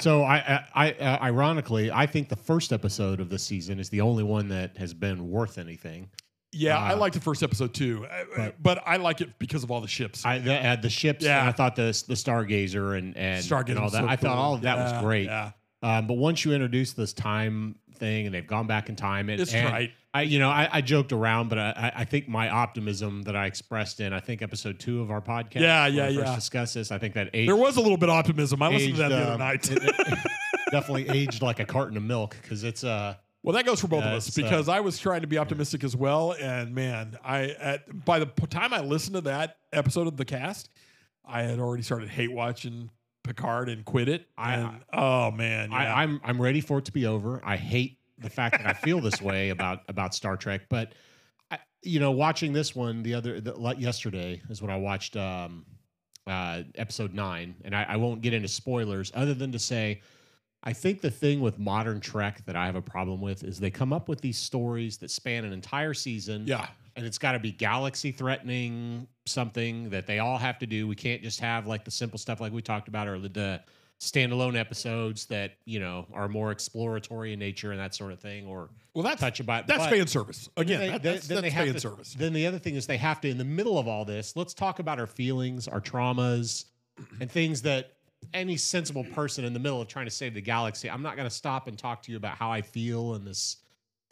so I, I, I, uh, ironically, I think the first episode of this season is the only one that has been worth anything.
Yeah, I
Uh,
like the first episode too, Uh, uh,
but-
but I like it because of all the ships.
I the, uh, the ships.
Yeah.
And I thought the the Stargazer and and,
Stargate
and all
was
that.
so
I thought
cool.
all of that
Yeah,
was great.
Yeah,
Um, but once you introduce this time thing and they've gone back in time, and,
it's
and
right.
I, you know, I, I joked around, but I, I- I think my optimism that I expressed in, I think episode two of our podcast,
Yeah,
when
yeah,
we first
yeah.
discussed this. I think that age
There was a little bit of optimism. I listened to that
aged,
the other
um,
night.
it-
<laughs>
it definitely aged like a carton of milk because it's uh
Well, that goes for both of
Yeah,
us
it's, uh,
because I was trying to be optimistic as well, and man, I at by the p- time I listened to that episode of the cast, I had already started hate watching Picard and quit it.
I-
and, oh man, yeah.
I, I'm I'm ready for it to be over. I hate the fact that I feel this way <laughs> about about Star Trek, but I, you know, watching this one the other the, like yesterday is when I watched um, uh, episode nine, and I, I won't get into spoilers other than to say. I think the thing with modern Trek that I have a problem with is they come up with these stories that span an entire season
yeah,
and it's got to be galaxy threatening something that they all have to do. We can't just have like the simple stuff like we talked about or the, the standalone episodes that you know are more exploratory in nature and that sort of thing, or
Well, that's
touch about.
that's
but
fan service again.
they-
that-
they-
that's that's
have
fan
to- <laughs>
service.
Then the other thing is they have to, in the middle of all this, let's talk about our feelings, our traumas, and things that any sensible person in the middle of trying to save the galaxy. I'm not going to stop and talk to you about how I feel and this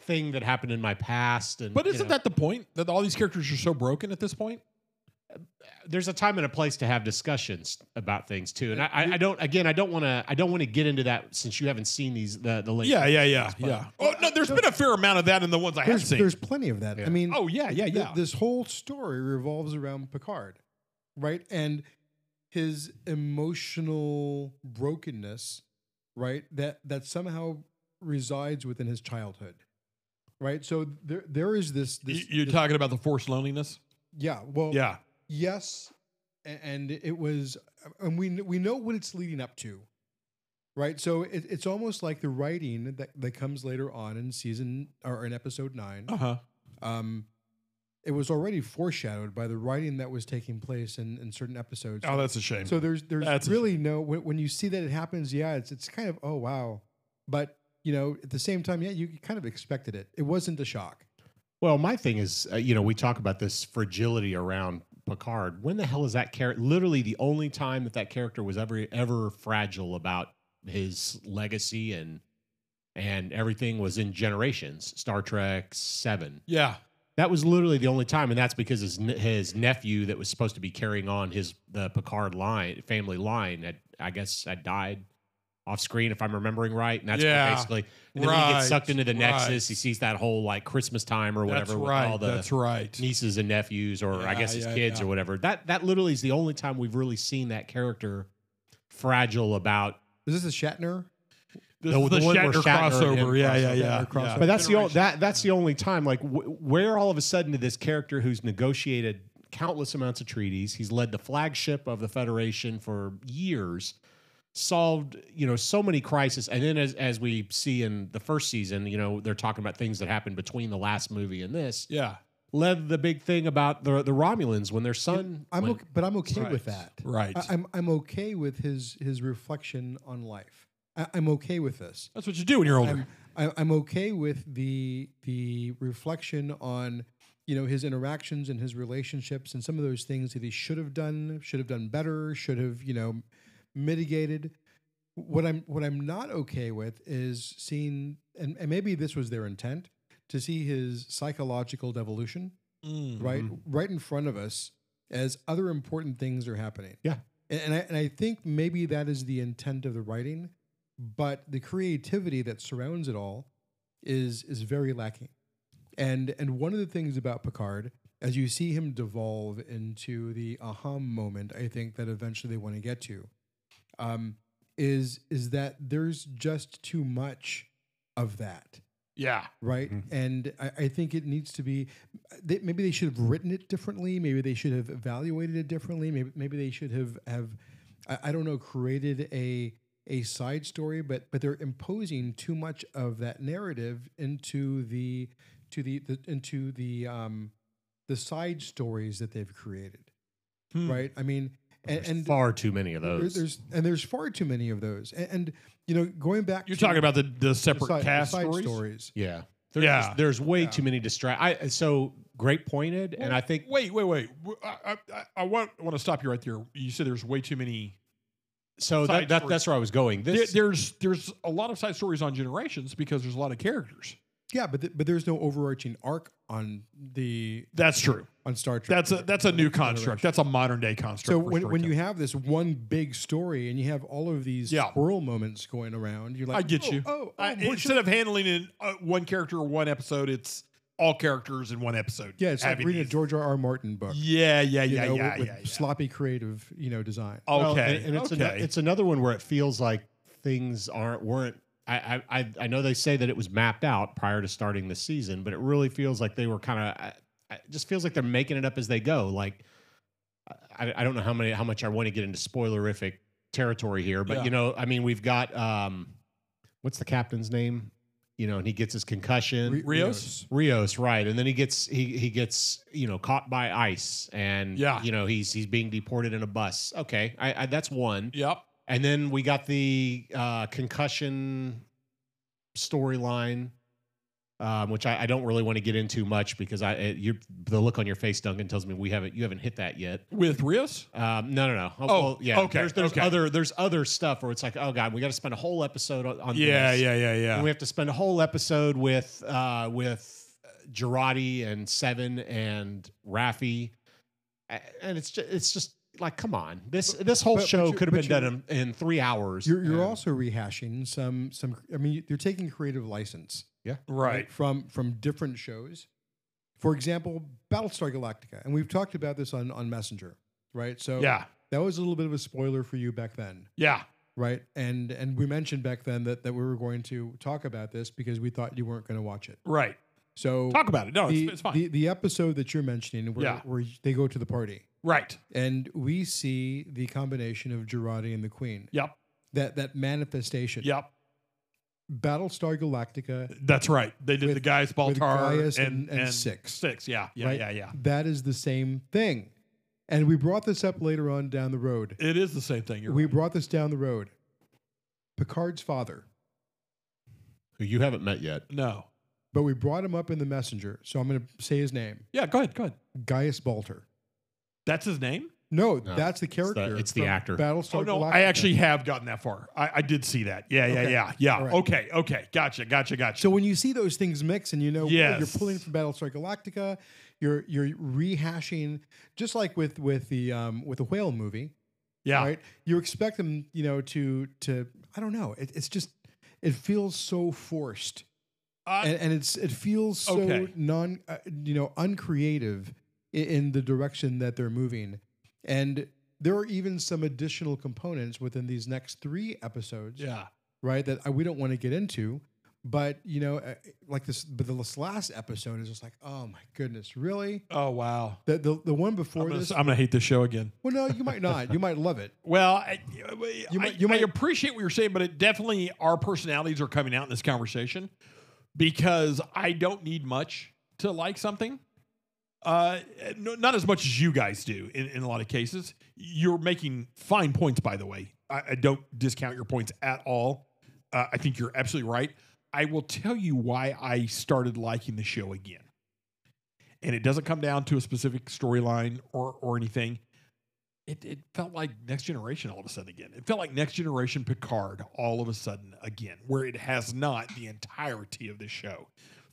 thing that happened in my past. And
But
you
isn't
know,
that the point that all these characters are so broken at this point?
there's a time and a place to have discussions about things too? And I, I, I don't. Again, I don't want to. I don't want to get into that since you haven't seen these the the late.
Yeah, yeah, yeah, yeah. Oh no, there's been a fair amount of that in the ones I have
There's,
seen.
there's plenty of that.
Yeah.
I mean,
Oh yeah, yeah,
th-
yeah.
this whole story revolves around Picard, right? And his emotional brokenness, right? That that somehow resides within his childhood, right? So there there is this
You-
this Oh.
You're
this-
talking about the forced loneliness.
yeah well
Yeah,
yes a- and it was and we kn- we know what it's leading up to right so it, it's almost like the writing that, that comes later on in season or in episode 9
uh huh.
um it was already foreshadowed by the writing that was taking place in, in certain episodes
Oh, that's a shame.
so there's there's
That's a
really no when, when you see that it happens yeah it's it's kind of oh wow but you know at the same time yeah you kind of expected it it wasn't a shock
Well, my thing is, uh, you know, we talk about this fragility around Picard. When the hell is that character? Literally, the only time that that character was ever ever fragile about his legacy and and everything was in Generations, Star Trek Seven.
yeah,
That was literally the only time, and that's because his ne- his nephew that was supposed to be carrying on his the Picard line family line had I guess had died off screen if I'm remembering right, and that's what
Yeah.
basically and then when he
Right.
gets sucked into the
Right.
Nexus, he sees that whole like Christmas time or whatever
that's
with
right.
all the
that's right.
nieces and nephews or I
Yeah,
guess his
yeah,
kids
yeah.
or whatever. That that literally is the only time we've really seen that character fragile about
is this a shatner
This
The-
is
the one where
Shatner
Shatner and him
crossover. Yeah, yeah,
crossover,
yeah,
crossover.
yeah.
but that's the o- that that's the only time like wh- where all of a sudden did this character who's negotiated countless amounts of treaties he's led the flagship of the federation for years solved you know so many crises and then as as we see in the first season you know they're talking about things that happened between the last movie and this
Yeah,
led the big thing about the the romulans when their son
I'm
went-
okay, but I'm okay
Right.
with that.
right.
I, I'm I'm okay with his his reflection on life. I, I'm okay with this.
that's what you do when you're older.
I'm I, I'm okay with the the reflection on you know his interactions and his relationships and some of those things that he should have done, should have done better, should have you know mitigated. What I'm what I'm not okay with is seeing and, and maybe this was their intent to see his psychological devolution
Mm.
right right in front of us as other important things are happening
Yeah.
and, and, I, and i think maybe that is the intent of the writing but the creativity that surrounds it all is is very lacking and and one of the things about picard as you see him devolve into the aha moment i think that eventually they want to get to um, is is that there's just too much of that
Yeah,
right?
Mhm.
Mm-hmm.
And I, I think it needs to be. They, maybe they should have written it differently. Maybe they should have evaluated it differently. Maybe maybe they should have have I, I don't know created a a side story, but but they're imposing too much of that narrative into the to the, the into the um the side stories that they've created,
Hmm.
right? I mean, and,
there's
and
far too many of
there-
those
there's and there's far too many of those, and, and you know, going back,
You're
to
talking about the, the
the
separate
side- the
cast
side
stories.
stories.
yeah there's,
Yeah.
just- there's way
Yeah.
too many distract i so great pointed and i think
Wait, wait, wait. W- I, I- I want want to stop you right there. You said there's way too many.
So
side
that, that,
story.
that's where I was going.
There-
This
there's there's a lot of side stories on Generations because there's a lot of characters.
Yeah, but th- but there's no overarching arc on the
That's true.
on Star Trek.
That's a that's a new construct. That's a modern day construct.
so
for
when, when you
storytelling.
have this one big story and you have all of these
Yeah.
squirrel moments going around, you're like,
I get
oh,
you.
Oh, oh
I-
more shit.
instead of handling in uh, one character or one episode, it's all characters in one episode.
yeah, it's like
Having
reading a
these-
George R. R. Martin book.
Yeah, yeah,
you
yeah,
know,
yeah,
with,
yeah,
with
yeah.
sloppy creative, you know, design.
Okay,
well, and, and it's
okay.
ano- it's another one where it feels like things aren't weren't. I, I I- I know they say that it was mapped out prior to starting the season, but it really feels like they were kind of. It just feels like they're making it up as they go. Like I, I don't know how many how much I want to get into spoilerific territory here, but
Yeah.
you know, I mean, we've got um, what's the captain's name? you know, and he gets his concussion.
Re-
Rios?
Rios, right? And then he gets he he gets you know caught by ICE, and
Yeah.
you know he's he's being deported in a bus. Okay, I, I that's one.
Yep.
And then we got the uh, concussion storyline, um, which I, I don't really want to get into much because I it, you the look on your face, Duncan, tells me we haven't you haven't hit that yet.
With Rios?
Um, no, no, no. Oh,
Oh,
well, yeah.
okay,
There's, there's
okay.
other there's other stuff where it's like, oh god, we got to spend a whole episode on. on
Yeah,
this.
yeah, yeah, yeah.
And we have to spend a whole episode with uh, with Girardi and Seven and Rafi, A- and it's just, it's just like, come on, this this whole
but- but
show
you-
could have
but
been done in, in three hours.
You're, you're
And-
also rehashing some some. I mean, you're taking creative license
right.
from from different shows. For example, Battlestar Galactica, and we've talked about this on on Messenger, right? So
Yeah.
that was a little bit of a spoiler for you back then,
Yeah.
right? And and we mentioned back then that that we were going to talk about this because we thought you weren't going to watch it.
Right.
So
Talk about it. No,
the,
it's, it's fine.
the the episode that you're mentioning, where
Yeah.
where they go to the party,
right.
and we see the combination of Girardi and the Queen.
Yep.
That that manifestation.
Yep.
Battlestar Galactica.
That's right. They did
With-
the guys
with
Baltar
Gaius
and,
and- and Six.
Six. Yeah. Yeah.
Right?
Yeah. Yeah.
That is the same thing. And we brought this up later on down the road.
It is the same thing. You're
we
right.
brought this down the road. Picard's father,
who you haven't met yet.
No.
but we brought him up in the messenger. So I'm going to say his name
Yeah. Go ahead. Go ahead.
Gaius Balter.
That's his name.
No,
No,
that's the character.
it's the
from
actor.
Battlestar
Oh no,
Galactica.
I actually have gotten that far. I, I did see that. Yeah. Yeah.
Okay.
Yeah. Yeah.
All right.
Okay. Okay. Gotcha. Gotcha. Gotcha.
So when you see those things mix and you know
Yes.
you're pulling from Battlestar Galactica, you're you're rehashing just like with with the um, with the whale movie.
yeah.
right? You expect them, you know, to to I don't know. It, it's just it feels so forced,
Uh,
and, and it's it feels so
Okay.
non, uh, you know, uncreative in, in the direction that they're moving. And there are even some additional components within these next three episodes,
yeah.
right? That I, we don't want to get into. But you know, uh, like this, but this last episode is just like, oh my goodness, really?
Oh wow.
The the, the one
I'm
before
gonna,
this?
I'm gonna hate this show again.
well, no, you might not. You might love it.
Well, I,
You
I,
might- you
I
might-
appreciate what you're saying, but it definitely our personalities are coming out in this conversation because I don't need much to like something. Uh, no, not as much as you guys do in, in a lot of cases. You're making fine points, by the way. I, I don't discount your points at all. Uh, I think you're absolutely right. I will tell you why I started liking the show again. And it doesn't come down to a specific storyline or, or anything it, it felt like Next Generation all of a sudden again. It felt like Next Generation Picard all of a sudden again, where it has not the entirety of the show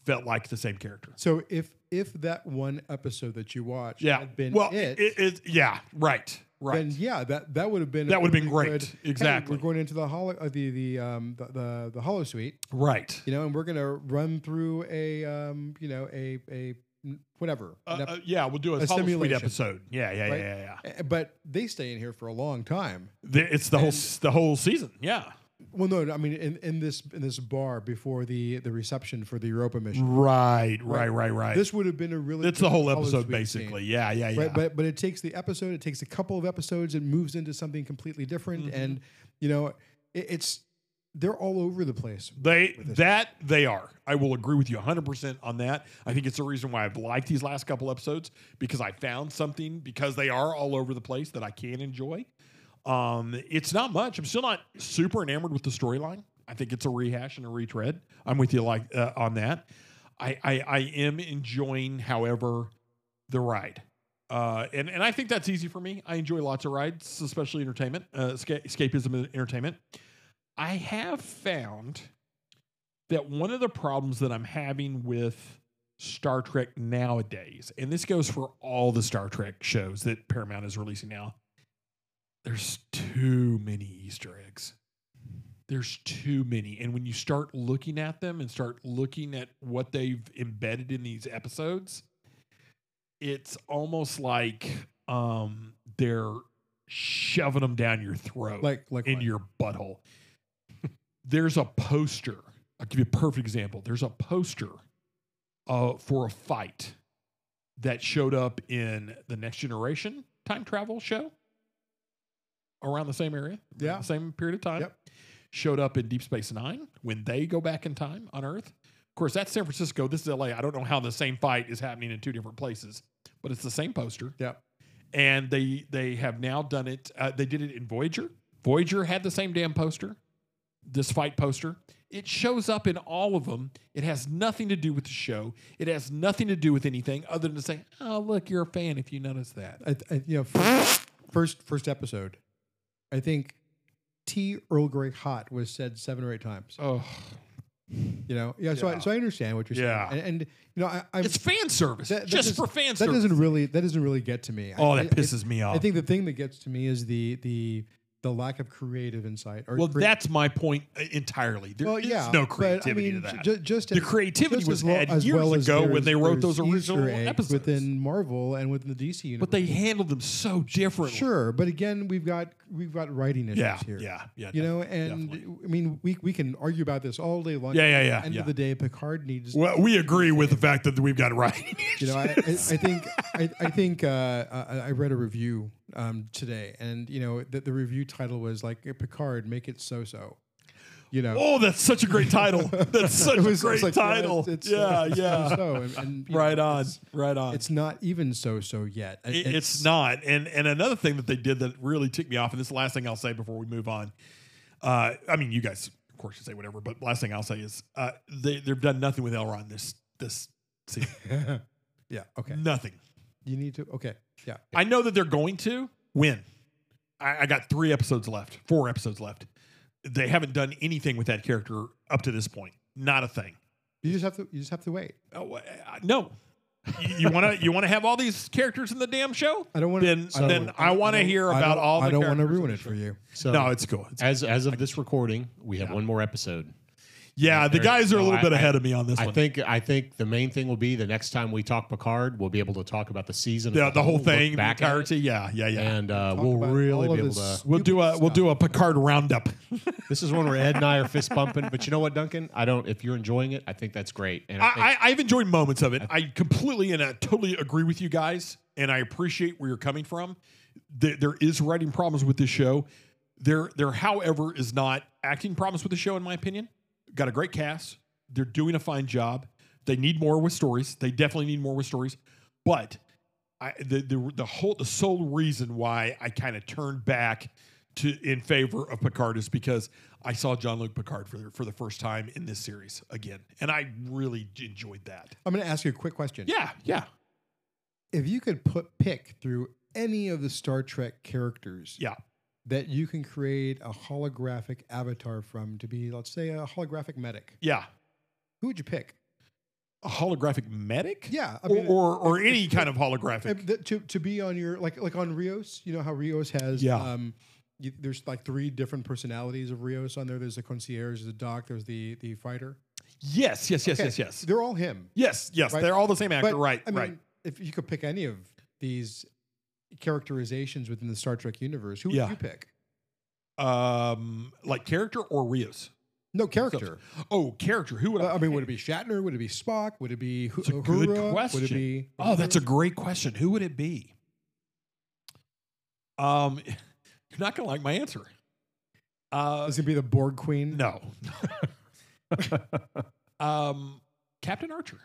felt like the same character.
So if if that one episode that you watched
Yeah.
had been
well,
it,
it is. Yeah. Right. Right.
then yeah, that that would have been a
That would have been
really
great.
good, hey,
Exactly.
we're going into the holo, uh, the the um the, the the holo suite,
right.
you know, and we're gonna run through a um you know a a whatever.
Uh,
an ep-
uh, yeah, we'll do a,
a
Hollow Suite
simulation.
episode. Yeah, yeah,
Right?
yeah, yeah, yeah.
eh, but they stay in here for a long time.
The- it's the whole
And-
s- the whole season. Yeah,
Well, no, no, I mean in, in this in this bar before the the reception for the Europa mission.
right, right, right, right.
This would have been a really
it's the
good
whole
holo
episode
suite scene.
basically. Yeah, yeah, yeah.
Right, but but it takes the episode, it takes a couple of episodes, it moves into something completely different,
Mm-hmm.
and you know, it, it's they're all over the place.
They
this.
that they are. I will agree with you 100% on that. I think it's the reason why I've liked these last couple episodes because I found something because they are all over the place that I can enjoy. Um it's not much. I'm still not super enamored with the storyline. I think it's a rehash and a retread. I'm with you like uh, on that. I, I I am enjoying however the ride. Uh, and, and I think that's easy for me. I enjoy lots of rides, especially entertainment, uh, esca- escapism and entertainment. I have found that one of the problems that I'm having with Star Trek nowadays, and this goes for all the Star Trek shows that Paramount is releasing now, there's too many Easter eggs. There's too many. And when you start looking at them and start looking at what they've embedded in these episodes, it's almost like um, they're shoving them down your throat
Like like
in
what?
your butthole. <laughs> There's a poster. I'll give you a perfect example. There's a poster uh, for a fight that showed up in the Next Generation time travel show around the same area, around
Yeah.
the same period of time.
Yep.
showed up in Deep Space Nine when they go back in time on Earth. Of course, that's San Francisco. This is LA. I don't know how the same fight is happening in two different places, but it's the same poster.
Yep.
And they they have now done it. Uh, they did it in Voyager. Voyager had the same damn poster, this fight poster. It shows up in all of them. It has nothing to do with the show. It has nothing to do with anything other than to say, "Oh, look, you're a fan if you notice that."
I, I, you know, first, first first episode, I think tea Earl Grey hot was said seven or eight times.
Oh,
You know, yeah. So
Yeah.
I, so I understand what you're saying.
Yeah.
And, and you know, I, I'm,
it's fan service,
That- that
just
does-
for fan
that
service.
doesn't really that doesn't really get to me.
oh,
I-
that
I-
pisses me off.
I think the thing that gets to me is the the the lack of creative insight. Or
well,
crea-
that's my point uh, entirely. There is
well, yeah,
no
but, I
creativity
mean,
to that.
ju- just
the
as-
creativity
just
was
as well,
had
as
years
well as
ago when
there's-
they wrote
there's
those
Easter
original
eggs
episodes.
within Marvel and within the DC universe.
but they handled them so differently.
sure, but again, we've got we've got writing issues
Yeah,
here.
yeah, yeah.
You know, and I mean, we we can argue about this all day long.
Yeah, yeah,
At the
yeah,
End
yeah.
of the day, Picard needs.
Well, we agree with the fact that we've got it right.
you know, I, I, I think I, I think uh, I, I read a review um, today, and you know, the, the review title was like Picard, make it so so. You know,
<laughs> oh, that's such a great title.
<laughs>
That's such
It was-
a great
it's like, yeah,
title.
it's- it's,
yeah,
uh, <laughs> it's
yeah.
so-so, and- and, you know,
right on,
it's-
right on.
It's not even so so yet.
It- it's, not. And and another thing that they did that really ticked me off, and this is the last thing I'll say before we move on. Uh, I mean, you guys, of course, you say whatever, but last thing I'll say is uh, they they've done nothing with Elrond this this season.
<laughs> yeah. <laughs> Okay.
Nothing.
You need to. Okay. Yeah.
I know that they're going to win. I, I got three episodes left, four episodes left. They haven't done anything with that character up to this point. Not a thing.
You just have to. You just have to wait.
Oh, uh, no. You- you want to you want to have all these characters in the damn show?
I don't want
Then- then I wanna hear about all
I
the
don't want to
characters
ruin
in
it
the
for you.
So
no, it's cool. It's-
as as of this recording, we have one more episode.
yeah, the
there-
guys are a
no,
little
I-
bit
I-
ahead of me on this
I
one.
think I think the main thing will be the next time we talk Picard, we'll be able to talk about the season,
the,
as
the
a
whole
look
thing, the
back at it,
entirety. Yeah, yeah, yeah.
and uh,
Talk
we'll
about
really
all
be
of
able
this-
to.
we'll do a
stupid
we'll do a Picard roundup.
This is one where Ed and I are fist pumping, but you know what, Duncan? I don't. If you're enjoying it, I think that's great. And I, think,
I, I, I've enjoyed moments of it. I completely and I totally agree with you guys, and I appreciate where you're coming from. There, there is writing problems with this show. There, there, however, is not acting problems with the show, in my opinion. Got a great cast. They're doing a fine job. They need more with stories. They definitely need more with stories. But I, the, the the whole the sole reason why I kind of turned back to in favor of Picard is because I saw John Luke Picard for the, for the first time in this series again, and I really j- enjoyed that.
I'm going to ask you a quick question.
Yeah, yeah,
If you could put pick through any of the Star Trek characters
yeah.
that you can create a holographic avatar from to be, let's say, a holographic medic,
Yeah,
who would you pick?
a holographic medic.
Yeah, I
or
mean,
or, or any kind of
Uh,
holographic.
th- to to be on your like like on Rios, you know how Rios has
Yeah.
um you, there's like three different personalities of Rios on there. There's the concierge, there's the doc, there's the the fighter.
Yes, yes, yes,
Okay,
yes, yes,
They're all him.
yes, yes.
Right.
They're all the same actor.
But,
right,
I mean,
right.
If you could pick any of these characterizations within the Star Trek universe, who would
Yeah.
you pick?
Um, like character or Rios.
No character.
Oh, character. Who would
Uh,
I?
I mean, would it be Shatner? Would it be Spock? Would it be Hu-
It's a good
Uhura? Would it
question.
be?
Oh, that's a great question. Who would it be? Um, <laughs> you're not gonna like my answer. Uh,
Is it be the Borg Queen?
no. <laughs> um, Captain Archer.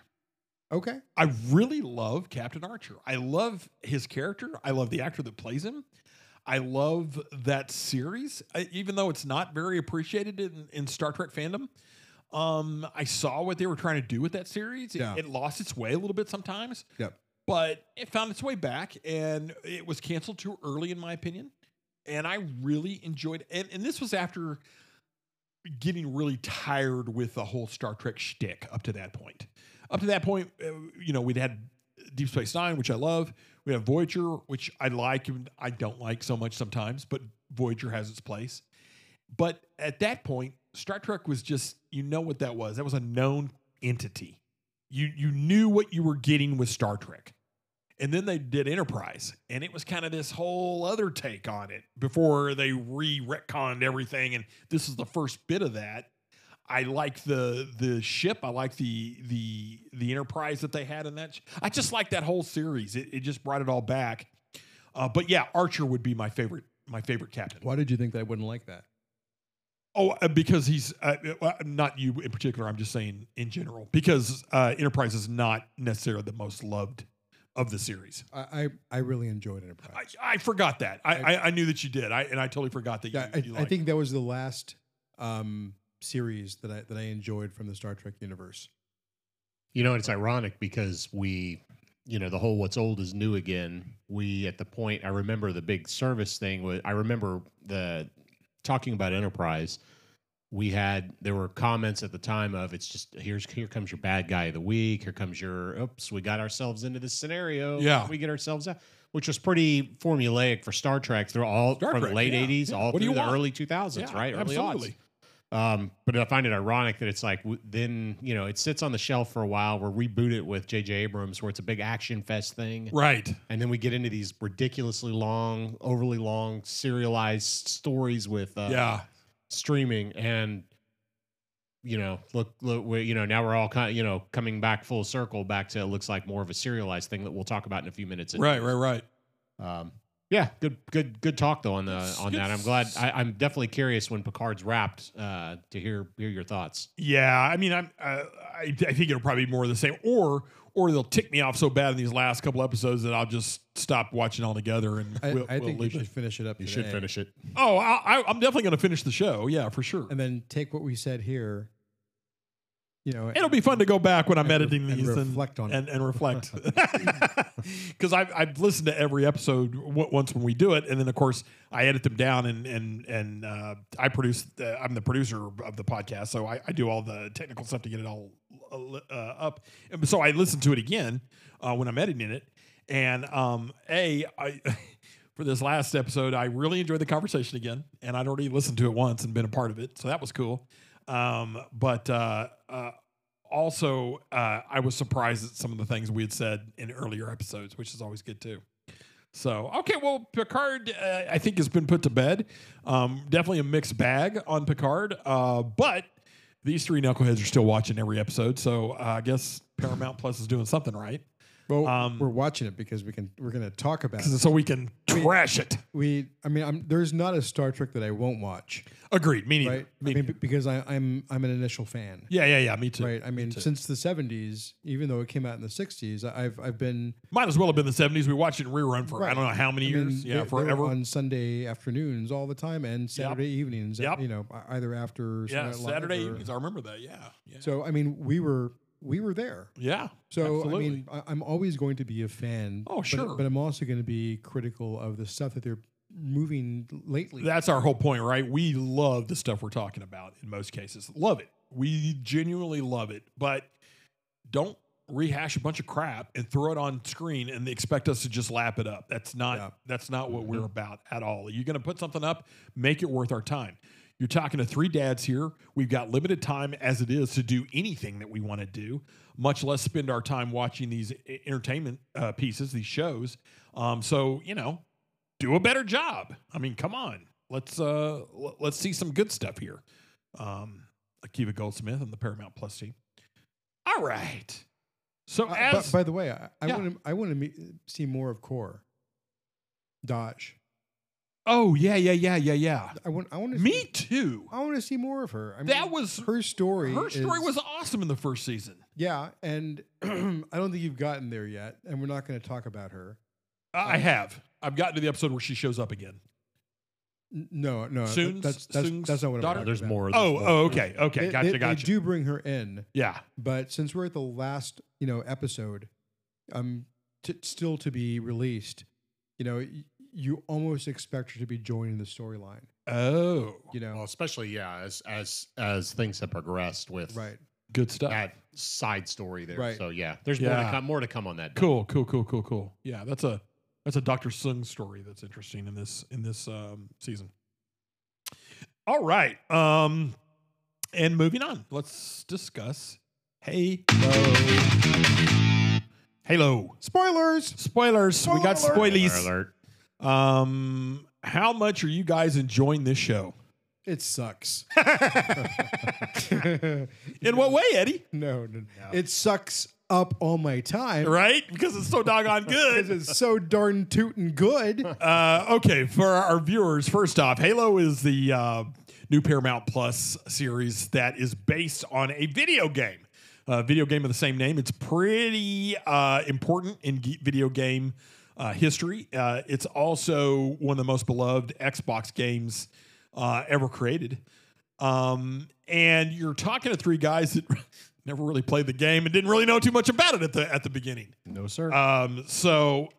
Okay.
I really love Captain Archer. I love his character. I love the actor that plays him. I love that series, I, even though it's not very appreciated in, in Star Trek fandom. Um, I saw what they were trying to do with that series. It,
Yeah.
it lost its way a little bit sometimes.
Yep.
But it found its way back, and it was canceled too early, in my opinion. And I really enjoyed And, and this was after getting really tired with the whole Star Trek shtick up to that point. Up to that point, uh, you know, we'd had Deep Space Nine, which I love. We have Voyager, which I like and I don't like so much sometimes, but Voyager has its place. But at that point, Star Trek was just, you know what that was. That was a known entity. You, you knew what you were getting with Star Trek. And then they did Enterprise, and it was kind of this whole other take on it before they re retconned everything. And this is the first bit of that. I like the the ship. I like the the the Enterprise that they had in that. sh- I just like that whole series. It, it just brought it all back. Uh, but yeah, Archer would be my favorite my favorite captain.
Why did you think that I wouldn't like that?
Oh, uh, because he's uh, uh, not you in particular. I'm just saying in general because uh, Enterprise is not necessarily the most loved of the series.
I, I, I really enjoyed Enterprise.
I, I forgot that. I, I, I knew that you did. I and I totally forgot that.
yeah,
you,
I,
you
I
liked
think that was the last um, series that I that I enjoyed from the Star Trek universe.
You know, it's ironic because we, you know, the whole "what's old is new again." We at the point I remember the big service thing. Was, I remember the talking about Enterprise. We had there were comments at the time of it's just here's here comes your bad guy of the week. Here comes your oops, we got ourselves into this scenario.
Yeah.
we get ourselves out, which was pretty formulaic for Star Trek through all
Star
from
Trek,
the late
yeah,
'80s
yeah.
all
What do
through
you
the
want?
early 2000s,
Yeah,
right? Early
absolutely.
aughts. Um, but I find it ironic that it's like w- then you know it sits on the shelf for a while. We're reboot it with J.J. Abrams, where it's a big action fest thing,
Right.
and then we get into these ridiculously long, overly long, serialized stories with uh,
yeah.
streaming. And you know, look, look, we, you know, now we're all kind, you know, coming back full circle back to it looks like more of a serialized thing that we'll talk about in a few minutes.
Right. Right. Right.
Um, yeah, good, good, good talk though on the on
Good
that. I'm glad. I, I'm definitely curious when Picard's wrapped uh, to hear hear your thoughts.
Yeah, I mean, I'm, uh, I, I think it'll probably be more of the same, or or they'll tick me off so bad in these last couple episodes that I'll just stop watching altogether and
I,
we'll,
I
we'll
think you
leave
should
it.
finish it up.
You should
today.
finish it.
Oh, I, I, I'm definitely going to finish the show. Yeah, for sure.
and then take what we said here. You know,
It'll be fun to go back when I'm
And re-
editing
and
these and
reflect on it.
and, and
<laughs>
reflect <laughs> because I've, I've listened to every episode w- once when we do it, and then of course I edit them down and and and uh, I produce. Uh, I'm the producer of the podcast, so I, I do all the technical stuff to get it all uh, li- uh, up. And so I listen to it again uh, when I'm editing it, and um, a I. <laughs> For this last episode, I really enjoyed the conversation again, and I'd already listened to it once and been a part of it, so that was cool. Um, but uh, uh, also, uh, I was surprised at some of the things we had said in earlier episodes, which is always good too. So, okay, well, Picard, uh, I think, has been put to bed. Um, definitely a mixed bag on Picard, uh, but these three knuckleheads are still watching every episode. So, uh, I guess Paramount Plus is doing something right.
Well,
um,
we're watching it because we can. We're going to talk about it.
So we can trash it.
We, I mean, I'm, there's not a Star Trek that I won't watch,
Agreed. Me neither.
right?
Me
I mean,
neither.
be- because I, I'm I'm an initial fan,
yeah, yeah, yeah. Me too.
right? I mean, since the '70s, even though it came out in the '60s, I- I've I've been
Might as well have been the 70s. We watched it in rerun for I don't know how many
I mean,
years.
they-
yeah,
they were
forever.
on Sunday afternoons all the time and Saturday evenings.
Yep.
you know, e- either after
yeah,
Saturday Night Live
Saturday
or-
evenings. I remember that. Yeah. Yeah.
So I mean, we were we were there.
Yeah.
So
absolutely.
I mean, I, I'm always going to be a fan.
Oh,
but-
sure.
but, I'm also going to be critical of the stuff that they're moving lately.
that's our whole point, right? We love the stuff we're talking about in most cases. Love it. We genuinely love it, but don't rehash a bunch of crap and throw it on screen and expect us to just lap it up. That's not
Yeah.
that's not what we're about at all. You're going to put something up, make it worth our time. You're talking to three dads here. We've got limited time as it is to do anything that we want to do, much less spend our time watching these e- entertainment uh, pieces, these shows. Um, so you know, do a better job. I mean, come on. Let's uh l- let's see some good stuff here. Um Akiva Goldsmith and the Paramount Plus team. All right. So
Uh, bu-
as
by the way, I, I
Yeah.
want to I want to me- see more of Core, Dodge.
Oh, yeah, yeah, yeah, yeah, yeah.
I want I want to
Me too.
I want to see more of her. I mean,
That was
her story.
her story
is-
was awesome in the first season.
yeah, and <clears throat> I don't think you've gotten there yet, and we're not going to talk about her.
I
Um,
I have. I've gotten to the episode where she shows up again.
N- No, no, that-
Soon's-
that's that's,
Soon's
that's not what I'm
daughter?
talking
There's
about.
more. there's
Oh,
more.
oh, okay. Okay.
They-
Gotcha,
they, they
gotcha.
do bring her in.
yeah.
But since we're at the last, you know, episode, um, t- still to be released, you know, y- you almost expect her to be joining the storyline.
Oh.
You know,
Well, especially yeah, as as as things have progressed with
right?
Good stuff.
that side story there.
Right.
So yeah, there's more
Yeah.
to come. More to come on that.
Cool, cool, cool, cool, cool. Yeah, that's a that's a Dr. Sung story that's interesting in this in this um, season. All right. Um and moving on. Let's discuss Halo. Halo.
Spoilers.
Spoilers. we got
Spoiler
spoilies.
Alert.
Um how much are you guys enjoying this show?
It <laughs> sucks.
<laughs>
In what way, Eddie?
no, no, it sucks up all my time
Right? Because it's so doggone good.
because it's so darn <laughs> tootin' good.
Uh, okay, for our viewers, first off, Halo is the uh, new Paramount Plus series that is based on a video game. A video game of the same name. It's pretty uh, important in ge- video game uh, history. Uh, it's also one of the most beloved Xbox games uh, ever created. Um, and you're talking to three guys that <laughs> never really played the game and didn't really know too much about it at the at the beginning.
No, sir.
Um, so,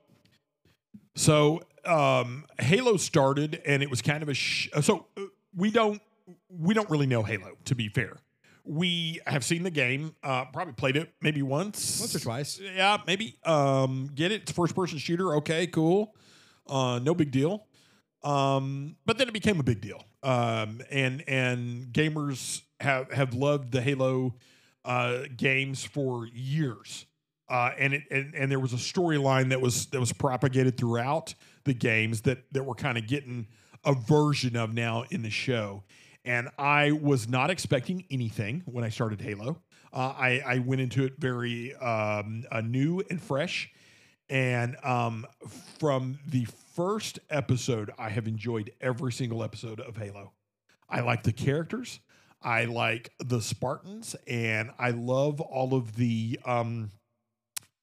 so um, Halo started, and it was kind of a sh- uh, so uh, we don't we don't really know Halo to be fair. We have seen the game, uh, probably played it maybe once,
Once or twice.
Yeah, maybe. Um, get it? It's first person shooter. Okay, cool. Uh, no big deal. Um, but then it became a big deal. Um, and and gamers have have loved the Halo uh, games for years. Uh, and it and, and there was a storyline that was that was propagated throughout the games that that we're kind of getting a version of now in the show. And I was not expecting anything when I started Halo. Uh, I, I went into it very um, uh, new and fresh. And um, from the first episode, I have enjoyed every single episode of Halo. I like the characters, I like the Spartans, and I love all of the um,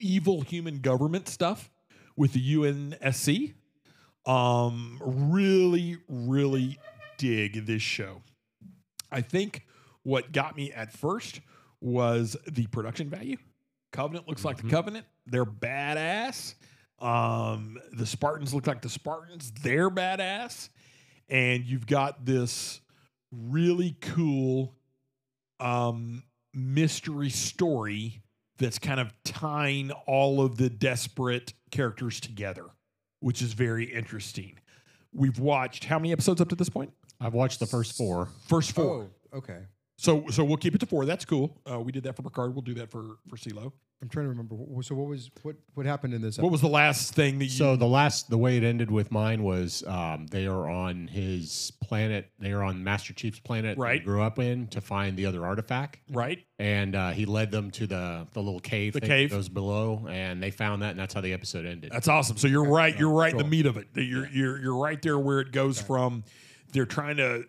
evil human government stuff with the UNSC. Um, really, really dig this show. I think what got me at first was the production value. Covenant looks like the
Mhm.
Covenant. They're badass. Um, the Spartans look like the Spartans. They're badass. And you've got this really cool um, mystery story that's kind of tying all of the desperate characters together, which is very interesting. We've watched how many episodes up to this point?
I've watched the first four.
First four.
Oh, okay.
So so we'll keep it to four. That's cool. Uh, we did that for Picard. We'll do that for for CeeLo.
I'm trying to remember. Wh- So what was what what happened in this?
What was the last thing that you?
So the last, the way it ended with mine was um, they are on his planet. They are on Master Chief's planet. They
Right.
grew up in to find the other artifact,
right.
and uh, he led them to the the little cave.
The
thing
cave.
that goes below, and they found that, and that's how the episode ended.
That's awesome. So you're right. You're right. in The
Cool.
meat of it. That You're you're you're right there where it goes from. They're trying to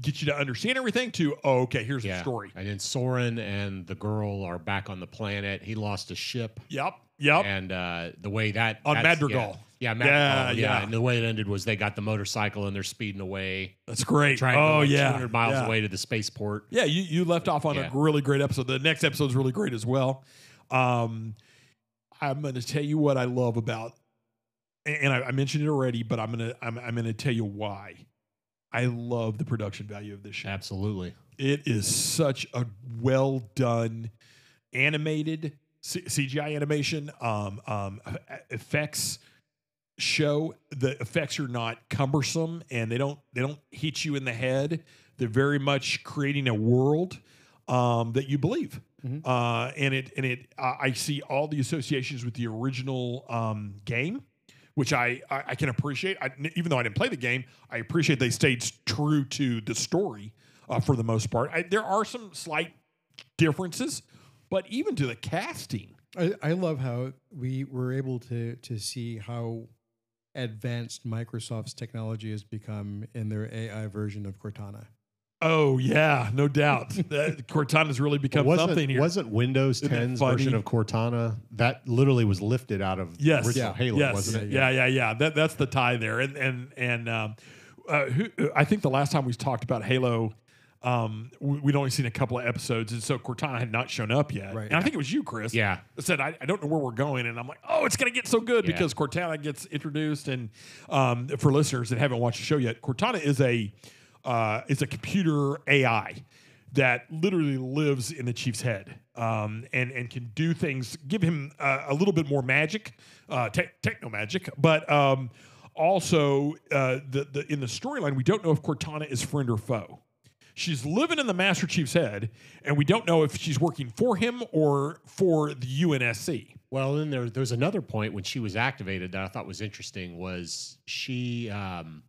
get you to understand everything. To oh, okay, here's the story.
And then Soren and the girl are back on the planet. He lost a ship,
Yep. Yep.
and uh, the way that
On
that's-
Madrigal.
yeah, yeah,
Yeah,
Madrigal, yeah,
yeah.
And the way it ended was they got the motorcycle and they're speeding away,
That's great.
trying to go
oh
like
yeah.
200 miles
yeah.
away to the spaceport.
Yeah, you, you left off on
Yeah.
a really great episode. The next episode's really great as well. Um, I'm going to tell you what I love about, a- and I, I mentioned it already, but I'm gonna I'm, I'm gonna tell you why. I love the production value of this show.
Absolutely.
It is such a well done animated C- CGI animation um, um, e- effects show. The effects are not cumbersome and they don't they don't hit you in the head. They're very much creating a world um, that you believe.
Mhm.
Uh, and it and it I I see all the associations with the original um, game. Which I, I, I can appreciate. I, even though I didn't play the game, I appreciate they stayed s- true to the story uh, for the most part. I, there are some slight differences, but even to the casting,
I, I love how we were able to to see how advanced Microsoft's technology has become in their AI version of Cortana.
Oh yeah, no <laughs> doubt. That Cortana's really become something here.
wasn't Windows
Isn't it
10's
funny?
version of Cortana that literally was lifted out of
yes,
original
yeah,
Halo,
yes,
wasn't it?
Yeah, yeah, yeah. That that's the tie there. And and and um, uh, who, I think the last time we talked about Halo, um, we, we'd only seen a couple of episodes, and so Cortana had not shown up yet.
Right.
And I think it was you, Chris.
Yeah.
that said I, I don't know where we're going, and I'm like, oh, it's gonna get so good
Yeah.
because Cortana gets introduced. And um, for listeners that haven't watched the show yet, Cortana is a uh, is a computer AI that literally lives in the chief's head um, and and can do things, give him uh, a little bit more magic, uh, te- techno magic, but. Um, also, uh, the, the in the storyline, we don't know if Cortana is friend or foe. She's living in the Master Chief's head, and we don't know if she's working for him or for the UNSC.
Well, then there, there's another point when she was activated that I thought was interesting was she um,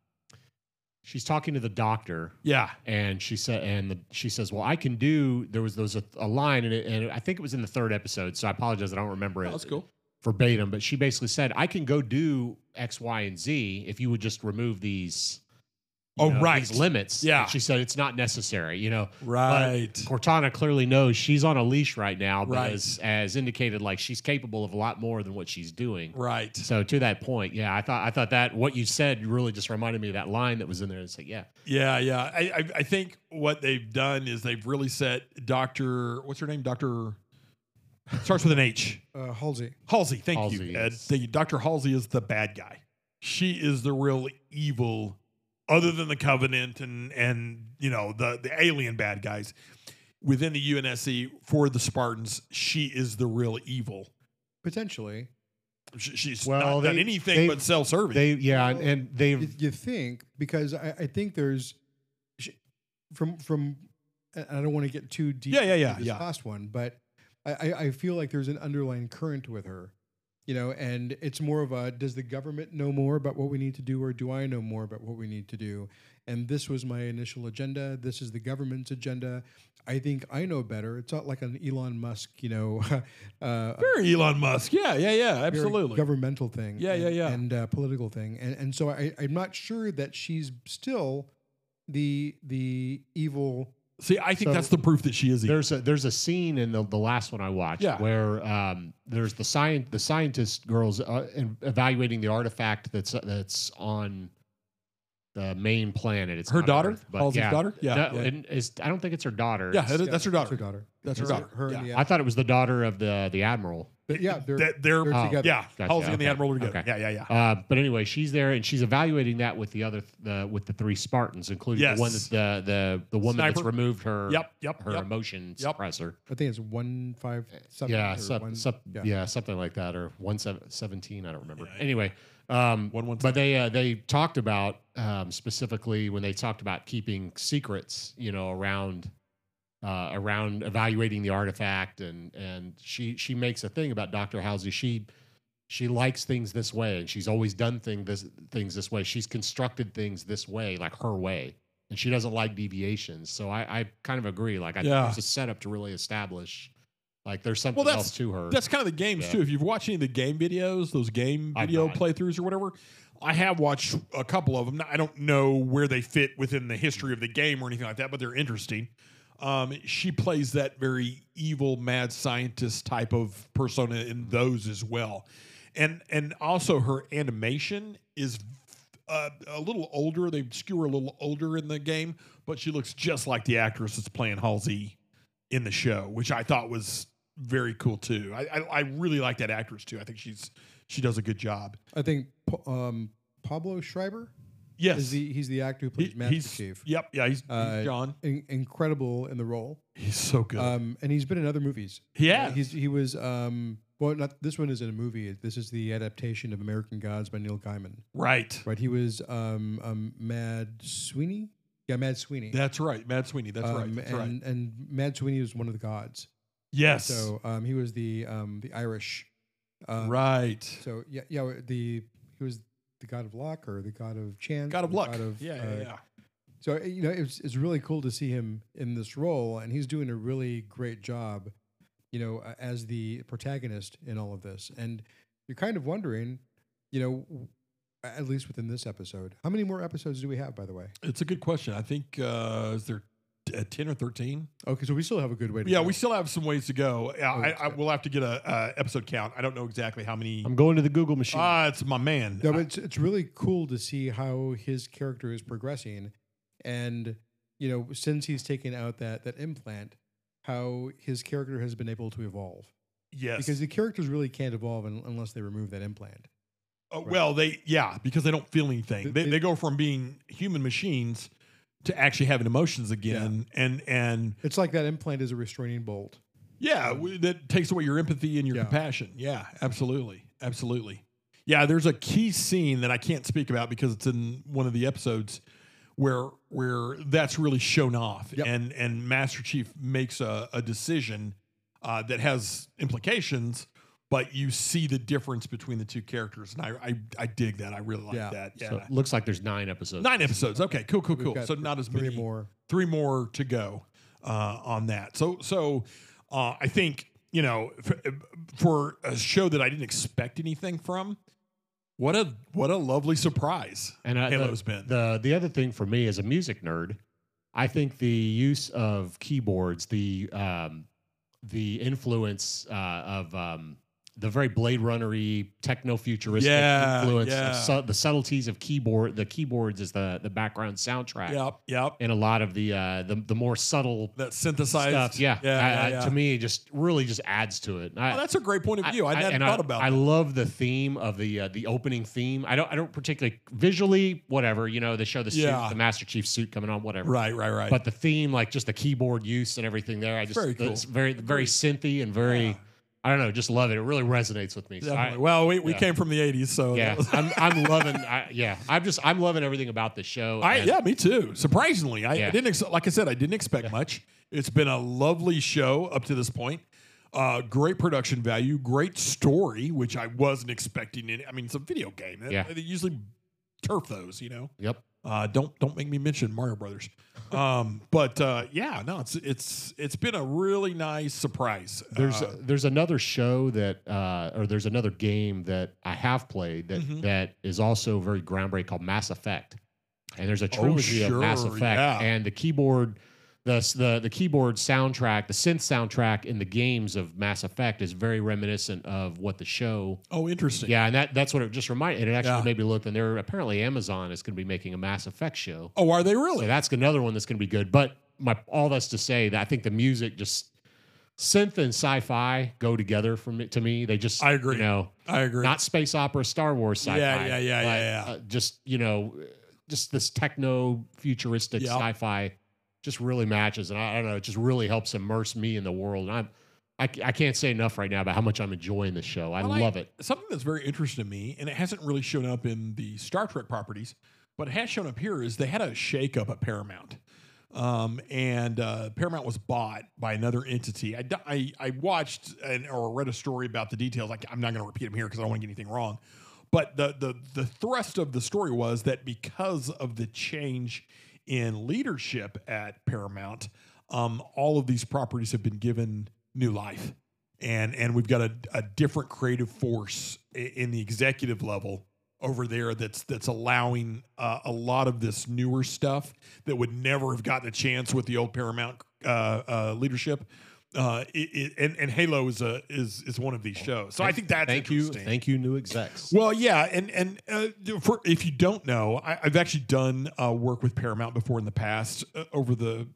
she's talking to the doctor
Yeah.
and she said and the, she says, "Well, I can do." There was there was a, a line and, it, and I think it was in the third episode, so I apologize, I don't remember it verbatim, but she basically said, "I can go do X, Y, and Z if you would just remove these you
Oh,
know,
right.
these limits.
Yeah.
And she said it's not necessary. You know,
Right.
Cortana clearly knows she's on a leash right now, but
Right.
as, as indicated, like she's capable of a lot more than what she's doing.
right.
So to that point, yeah, I thought I thought that what you said really just reminded me of that line that was in there. It's like, yeah,
Yeah, yeah. I, I I think what they've done is they've really set Doctor what's her name? Doctor starts with an H.
Uh, Halsey.
Halsey. Thank
Halsey,
you, Ed.
yes.
The, Dr. Halsey is the bad guy. She is the real evil, other than the Covenant and and you know the the alien bad guys within the UNSC for the Spartans. She is the real evil.
Potentially.
Sh- She's
Well,
not done
they-
anything
they-
but self serving.
they, yeah, and, and
You,
they've,
you think because I, I think there's sh- from from and I don't want to get too deep.
Yeah, yeah,
into
yeah,
This
yeah.
last one, but I, I I feel like there's an underlying current with her, you know, and it's more of a does the government know more about what we need to do, or do I know more about what we need to do? And this was my initial agenda. This is the government's agenda. I think I know better. It's not like an Elon Musk, you know, <laughs> uh,
Very Elon Musk. Yeah, yeah, yeah.
very
Absolutely.
governmental thing.
Yeah,
and,
yeah, yeah.
and uh, political thing. And and so I, I'm not sure that she's still the the evil.
See, I think
So-
that's the proof that she is evil.
there's a there's a scene in the, the last one I watched
Yeah.
where um, there's the science the scientist girls uh, in- evaluating the artifact that's that's on the main planet. It's
Her
not
daughter,
Earth, but
Halsey's
yeah.
daughter. Yeah,
No,
yeah.
and it's- I don't think it's her daughter.
Yeah,
It's-
that- that's her
That's
daughter.
her daughter.
That's her
Her,
daughter.
her and
Yeah.
the
I thought it was the daughter of the the admiral.
but yeah, they're,
That- they're-
they're
Oh.
together.
yeah.
Gotcha,
Halsey and the
okay,
Admiral are together.
okay.
Yeah, yeah, yeah.
Uh, but anyway, she's there and she's evaluating that with the other the with the three Spartans, including
Yes.
the one that the the the woman that's
Sniper.
removed her
Yep, yep,
her
yep.
emotion
Yep.
suppressor.
I think it's one five something.
yeah,
or
sup,
one-
sup- yeah.
yeah.
something like that, or one seven, seventeen. I don't remember.
Yeah, yeah.
Anyway, um,
One, one,
but they uh, they talked about um, specifically when they talked about keeping secrets, you know, around uh, around evaluating the artifact, and and she she makes a thing about Doctor Halsey. She she likes things this way, and she's always done thing this things this way. She's constructed things this way, like her way, and she doesn't like deviations. So I, I kind of agree. Like I
Yeah.
think it's a setup to really establish. Like there's something
Well, that's-
else to her.
That's kind of the games
Yeah.
too. If you've watched any of the game videos, those game
I've
video
not.
playthroughs or whatever, I have watched a couple of them. I don't know where they fit within the history of the game or anything like that, but they're interesting. Um, she plays that very evil mad scientist type of persona in those as well, and and also her animation is. Uh, a little older, they skew her a little older in the game, but she looks just like the actress that's playing Halsey in the show, which I thought was very cool too. I, I, I really like that actress too. I think she's she does a good job.
I think Pa- um, Pablo Schreiber
Yes,
is the he's the actor who
He-
plays Master
he's-
Chief.
Yep, yeah, he's,
Uh,
he's John.
In, incredible in the role.
He's so good.
Um, and he's been in other movies.
yeah,
Uh, he's he was um well not this one isn't a movie. This is the adaptation of American Gods by Neil Gaiman.
right.
Right, he was um um Mad Sweeney. Yeah, Mad Sweeney.
That's right, Matt Sweeney. That's right.
Um,
That's
and,
right.
and Mad Sweeney was one of the gods.
Yes,
So um he was the um the Irish. Um,
right.
So yeah yeah the he was the god of luck or the god of chance.
God
or
of
the
luck.
God of,
yeah,
uh,
yeah, yeah.
so uh, you know, it's it's really cool to see him in this role, and he's doing a really great job, you know, uh, as the protagonist in all of this. And you're kind of wondering, you know, w- at least within this episode, how many more episodes do we have? By the way,
It's a good question. I think uh, is there uh, ten or thirteen?
okay, so we still have a good way. to
Yeah,
go.
we still have some ways to go. Yeah, I,
that's
I,
good.
we'll have to get a uh, episode count. I don't know exactly how many.
I'm going to the Google machine.
Ah, it's my man.
No, but it's it's really cool to see how his character is progressing, and you know, since he's taken out that that implant, how his character has been able to evolve.
yes,
Because the characters really can't evolve un- unless they remove that implant.
Uh, Well, they yeah, because they don't feel anything.
Th-
They,
it-
they go from being human machines to actually having emotions again, and and
It's like that implant is a restraining bolt.
yeah, w- that takes away your empathy and your
Yeah.
compassion. Yeah, absolutely, absolutely. Yeah, there's a key scene that I can't speak about because it's in one of the episodes where where that's really shown off,
Yep.
and and Master Chief makes a, a decision uh, that has implications. But you see the difference between the two characters, and I I, I dig that. I really like
Yeah.
that. Yeah,
So it looks like there's nine episodes.
Nine episodes. Okay, cool, cool,
We've
cool.
got
So not as
three
many.
more.
Three more to go uh, on that. So so uh, I think you know for, for a show that I didn't expect anything from What a what a lovely surprise
And uh,
Halo's
the,
been.
the the other thing for me as a music nerd, I think the use of keyboards, the um, the influence uh, of um, the very Blade Runnery techno futuristic
Yeah,
influence,
yeah.
Of su- the subtleties of keyboard, the keyboards is the the background soundtrack,
yep, yep.
and a lot of the uh, the the more subtle
That synthesized
stuff. Yeah,
yeah,
I-
yeah,
I-
yeah.
to me, it just really just adds to it. I-
Oh, that's a great point of view. I, hadn't
and
thought about
I
that.
love the theme of the uh, the opening theme. I don't I don't particularly visually whatever you know they show the suit,
Yeah.
the Master Chief suit coming on whatever.
Right, right, right.
But the theme, like just the keyboard use and everything there, I just
Very cool.
it's very very
Agreed.
synthy and very
Yeah.
I don't know, just love it. It really resonates with me. So
Definitely.
I,
well, we, we
yeah.
came from the '80s, so that
yeah,
was-
I'm I'm loving. I, yeah, I'm just I'm loving everything about this show.
I,
and-
yeah, me too. Surprisingly, I, I
Yeah.
didn't ex- like I said I didn't expect much. It's been a lovely show up to this point. Uh, great production value, great story, which I wasn't expecting. In, I mean, it's a video game. They-
Yeah.
They, usually turf those, you know.
Yep.
Uh, don't don't make me mention Mario Brothers. Um, but uh, yeah, no, it's it's it's been a really nice surprise.
There's
Uh,
there's another show that uh, or there's another game that I have played that,
Mhm.
that is also very groundbreaking called Mass Effect, and there's a trilogy of Mass
Oh, sure,
Effect
yeah.
and the keyboard. The, s- the the keyboard soundtrack, the synth soundtrack in the games of Mass Effect is very reminiscent of what the show.
oh, interesting.
Yeah, and that that's what it just reminded. And it actually
Yeah.
made me look. And there apparently Amazon is going to be making a Mass Effect show.
Oh, are they really?
So that's another one that's going to be good. But my all that's to say that I think the music just synth and sci-fi go together for me. To me, they just
I agree.
You know,
I agree.
not space opera, Star Wars
Yeah,
sci-fi.
yeah, yeah, yeah, yeah.
uh, just you know, just this techno futuristic
Yep.
sci-fi just really matches, and I, I don't know, it just really helps immerse me in the world. And I'm. I, c- I can't say enough right now about how much I'm enjoying this show. I
Well, I-
love it.
something that's very interesting to me, and it hasn't really shown up in the Star Trek properties, but it has shown up here, is they had a shakeup at Paramount. Um, and uh, Paramount was bought by another entity. I, d- I- I watched and, or read a story about the details. I, am not going to repeat them here because I don't want to get anything wrong. But the, the, the thrust of the story was that because of the change in leadership at Paramount, um, all of these properties have been given new life and and we've got a, a different creative force i- in the executive level over there that's that's allowing uh, a lot of this newer stuff that would never have gotten a chance with the old Paramount uh, uh, leadership. Uh, i i and and Halo is a is is one of these shows. So I think that's
Thank you,
interesting.
thank you, new execs.
Well, yeah, and and uh, for if you don't know, I, I've actually done uh, work with Paramount before in the past. Uh, over the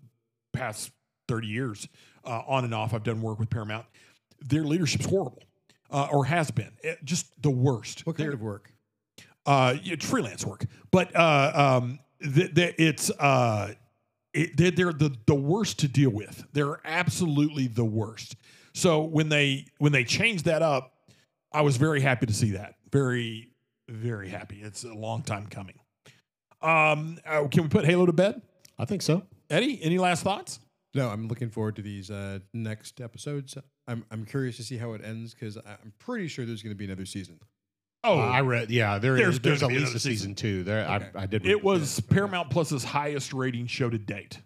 past thirty years, uh, on and off, I've done work with Paramount. Their leadership's horrible, uh, or has been, It- just the worst
What kind of work?
uh, it's freelance work, but uh, um, th- th- it's uh, it, they're, they're the the worst to deal with. They're absolutely the worst. So when they when they changed that up, I was very happy to see that. Very very happy. It's a long time coming. Um, uh, can we put Halo to bed,
I think so.
Eddie? Any last thoughts?
No, I'm looking forward to these uh, next episodes. I'm I'm curious to see how it ends because I'm pretty sure there's going to be another season.
Oh,
Uh, I read. Yeah, there
There's
is. There's
gonna
at
be
least
another
a season two. There,
Okay.
I, I did. read
it was Paramount Plus's highest rating show to date.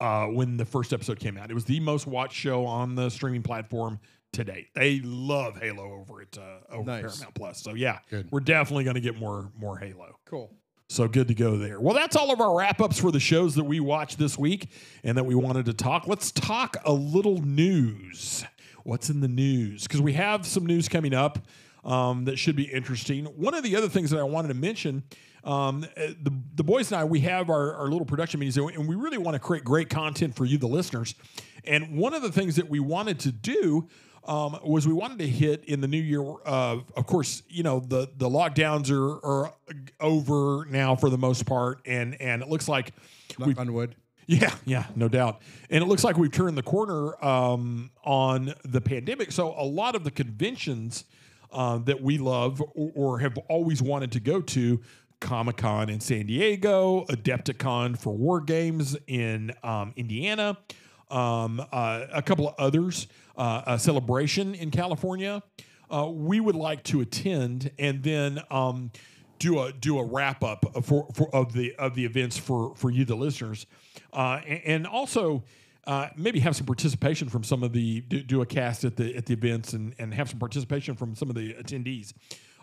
Uh, when the first episode came out, it was the most watched show on the streaming platform to date. They love Halo over at uh, over
Nice.
Paramount Plus. So yeah,
Good.
we're definitely going to get more more Halo.
Cool.
So good to go there. Well, that's all of our wrap ups for the shows that we watched this week and that we wanted to talk. Let's talk a little news. What's in the news? Because we have some news coming up um, that should be interesting. One of the other things that I wanted to mention um, uh, the, the boys and I, we have our, our little production meetings, and we- and we really want to create great content for you, the listeners. And one of the things that we wanted to do um, was we wanted to hit in the new year. Uh, of course, you know the the lockdowns are, are over now for the most part, and and it looks like
Knock on wood.
yeah, yeah, no doubt. And it looks like we've turned the corner um, on the pandemic. So a lot of the conventions uh, that we love or, or have always wanted to go to, Comic Con in San Diego, Adepticon for War Games in um, Indiana, um, uh, a couple of others, uh, a celebration in California. Uh, we would like to attend, and then. Um, do a do a wrap up for, for of the of the events for for you the listeners, uh, and, and also uh, maybe have some participation from some of the do, do a cast at the at the events and and have some participation from some of the attendees.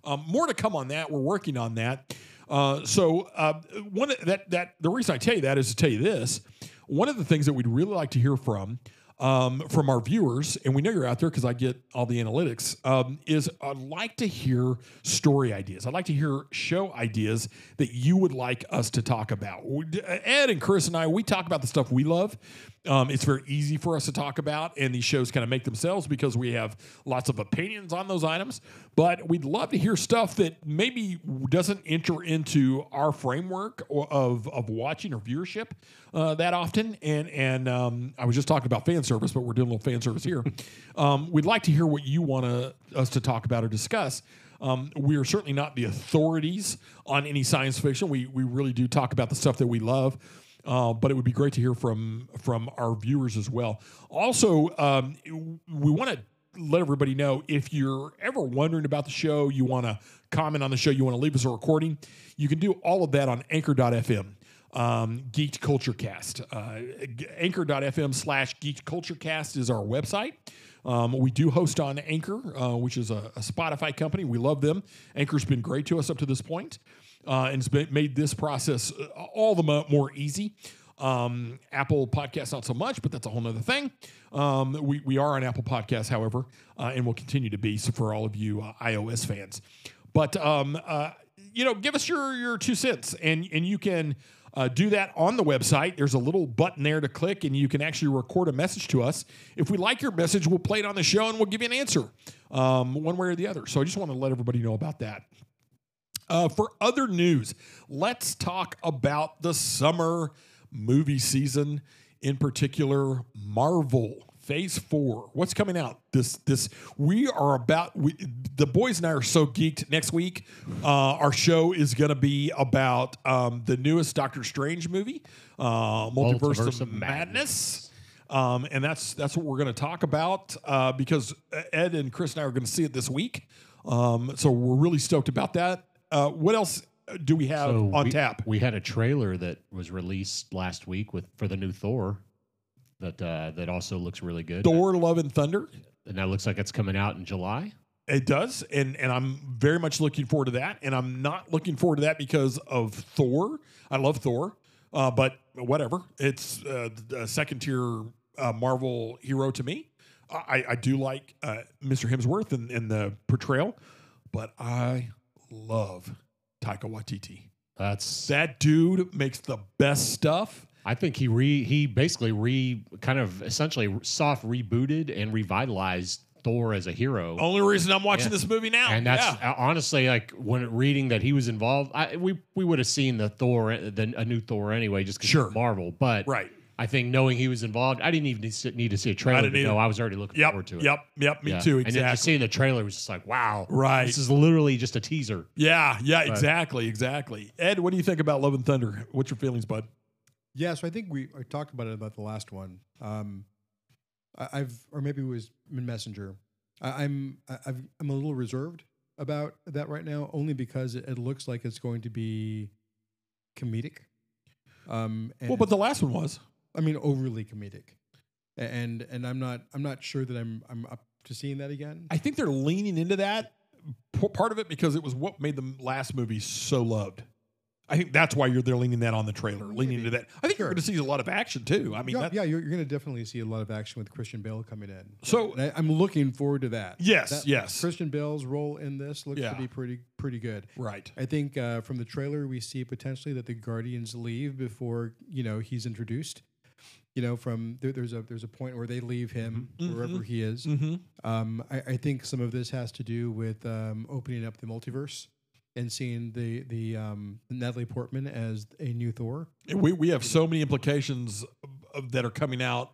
Um, more to come on that. We're working on that. Uh, so uh, one of- that that the reason I tell you that is to tell you this. One of the things that we'd really like to hear from um, from our viewers, and we know you're out there because I get all the analytics, um, is I'd like to hear story ideas. I'd like to hear show ideas that you would like us to talk about. We- Ed and Chris and I, we talk about the stuff we love. Um, it's very easy for us to talk about, and these shows kind of make themselves because we have lots of opinions on those items. But we'd love to hear stuff that maybe doesn't enter into our framework or of of watching or viewership uh, that often. And and um, I was just talking about fan service, but we're doing a little fan service here. Um, we'd like to hear what you want to, us to talk about or discuss. Um, we are certainly not the authorities on any science fiction. We we really do talk about the stuff that we love. Uh, but it would be great to hear from from our viewers as well. Also, um, we want to let everybody know if you're ever wondering about the show, you want to comment on the show, you want to leave us a recording, you can do all of that on Anchor.fm. Um, Geeked Culture Cast. Uh, g- anchor.fm slash Geeked Culture Cast is our website. Um, we do host on Anchor, uh, which is a, a Spotify company. We love them. Anchor's been great to us up to this point uh, and it's been, made this process uh, all the mo- more easy. Um, Apple Podcasts, not so much, but that's a whole nother thing. Um, we, we are on Apple Podcasts, however, uh, and will continue to be so for all of you uh, iOS fans. But, um, uh, you know, give us your, your two cents, and, and you can uh, do that on the website. There's a little button there to click, and you can actually record a message to us. If we like your message, we'll play it on the show and we'll give you an answer um, one way or the other. So I just want to let everybody know about that. Uh, for other news, let's talk about the summer movie season, in particular, Marvel Phase Four. What's coming out? This this we are about. We, the boys and I are so geeked. Next week, uh, our show is going to be about um, the newest Doctor Strange movie, uh, Multiverse, of,
Multiverse of
Madness. Um, and that's that's what we're going to talk about uh, because Ed and Chris and I are going to see it this week. Um, so we're really stoked about that. Uh, what else do we have
So
on
we-
tap?
We had a trailer that was released last week with for the new Thor that uh, that also looks really good.
Thor: Love and Thunder.
and that looks like it's coming out in July.
It does, and and I'm very much looking forward to that. And I'm not looking forward to that because of Thor. I love Thor, uh, but whatever. It's uh, a second tier uh, Marvel hero to me. I, I do like uh, Mr. Hemsworth and, and the portrayal, but I love Taika Waititi.
That's
That dude makes the best stuff.
I think he re he basically re kind of essentially soft rebooted and revitalized Thor as a hero.
Only reason I'm watching
Yeah.
this movie now.
and that's
Oh, Yeah.
uh, honestly like when reading that he was involved, I, we we would have seen the Thor, the, a new Thor anyway, just 'cause it's
Sure.
Marvel. But
right.
I think knowing he was involved, I didn't even need to see- need to see a
I
trailer
didn't
to know
either.
I was already looking
Yep.
forward to it.
Yep. Yep. Me
Yeah.
too.
And then just
Exactly.
seeing the trailer was just like, wow,
Right.
This is literally just a teaser.
Yeah, yeah,
But-
exactly, exactly. Ed, what do you think about Love and Thunder? What's your feelings, bud?
Yeah, so I think we I talked about it about the last one. Um, I, I've or maybe it was in Messenger. I, I'm I, I've, I'm a little reserved about that right now, only because it, it looks like it's going to be comedic. Um, and
Well, but the last one was.
I mean overly comedic, A- and and I'm not I'm not sure that I'm I'm up to seeing that again.
I think they're leaning into that p- part of it because it was what made the last movie so loved. I think that's why you're they're leaning that on the trailer, leaning into that. I think you're
Sure.
going to see a lot of action too. I mean,
yeah,
that,
yeah, you're, you're going to definitely see a lot of action with Christian Bale coming in.
so
And I, I'm looking forward to that.
yes,
That-
yes,
Christian Bale's role in this looks
Yeah.
to be pretty pretty good.
right.
I think uh, from the trailer we see potentially that the Guardians leave before you know he's introduced. You know, from there, there's a there's a point where they leave him
Mhm.
wherever he is.
Mm-hmm.
Um, I, I think some of this has to do with um, opening up the multiverse and seeing the the um, Natalie Portman as a new Thor.
We we have so many implications of, that are coming out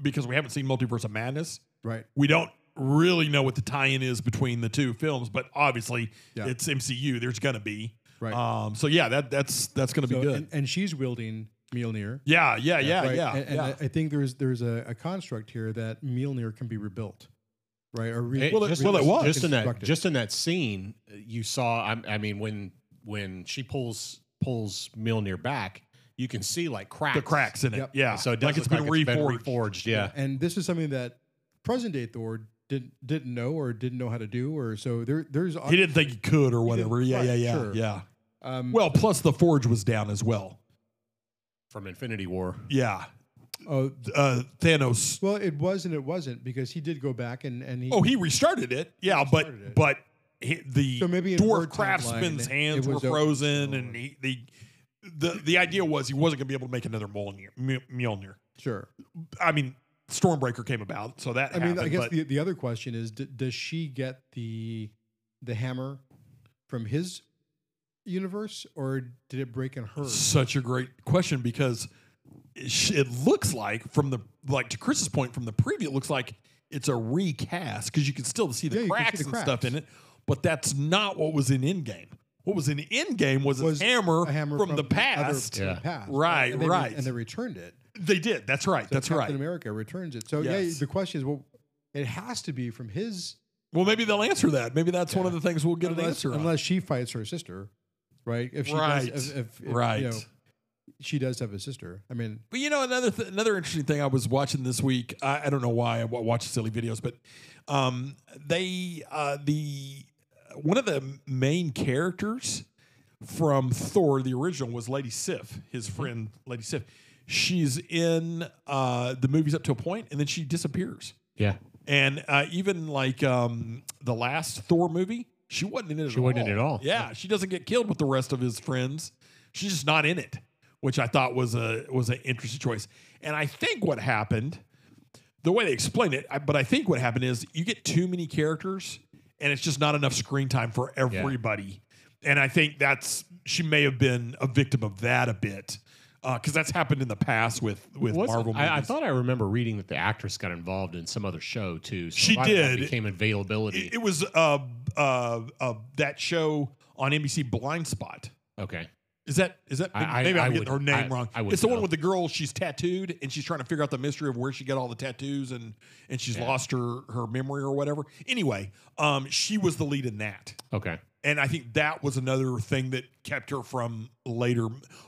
because we haven't seen Multiverse of Madness.
Right.
we don't really know what the tie-in is between the two films, but obviously
Yeah.
it's MCU. There's gonna be.
Right.
Um, so yeah, that that's that's gonna
So-
be good.
And, and she's wielding Mjolnir.
yeah, yeah, yeah,
right?
yeah.
And, and
yeah.
I- I think there's there's a, a construct here that Mjolnir can be rebuilt, right? Or re-
Well, it-
just,
well, it was.
just in that
Constructed.
just in that scene. You saw. I, I mean, when when she pulls pulls Milner back, you can see like cracks.
the cracks in it.
Yep.
Yeah.
So it does
like it's
look
been
like it's been
reforged.
reforged. Yeah.
And this is something that present day Thor didn't didn't know or didn't know how to do or so there there's
He didn't think he could or whatever. Yeah,
right,
yeah, yeah,
sure.
yeah.
um,
Well, plus the forge was down as well.
from Infinity War.
Yeah,
oh,
uh, Thanos.
well it was and it wasn't because he did go back and and he
Oh, he restarted it. Yeah, but
restarted it.
but he, the
So maybe in her
dwarf
timeline,
craftsman's
it
hands were
was Oh. over.
frozen, and he, the the the idea was he wasn't going to be able to make another Mjolnir. M- Mjolnir.
sure.
I mean, Stormbreaker came about, so that
I mean,
happened.
I guess
but
the, the other question is, d- does she get the the hammer from his universe, or did it break in hers?
such a great question because it sh- it looks like from the like to Chris's point from the preview, it looks like it's a recast because you can still see the
Yeah, you can see
cracks
the
and stuff
cracks.
in it, but that's not what was in Endgame. What was in Endgame was,
Was
a hammer,
A hammer
from, the
other-
past.
from the
Yeah.
past.
Right,
and they
right.
and they returned it.
They did. That's right.
So
that's
Captain
right.
America returns it. So yeah,
Yes.
the question is, well, it has to be from his
Well, maybe they'll answer that. Maybe that's one of the things we'll get an
unless,
answer on.
unless she fights her sister, right? If she
Right,
does, if, if, if,
right.
you know, she does have a sister. I mean,
But you know, another th- another interesting thing I was watching this week. I, I don't know why I wa- watch silly videos, but um, they uh, the one of the main characters from Thor the original was Lady Sif, his
Mm-hmm.
friend Lady Sif. She's in uh, the movies up to a point, and then she disappears.
Yeah,
And uh, even like um, the last Thor movie, she wasn't in it. She
wasn't in it at all.
Yeah, she doesn't get killed with the rest of his friends. She's just not in it, which I thought was a was an interesting choice. And I think what happened, the way they explain it, I, but I think what happened is you get too many characters, and it's just not enough screen time for everybody. And I think that's she may have been a victim of that a bit, because that's happened in the past with with
Was-
Marvel. Movies.
I, I thought I remember reading that the actress got involved in some other show too. So
She
a lot of that
did.
became availability.
It, it was uh, uh, uh, that show on NBC, Blind Spot.
okay,
Is that is that
I- I-
maybe
I
I'm getting
would-
her name
I-
wrong?
I would
it's the one
know.
with the girl. She's tattooed and she's trying to figure out the mystery of where she got all the tattoos and and she's
Yeah.
lost her her memory or whatever. Anyway, um, she was the lead in that,
okay,
and I think that was another thing that kept her from later.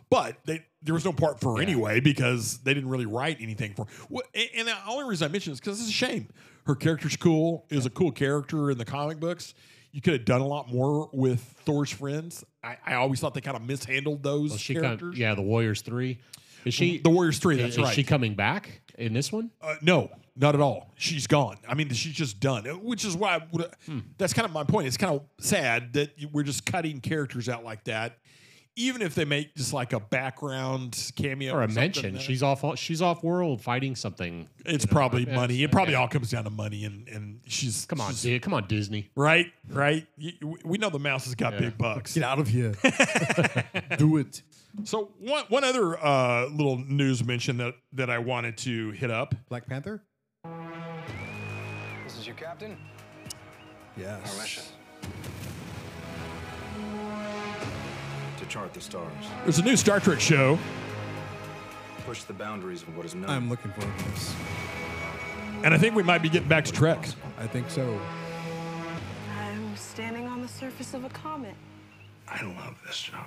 But they, there was no part for her
Yeah.
anyway because they didn't really write anything for. Her. Wh- And and the only reason I mention this because it's a shame. Her character's cool. Is a cool character in the comic books. You could have done a lot more with Thor's friends. I, I always thought they kind of mishandled those
well, she
characters.
come, yeah, the Warriors three. Is she
The Warriors Three.
is,
That's
is
right.
she coming back in this one?
Uh, no, not at all. She's gone. I mean, she's just done, which is why I would,
Hmm.
that's kind of my point. It's kind of sad that you- we're just cutting characters out like that, even if they make just like a background cameo
Or a
something
mention?
that-
She's off. She's off world fighting something.
It's
you know,
probably
like,
money.
it's-
It probably
yeah.
all comes down to money, and and she's
Come on,
she's-
dude, come on, Disney.
right, right. You- you- we know the mouse has got
Yeah.
big bucks.
out of <laughs> here. Do it.
So one one other uh, little news mention that that I wanted to hit up.
Black Panther.
This is your captain?
Yes.
Our mission.
to chart the stars,
There's a new Star Trek show
push the boundaries of what is known.
I'm looking forward to this.
And I think we might be getting back to Trek.
I think so.
I'm standing on the surface of a comet.
I love this job.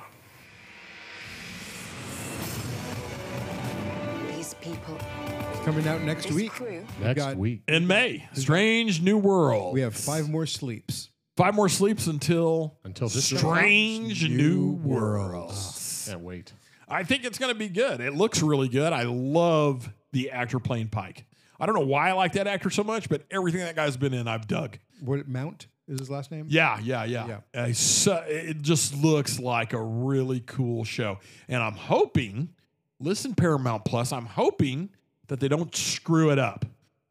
These people,
It's coming out next
this
week.
crew,
Next
got-
week.
In May, Strange New World.
We have five more sleeps.
five more sleeps until
Until this show
Strange
drops.
New
New
Worlds.
Can't wait.
I think it's going to be good. It looks really good. I love the actor playing Pike. I don't know why I like that actor so much, but everything that guy's been in, I've dug.
What Mount is his last name?
Yeah, yeah, yeah.
Yeah.
Uh, so- it just looks like a really cool show. And I'm hoping, listen, Paramount Plus, I'm hoping that they don't screw it up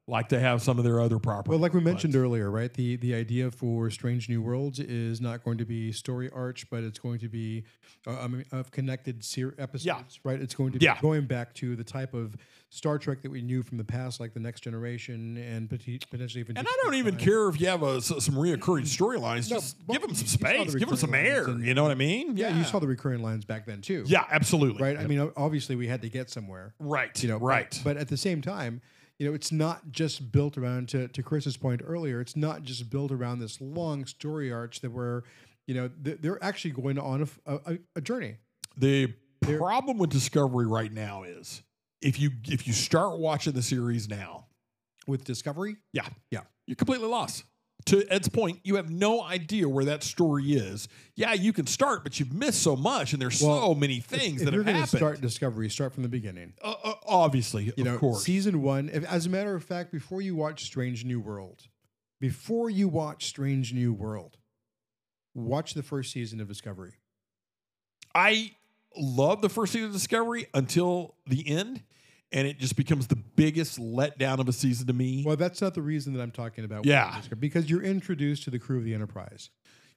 like they have some of their other properties.
Well, like we mentioned earlier, right? The the idea for Strange New Worlds is not going to be story arch, but it's going to be uh, I mean, of connected ser- episodes, right? It's going to be
Yeah.
going back to the type of Star Trek that we knew from the past, like the Next Generation, and poti- potentially even.
And I
Deep
don't
Space
even
Nine.
care if you have a, s- some reoccurring storylines.
Mm-hmm. No,
just
well,
give them some
you saw the
space, give them some
recurring
air.
lines and-
You know what I mean?
Yeah, you saw the recurring lines back then too.
Yeah, absolutely.
right. I mean, o- obviously we had to get somewhere.
right,
you know but-
right.
but at the same time you know it's not just built around to, to chris's point earlier it's not just built around this long story arch that we're you know th- they're actually going on a, f- a- a- a journey
the
There-
problem with Discovery right now is if you if you start watching the series now,
with discovery
yeah,
Yeah.
you're completely lost. To Ed's point, you have no idea where that story is. Yeah, you can start, but you've missed so much, and there's so
Well,
many things
if
that
you're
have
going to
happened.
start Discovery, start from the beginning.
Uh, uh, obviously,
you
of
know,
course.
season one. If, as a matter of fact, before you watch Strange New World, before you watch Strange New World, watch the first season of Discovery.
I love the first season of Discovery until the end, and it just becomes the biggest letdown of a season to me.
Well, that's not the reason that I'm talking about.
Yeah.
watching Discovery, because you're introduced to the crew of the Enterprise.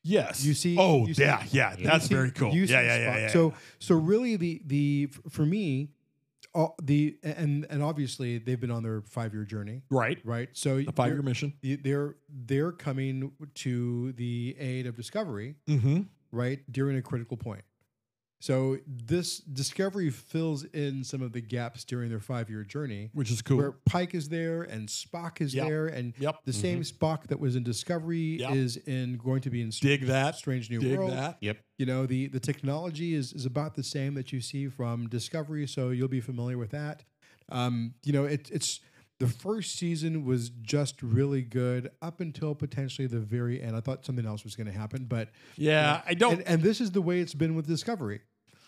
yes,
you see-
Oh,
you see-
yeah, yeah,
You
that's
see-
very cool.
you
Yeah,
see
yeah, yeah,
Spock.
yeah.
So, so really, the the f- for me, all the and and obviously they've been on their five year journey,
right,
right? So
the five-year
they're-
mission.
they're they're coming to the aid of Discovery.
Mm-hmm.
right during a critical point so this discovery fills in some of the gaps during their five-year journey
Which is cool.
where pike is there and spock is
Yep.
there and
Yep.
the same spock that was in discovery
Yep.
is in going to be in
Dig that.
strange new
Dig
world
that.
Yep.
you know the the technology is is about the same that you see from discovery so you'll be familiar with that um you know it, it's the first season was just really good up until potentially the very end i thought something else was going to happen but
Yeah, I don't.
and, and this is the way it's been with Discovery.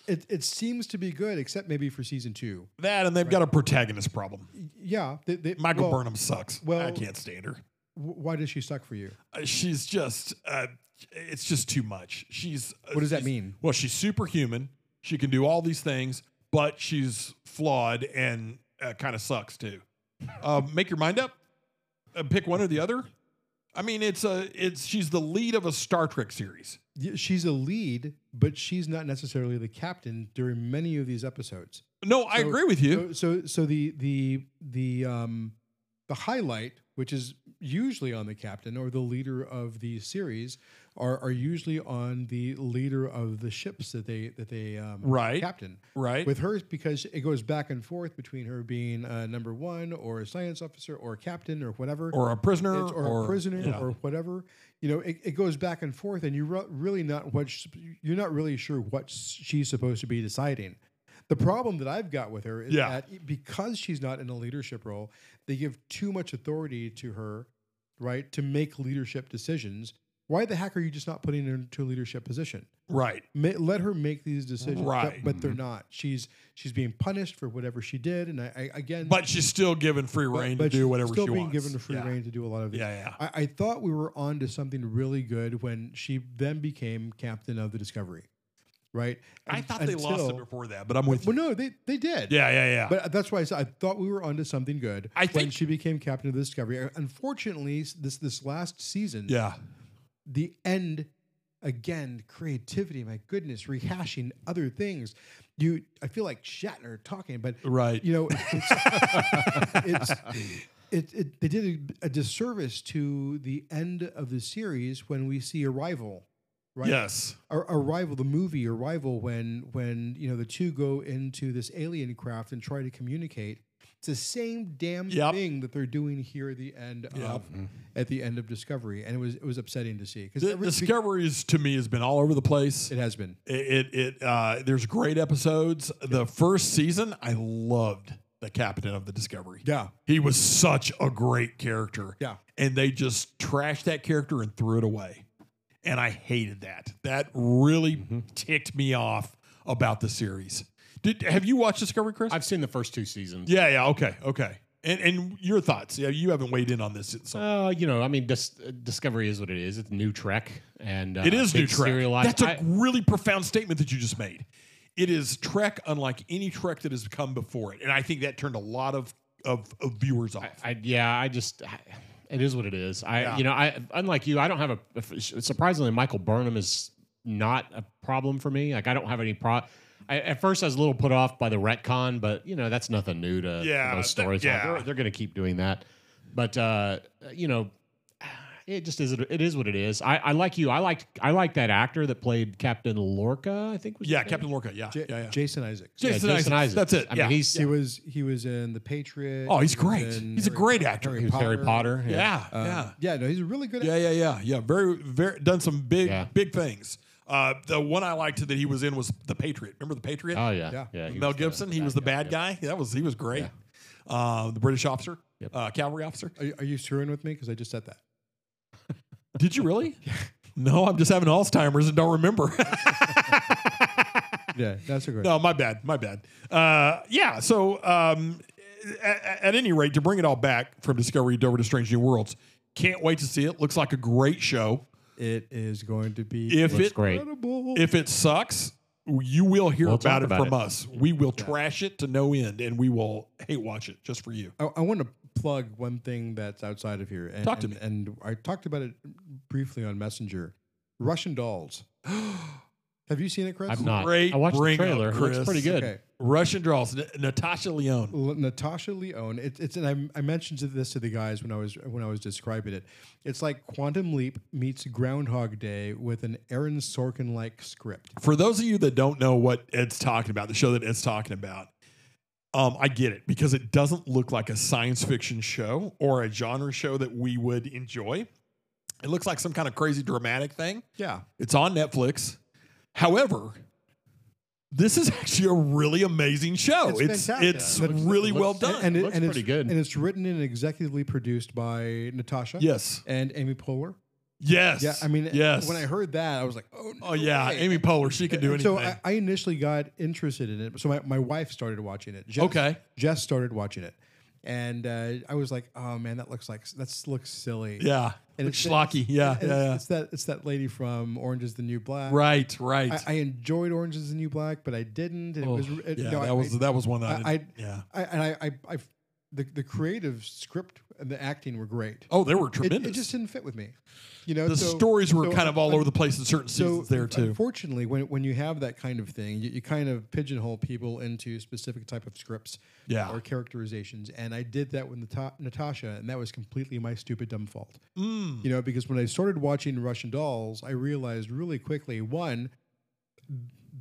It, it seems to be good, except maybe for season two.
that and they've got a protagonist problem.
Yeah, they, they,
Michael
well,
Burnham sucks. I
well-
can't stand her.
w- Why does she suck for you?
Uh, she's just. Uh, it's just too much. She's. uh,
What does that
she's-
mean?
Well, she's superhuman. She can do all these things, but she's flawed and uh, kind of sucks too. Uh, make your mind up. Uh, pick one or the other. I mean, it's a. It's she's the lead of a Star Trek series.
Y- She's a lead, but she's not necessarily the captain during many of these episodes.
No, I
So-
agree with you.
So, so, so the the the um the highlight, which is usually on the captain or the leader of the series, are are usually on the leader of the ships that they that they um,
Right.
captain.
right.
with her because it goes back and forth between her being a number one or a science officer or a captain or whatever
or a prisoner.
It's- or, a prisoner
yeah.
or whatever you know it, it goes back and forth and you're re- really not what sh- you're not really sure what s- she's supposed to be deciding the problem that i've got with her is
Yeah.
that e, because she's not in a leadership role they give too much authority to her right to make leadership decisions why the heck are you just not putting her into a leadership position
right.
ma- let her make these decisions, but-
Right. Mm-hmm.
But, they're not. She's she's being punished for whatever she did, and I, I again,
But she's still given free
but-
reign
but
to do
she's
whatever
still
she
being
wants.
given the free
yeah.
reign to do a lot of these.
Yeah, yeah.
I, I thought we were on to something really good when she then became captain of the Discovery, right?
I
And-
thought they lost it
until-
before that, but I'm with you.
Well, no, they they did.
Yeah, yeah, yeah.
But that's why I said I thought we were onto something good
I
when
think-
she became captain of the Discovery. Unfortunately, this this last season,
yeah.
the end again creativity my goodness rehashing other things you i feel like shatner talking but
Right.
you know it's,
<laughs>
<laughs> it's it, it, they did a, a disservice to the end of the series when we see arrival right
Yes.
Ar- arrival the movie arrival when when you know the two go into this alien craft and try to communicate it's the same damn
Yep.
thing that they're doing here at the end of at the end of discovery and it was it was upsetting to see because
The discoveries to me has been all over the place.
it
It
has been
it, it uh, there's great episodes. The first season I loved the captain of the Discovery.
yeah
He was such a great character.
Yeah.
And they just trashed that character and threw it away. And I hated that. That really
Mm-hmm.
ticked me off about the series. Did have you watched Discovery Chris?
I've seen the first two seasons.
yeah, yeah, okay, okay. And and your thoughts. Yeah, you haven't weighed in on this. So.
Uh, you know, I mean, Dis- uh, Discovery is what it is. It's new Trek, and uh,
It is new
big
Trek.
serialized-
That's a
I-
really profound statement that you just made. It is Trek unlike any Trek that has come before it, and I think that turned a lot of of, of viewers off.
I, yeah, I just it is what it is. I
Yeah.
you know, I unlike you, I don't have a surprisingly Michael Burnham is not a problem for me. Like I don't have any pro. I, at first, I was a little put off by the retcon, but you know that's nothing new to
Yeah,
those
that-
stories. Like,
yeah.
they're, they're going to keep doing that. But uh, you know, it just is. It is what it is. I, I like you. I liked. I like that actor that played Captain Lorca. I think was his
yeah,
name.
Captain Lorca. Yeah,
J-
yeah, yeah.
jason isaacs
Yeah,
Jason Isaacs.
Jason, Isaacs.
That's it,
I
yeah.
mean, he's
he was he was in the patriot
Oh, he's
he was
great.
in
He's a
Harry-
great actor.
Harry
he was Harry Potter.
yeah,
Um,
yeah.
yeah no he's a really good
Yeah, yeah, yeah, yeah. Very, very done some big,
Yeah.
big things. Uh, the one I liked that he was in was The Patriot. Remember The Patriot?
Oh yeah.
Yeah.
Yeah. he
Mel
was the-
Gibson. he was the bad guy. That was he was great. Uh, the British officer.
Yep.
uh, cavalry officer.
Are, you- are you screwing with me? Because I just said that.
<laughs>
Did you really? <laughs> No, I'm just having Alzheimer's and don't remember. <laughs>
Yeah, that's a good.
no, my bad, my bad. Uh, yeah, so um, at, at any rate, to bring it all back from Discovery Dover to Strange New Worlds, can't wait to see it. Looks like a great show.
It is going to be
If
Looks
it
great.
incredible.
if it sucks, you will hear
We'll
about
talk
it
about
from
it.
us. We will trash it to no end, and we will hate watch it just for you.
I, I want to plug one thing that's outside of here. And,
Talk to
and,
me.
And I talked about it briefly on Messenger.
<gasps>
Russian dolls. Have you seen it, Chris?
I've not.
Great
I watched the
bring up,
trailer. It
Chris.
looks pretty good.
Okay.
Russian draws, N- Natasha Leone.
L- Natasha Leone. It's it's and I, I mentioned this to the guys when I was when I was describing it. It's like Quantum Leap meets Groundhog Day with an Aaron Sorkin like script.
for those of you that don't know what Ed's talking about, the show that Ed's talking about, um, I get it because it doesn't look like a science fiction show or a genre show that we would enjoy. It looks like some kind of crazy dramatic thing.
Yeah,
It's on Netflix. However, this is actually a really amazing show.
It's
It's
fantastic.
it's,
Yeah, it looks-
really
it
well
looks-
done. <laughs>
and- Looks
it's
pretty good.
And it's written and executively produced by Natasha.
yes,
and Amy Poehler.
yes,
Yeah, I mean,
yes.
When I heard that, I was like, oh, no
oh yeah,
way.
Amy Poehler, she can do anything.
So I, I initially got interested in it. So my, my wife started watching it. Jess,
Okay.
Jess started watching it, and uh, I was like, oh man, that looks like that looks silly.
yeah,
And
it's
it's-
schlocky. Yeah,
And
yeah,
it's,
yeah.
it's that it's that lady from Orange Is the New Black.
right, right.
I, I enjoyed Orange Is the New Black, but I didn't. And it was it,
Oh, yeah,
no,
that
I,
was that was one
I,
that I,
I,
didn't- yeah.
I and I, I, I the the creative script and the acting were great.
Oh, they were
It,
tremendous.
it just didn't fit with me. You know,
the
so-
stories were
so
kind of all
un-
over the place in certain seasons there too.
Unfortunately, when when you have that kind of thing, you, you kind of pigeonhole people into specific type of scripts
Yeah.
or characterizations. And I did that with Nata- Natasha, and that was completely my stupid dumb fault.
Hmm.
You know, because when I started watching Russian Dolls, I realized really quickly one,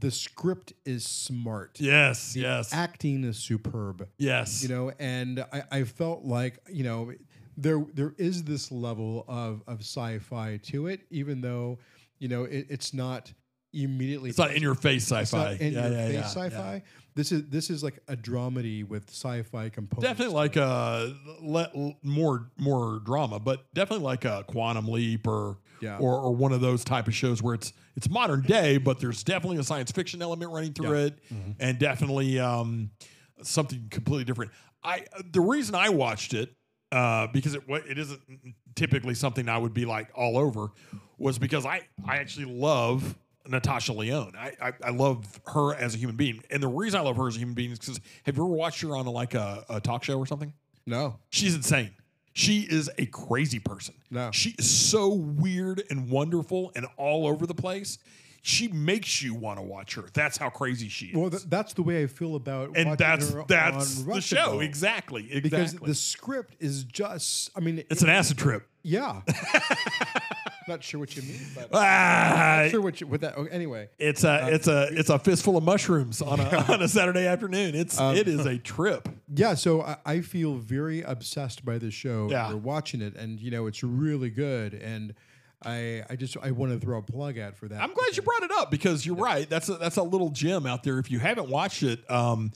the script is smart.
Yes, yes,
Acting is superb
yes.
you know and I, I felt like you know there there is this level of of sci-fi to it even though you know it, it's not immediately
it's not in your face
it's not
sci-fi.
in
yeah,
your
yeah,
face
yeah,
sci-fi
yeah.
this is this is like a dramedy with sci-fi components
Definitely like a le, l- more more drama, but definitely like a Quantum Leap or
Yeah.
or or one of those type of shows where it's it's modern day, but there's definitely a science fiction element running through
Yeah. Mm-hmm.
it, and definitely um, something completely different. I the reason I watched it uh, because it wa- it isn't typically something I would be like all over was because I I actually love Natasha Leone. I, I I love her as a human being, and the reason I love her as a human being is because have you ever watched her on a, like a, a talk show or something?
no
She's insane. She is a crazy person.
No.
She is so weird and wonderful and all over the place. She makes you want to watch her. That's how crazy she is.
well th- that's the way i feel about watching
and that's
her
that's
on
the
Russian
show.
Doll,
Exactly. Exactly.
because the script is just i mean
it's an acid trip. <laughs>
yeah not sure what you mean but
Ah,
sure what you what that okay, anyway
it's a it's a it's a fistful of mushrooms
<laughs>
on a on a Saturday afternoon. It's
Um,
it is a trip.
Yeah, so I, I feel very obsessed by this show.
Yeah.
We're watching it, and you know it's really good. And I, I just I want to throw a plug out for that.
I'm glad you brought it up because you're right. That's a, that's a little gem out there. If you haven't watched it, um,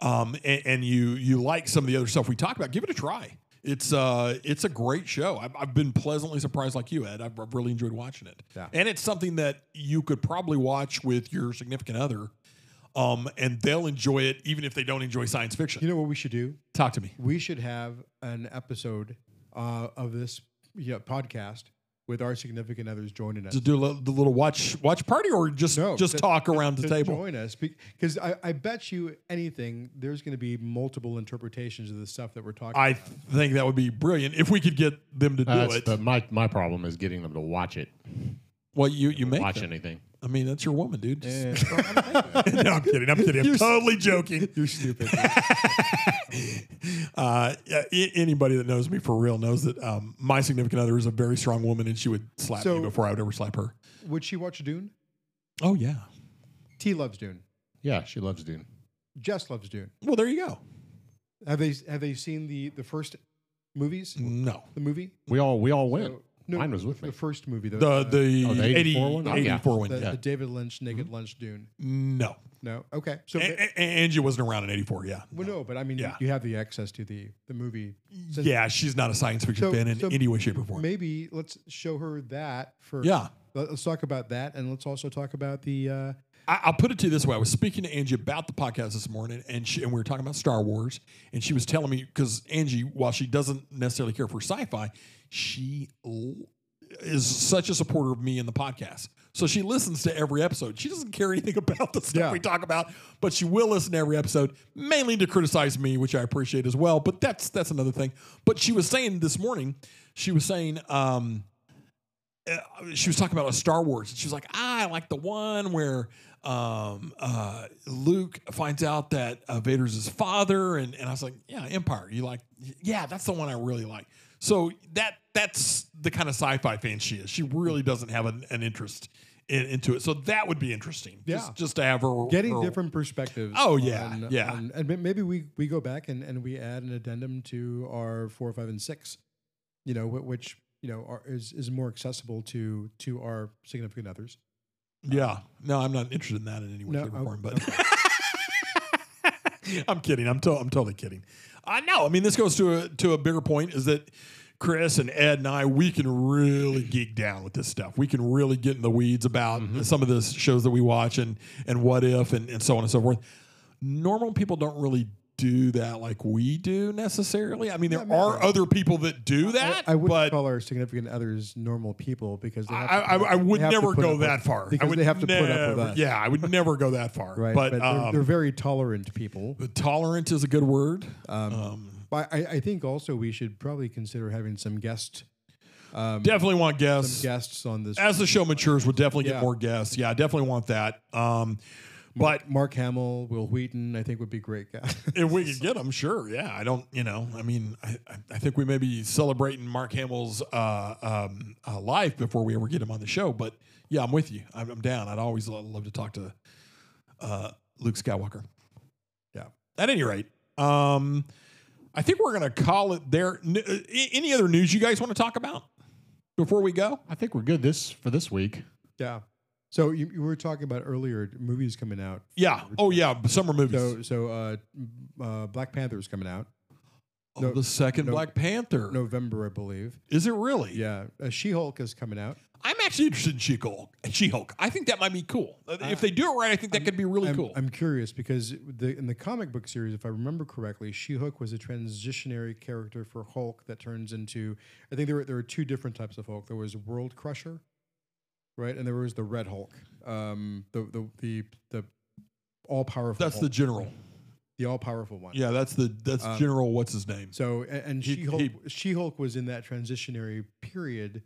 um, and, and you you like some of the other stuff we talked about, give it a try. It's uh, it's a great show. I've, I've been pleasantly surprised, like you, Ed. I've, I've really enjoyed watching it,
Yeah.
and it's something that you could probably watch with your significant other, um, and they'll enjoy it even if they don't enjoy science fiction.
You know what we should do?
Talk to me.
We should have an episode uh, of this you know, podcast with our significant others joining us.
To do a little, the little watch watch party, or just
No,
just
to-
talk around the
to
table.
join us because I, I bet you anything there's going to be multiple interpretations of the stuff that we're talking
I
about.
think that would be brilliant if we could get them to do
That's
it.
Uh, the, my my problem is getting them to watch it.
well, you you make
Watch
them.
anything.
I mean, that's your woman, dude. Just- <laughs> no, I'm kidding. I'm kidding. I'm totally joking.
Eh. <laughs>
<laughs>
You're stupid.
Uh, yeah, a- anybody that knows me for real knows that um, my significant other is a very strong woman, and she would slap
So-
me before I would ever slap her.
Would she watch Dune?
Oh yeah.
T loves Dune.
Yeah, she loves Dune.
Jess loves Dune.
Well, there you go.
Have they have they seen the the first movies?
No.
The movie?
We all we all went.
So- No,
Mine was with
the
me.
first movie though.
the
uh,
the,
oh, the
84
84
one.
one? Oh, yeah.
one.
the,
yeah. Mm-hmm.
the David Lynch Naked Lunch Dune.
No,
No, okay. So,
A- A- A- Angie wasn't around in '84. Yeah,
well, no, but I mean,
Yeah.
you have the access to the the movie. Since-
yeah, she's not a science fiction
So-
fan in
so
any way, shape, or form.
Maybe let's show her that first.
Yeah.
Let- Let's talk about that, and let's also talk about the. Uh,
I, I'll put it to you this way: I was speaking to Angie about the podcast this morning, and she, and we were talking about Star Wars, and she was telling me because Angie, while she doesn't necessarily care for sci-fi, she l- is such a supporter of me in the podcast. So she listens to every episode. She doesn't care anything about the stuff
Yeah.
we talk about, but she will listen to every episode, mainly to criticize me, which I appreciate as well. But that's that's another thing. But she was saying this morning, she was saying. um, uh, she was talking about a Star Wars, and she was like, "Ah, "I like the one where um, uh, Luke finds out that uh, Vader's his father," and, and I was like, "Yeah, Empire." You like, yeah, that's the one I really like. So that that's the kind of sci-fi fan she is. She really doesn't have an, an interest in, into it. So that would be interesting.
Yeah.
just, just to have her
getting
her-
different perspectives.
Oh, yeah,
on-
yeah.
on- and ma- maybe we we go back and, and we add an addendum to our four, five, and six. You know, wh- which you know are, is is more accessible to to our significant others.
Yeah, no, I'm not interested in that in any way,
No,
shape, or
oh,
form. But <laughs> I'm kidding. I'm to- I'm totally kidding. Uh, no, I mean this goes to a to a bigger point is that Chris and Ed and I we can really geek down with this stuff. We can really get in the weeds about
Mm-hmm.
some of the shows that we watch and and what if and, and so on and so forth. Normal people don't really do that like we do necessarily. I mean, there are other people that do that.
I, I
but
wouldn't call our significant others normal people because they have
I,
to-
I, I would
they have to
never
put
go
up with-
that far. I
because
would
they have to put up
never-
with us.
Yeah, I would never go that far.
right.
But,
But, they're,
um,
they're very tolerant people.
but tolerant is a good word.
Um, But I, I think also we should probably consider having some guest
definitely want guests.
guests on this.
As the show matures, we'll definitely get
Yeah.
more guests. Yeah, I definitely want that. Um, but
Mark Hamill, Will Wheaton, I think would be great. guys.
if we could get them, sure. Yeah, I don't. You know, I mean, I, I- I think we may be celebrating Mark Hamill's uh, um, uh, life before we ever get him on the show. But yeah, I'm with you. I'm, I'm down. I'd always lo- love to talk to uh, Luke Skywalker. Yeah. At any rate, um, I think we're gonna call it there. N- uh, a- any other news you guys want to talk about before we go?
I think we're good this for this week.
yeah. So you, you were talking about earlier movies coming out.
Yeah. Oh yeah, summer movies.
So so uh, m- uh, Black Panther is coming out
oh,
no-
the second
no-
Black Panther.
November, I believe.
Is it really?
Yeah. Uh, she Hulk is coming out.
I'm actually interested in She-Hulk. She-Hulk. I think that might be cool. Uh, if they do it right, I think that could be really
I'm,
cool.
I'm curious because the in the comic book series, if I remember correctly, She Hulk was a transitionary character for Hulk that turns into. I think there were there were two different types of Hulk. There was World Crusher, right, and there was the Red Hulk, um, the the the the all powerful.
that's the general.
the all powerful one.
Yeah, that's the that's
Um,
general. What's his name?
So a- and,
He-
She Hulk
he-
She Hulk was in that transitionary period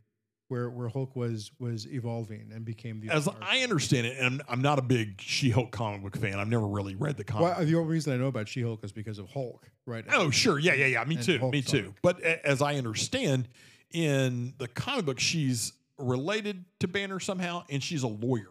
where where Hulk was was evolving and became the
As
all-powerful.
I understand it, and I'm, I'm not a big She-Hulk comic book fan. I've never really read the comic.
Well, uh, the only reason I know about She Hulk is because of Hulk, right?
oh, sure. Yeah, yeah, yeah. Me
and
too.
Hulk
Me
song.
too. But a- as I understand, in the comic book, she's related to Banner somehow, and she's a lawyer.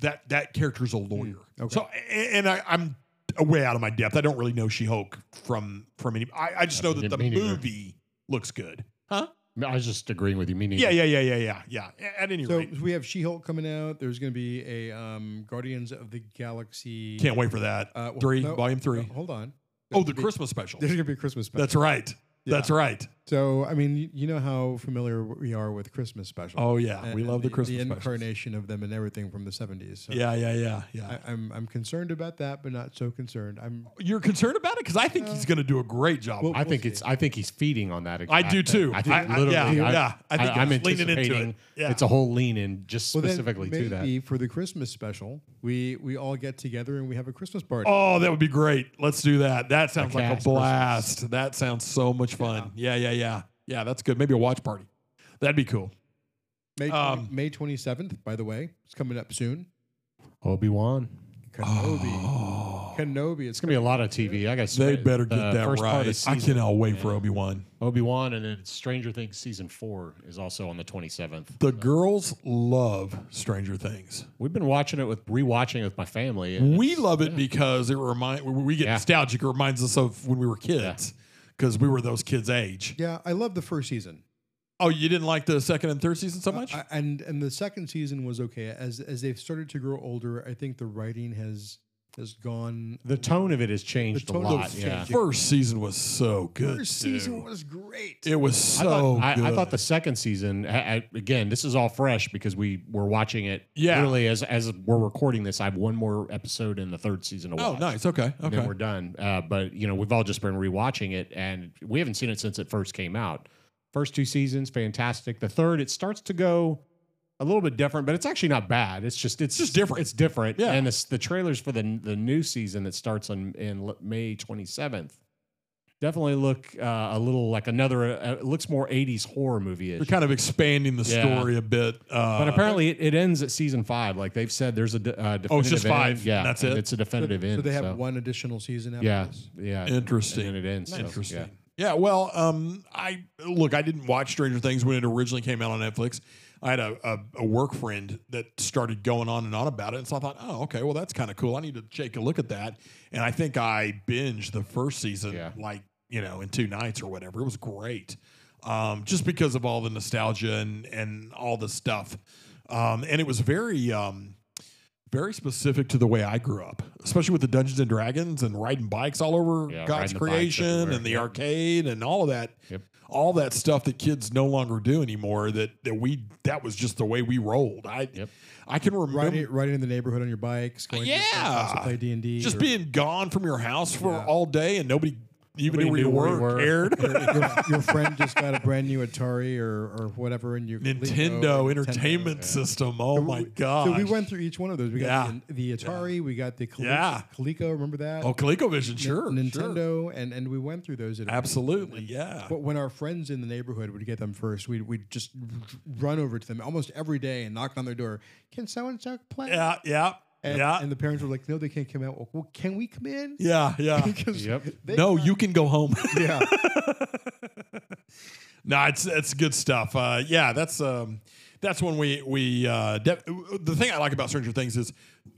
That that character's a lawyer.
Hmm. okay.
So, a- and I, I'm way out of my depth. I don't really know She-Hulk from from any. I, I just know that the
Me neither.
movie looks good, huh?
I was just agreeing with you. Me neither.
Yeah, yeah, yeah, yeah, yeah, yeah. A- At any
So
rate,
we have She-Hulk coming out. There's going to be a um, Guardians of the Galaxy.
can't wait for that.
Uh, well,
three,
no,
volume
no,
three.
hold on.
oh, the
There's gonna be-
Christmas special.
<laughs> There's going to be a Christmas special.
That's right. That's right.
so I mean, you, you know how familiar we are with Christmas specials.
Oh yeah, we
and
love the, Christmas
the
special.
incarnation of them and everything from the 70s. So
Yeah, yeah, yeah, yeah.
I, I'm I'm concerned about that, but not so concerned. I'm
You're concerned about it because I think he's
Uh,
going to do a great job.
Well,
I think it's. I think he's feeding on that.
I do
exact
too.
thing. I think
I- I-
literally.
yeah,
I,
yeah. I think
am
it's leaning into it.
anticipating.
Yeah.
It's a whole lean in, just
well, then
specifically
maybe
to that.
for the Christmas special, we we all get together and we have a Christmas party.
oh, that would be great. Let's do that. That sounds
Like
like a
last Christmas.
blast. That sounds so much fun. Yeah. yeah, yeah, yeah, That's good. Maybe a watch party. That'd be cool.
May
um,
May 27th, by the way, it's coming up soon.
Obi Wan.
Kenobi.
Oh.
Kenobi. It's
It's gonna be a lot of TV. I got.
They better get that
first Part
right.
of
I
season-
cannot wait for Obi Wan.
Obi Wan and then Stranger Things season four is also on the 27th.
The girls love Stranger Things.
We've been watching it with rewatching it with my family. and
We
it's-
love it because it remind we- we get
Yeah.
nostalgic. It reminds us of when we were kids because we were those kids' age.
Yeah, I love the first season.
Oh, you didn't like the second and third
Uh,
season so much?
I- and and the second season was okay. As as they've started to grow older, I think the writing has has gone.
The tone of it has changed
The
a
tone of
lot.
it's
Yeah.
changed.
First season was so good.
First season
dude.
was great.
it was
I
so
thought, I,
good.
I thought the second season, I, I- again, this is all fresh because we were watching it
Yeah.
literally as, as we're recording this. I have one more episode in the third season to watch.
Oh, nice. Okay.
And
Okay.
then we're done. Uh, but, you know, we've all just been rewatching it and we haven't seen it since it first came out. First two seasons, fantastic. The third, it starts to go a little bit different, but it's actually not bad. It's just, it's
Just different.
It's different.
Yeah.
And it's the trailers for the, the new season that starts on in l- May 27th definitely look uh, a little like another. Uh, it looks more '80s horror movie-ish.
They're kind of expanding the
Yeah.
story a bit. Uh,
but apparently, it, it ends at season five. Like they've said, there's a de- uh, definitive
Oh, it's just
end.
five.
Yeah,
That's
and
it?
It's a
so,
definitive end.
so they have
so-
one additional season. After
Yeah,
this.
yeah.
Interesting.
And then it ends. so,
Interesting. yeah.
yeah.
Well, um, I look. I didn't watch Stranger Things when it originally came out on Netflix. I had a, a, a work friend that started going on and on about it, and so I thought, oh, okay, well, that's kind of cool. I need to take a look at that. And I think I binged the first season,
Yeah.
like you know, in two nights or whatever. It was great, um, just because of all the nostalgia and and all the stuff. Um, and it was very. Um, very specific to the way I grew up, especially with the Dungeons and Dragons and riding bikes all over
Yeah,
God's
riding the bikes
creation
everywhere.
and the
Yep.
arcade and all of that,
Yep.
all that stuff that kids no longer do anymore. That that we that was just the way we rolled. I
Yep.
I can remember
Riding, riding in the neighborhood on your bikes, going to your friend's house to
Yeah.
play D and D,
just being gone from your house for all day and nobody even
Nobody
knew
knew
where you
where you
were
were.
cared.
<laughs>
your,
<laughs>
your- your friend just got a brand new Atari or, or whatever, and you
Nintendo Entertainment System. Oh my god!
So we went through each one of those. We got
Yeah.
the, the Atari, we got the Coleco,
Yeah.
Coleco remember that?
Oh, ColecoVision, sure,
N-
sure.
Nintendo, and and we went through those. At
absolutely, yeah.
But when our friends in the neighborhood would get them first, we'd, we'd just run over to them almost every day and knock on their door. Can someone start playing?
Yeah, yeah,
And,
yeah,
and the parents were like, "No, they can't come out." Well, well, can we come in?
yeah,
<laughs>
yeah.
Because
Yep.
they-
no, you can go home. <laughs>
yeah.
No, it's it's good stuff. Uh, yeah, that's um, that's when we we uh, de- the thing I like about Stranger Things is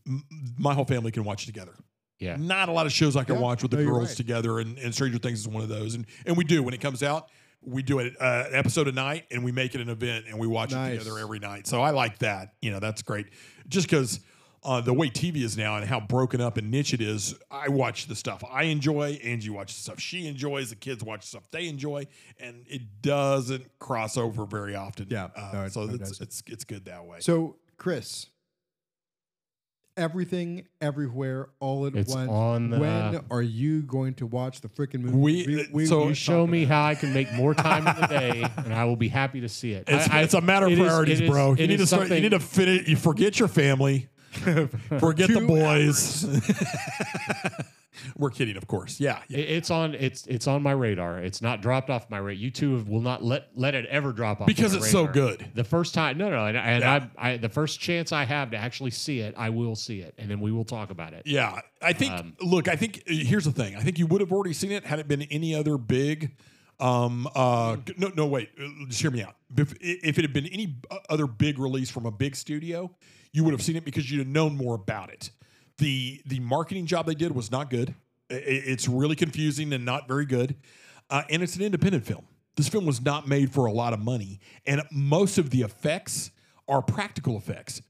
m- my whole family can watch together.
Yeah.
Not a lot of shows I can
Yeah,
watch with the
no, you're
girls
right.
together, and, and Stranger Things is one of those. And and we do when it comes out, we do it, uh, an episode a night, and we make it an event, and we watch it
Nice.
together every night. So I like that. You know, that's great. Just because. Uh, the way TV is now and how broken up and niche it is, I watch the stuff I enjoy. Angie watches the stuff she enjoys. The kids watch the stuff they enjoy, and it doesn't cross over very often.
Yeah,
uh,
no, it-
so
no, it
it's,
doesn't.
it's it's good that way.
So, Chris, everything, everywhere, all at
It's
once.
on the-
when are you going to watch the freaking movie?
We- uh, so-
talked
Show me
about
how I can make more time in the day, and I will be happy to see it.
It's,
I- I-
it's a matter of
it is-
priorities,
it is-
bro.
it
You need
is
to start, you
something-
need to finish. You forget your
<laughs>
family, forget the
Two
boys. <laughs> We're kidding, of course. Yeah, yeah.
It- It's on. It's it's on my radar. It's not dropped off my radar. You two have- will not let let it ever drop off
because
my
it's so
radar.
good.
The first time, no, no, and, and
Yeah.
I, I, the first chance I have to actually see it, I will see it, and then we will talk about it.
Yeah, I think.
Um,
look, I think uh, here's the thing. I think you would have already seen it had it been any other big. Um. Uh. g- No. No. Wait. uh, Just hear me out. If, if it had been any o- other big release from a big studio, you would have seen it because you'd have known more about it. the The marketing job they did was not good. I- I- It's really confusing and not very good. Uh, and it's an independent film. This film was not made for a lot of money, and most of the effects are practical effects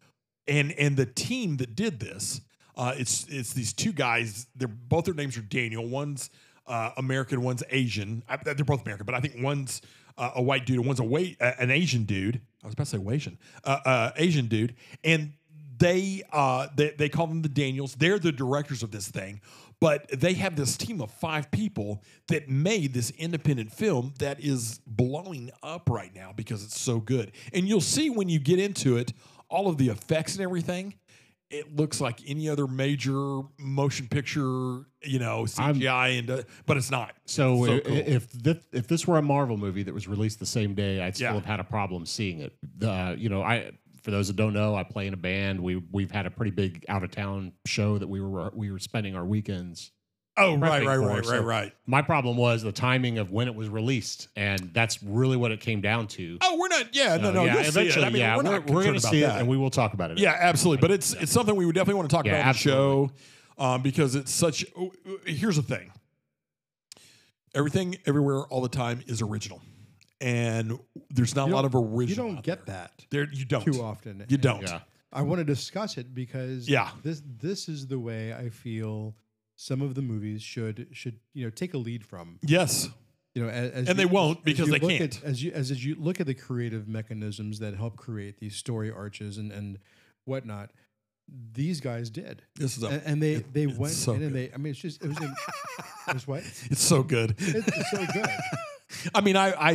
and and the team that did this uh, it's it's these two guys they're both their names are daniel one's uh, american one's asian I, they're both american but i think one's uh, a white dude and one's a wa- uh, an asian dude i was about to say Asian, uh, uh, asian dude and they uh they, they call them the daniels they're the directors of this thing but they have this team of five people that made this independent film that is blowing up right now because it's so good and you'll see when you get into it all of the effects and everything it looks like any other major motion picture you know cgi and uh, but it's not
So,
So
i-
cool.
if thi- if this were a Marvel movie that was released the same day, I'd still
Yeah.
have had a problem seeing it. The you know I for those that don't know, I play in a band. We we've had a pretty big out of town show that we were we were spending our weekends.
oh right
prepping
right
for,
right right
so-
right
My problem was the timing of when it was released, and that's really what it came down to.
oh we're not yeah no
So,
no
Uh, yeah,
you'll see it.
eventually,
I mean,
yeah,
we're,
we're,
not
we're,
concerned
gonna
about
see
that.
it, and we will talk about it.
Yeah, absolutely. But it's it's something we would definitely want to talk
Yeah,
about on the show um, because it's such. Here's the thing: everything, everywhere, all the time is original, and there's not
You
a lot of
don't-
original.
You don't
out
get
there.
that
There, you don't.
too often.
You
and
don't.
Yeah.
I want to discuss it because
Yeah.
this this is the way I feel some of the movies should should you know take a lead from
Yes.
you know as, as
And they
you-
won't
as
because
you
they
look
can't.
at, as you as, as you look at the creative mechanisms that help create these story arches and and whatnot these guys did
This is a.
and, and they
it-
they
it's
went
so
in and
good.
they I mean it's just it was, in, it was what
it's so good.
it's, it's so good
<laughs> I mean, I, I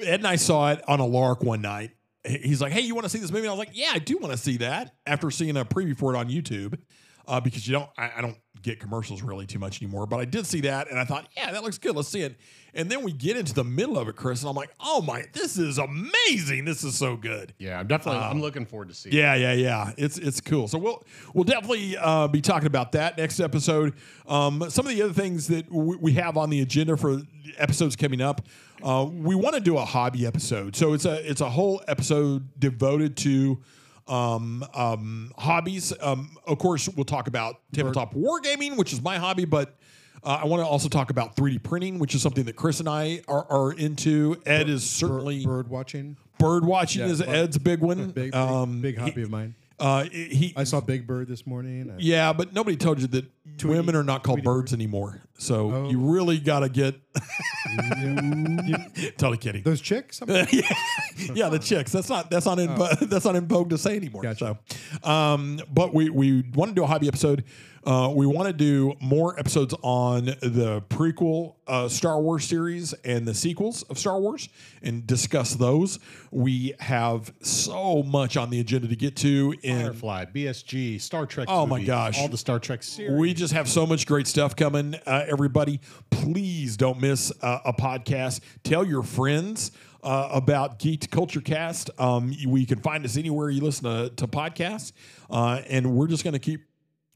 Ed and I saw it on a lark one night. He- He's like, "Hey, you want to see this movie?" And I was like, "Yeah, I do want to see that." After seeing a preview for it on YouTube, uh, because you don't, I, I don't get commercials really too much anymore. But I did see that, and I thought, "Yeah, that looks good. Let's see it." And then we get into the middle of it, Chris, and I'm like, "Oh my, this is amazing! This is so good."
Yeah, I'm definitely. I'm looking forward to seeing.
Um, Yeah, yeah, yeah. It's it's cool. So we'll we'll definitely uh, be talking about that next episode. Um, some of the other things that we, we have on the agenda for episodes coming up, uh, we want to do a hobby episode. So it's a it's a whole episode devoted to um, um, hobbies. Um, of course, we'll talk about tabletop wargaming, which is my hobby, but. Uh, I want to also talk about 3D printing, which is something that Chris and I are, are into. Ed is certainly
bird watching
bird watching
Yeah,
is
bird-
Ed's big one.
big big,
Um,
big hobby
he-
of mine
uh, he,
I saw Big Bird this morning I-
yeah, but nobody told you that women are not called birds anymore. So
Oh.
you really got to get <laughs> totally kidding.
those chicks I'm-
yeah, <laughs> yeah,
<laughs>
the chicks. That's not that's not in
Oh.
<laughs> that's not in vogue to say anymore.
Gotcha.
So, um, but we we want to do a hobby episode. Uh, we want to do more episodes on the prequel uh, Star Wars series and the sequels of Star Wars and discuss those. We have so much on the agenda to get to in
Firefly, BSG, Star Trek.
Oh my
movies,
gosh.
all the Star Trek series.
We just have so much great stuff coming, uh, everybody. Please don't miss uh, a podcast. Tell your friends uh, about Geeked Culture Cast. Um, you- we can find us anywhere you listen to, to podcasts, uh, and we're just going to keep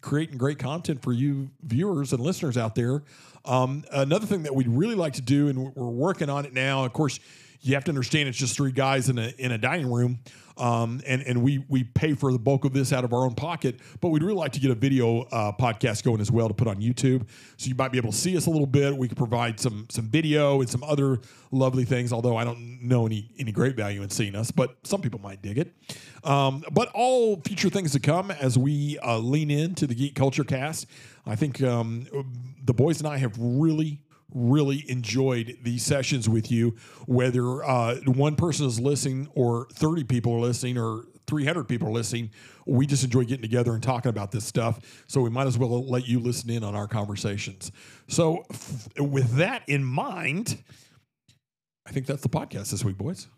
creating great content for you viewers and listeners out there. Um, another thing that we'd really like to do, and we're working on it now. Of course, you have to understand it's just three guys in a in a dining room, um, and and we we pay for the bulk of this out of our own pocket. But we'd really like to get a video uh, podcast going as well to put on YouTube, so you might be able to see us a little bit. We could provide some some video and some other lovely things. Although I don't know any any great value in seeing us, but some people might dig it. Um, but all future things to come as we uh, lean into the Geek Culture Cast. I think um, the boys and I have really really enjoyed these sessions with you, whether uh, one person is listening or 30 people are listening or 300 people are listening. We just enjoy getting together and talking about this stuff. So we might as well let you listen in on our conversations. So, f- with that in mind, I think that's the podcast this week, boys.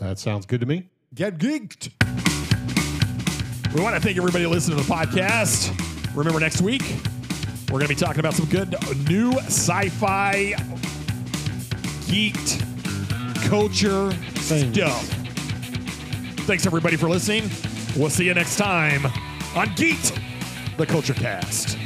that sounds good to me.
Get geeked. We want to thank everybody listening to the podcast. Remember, next week, we're going to be talking about some good new sci fi geeked culture stuff. Thanks, everybody, for listening. We'll see you next time on Geeked, the Culture Cast.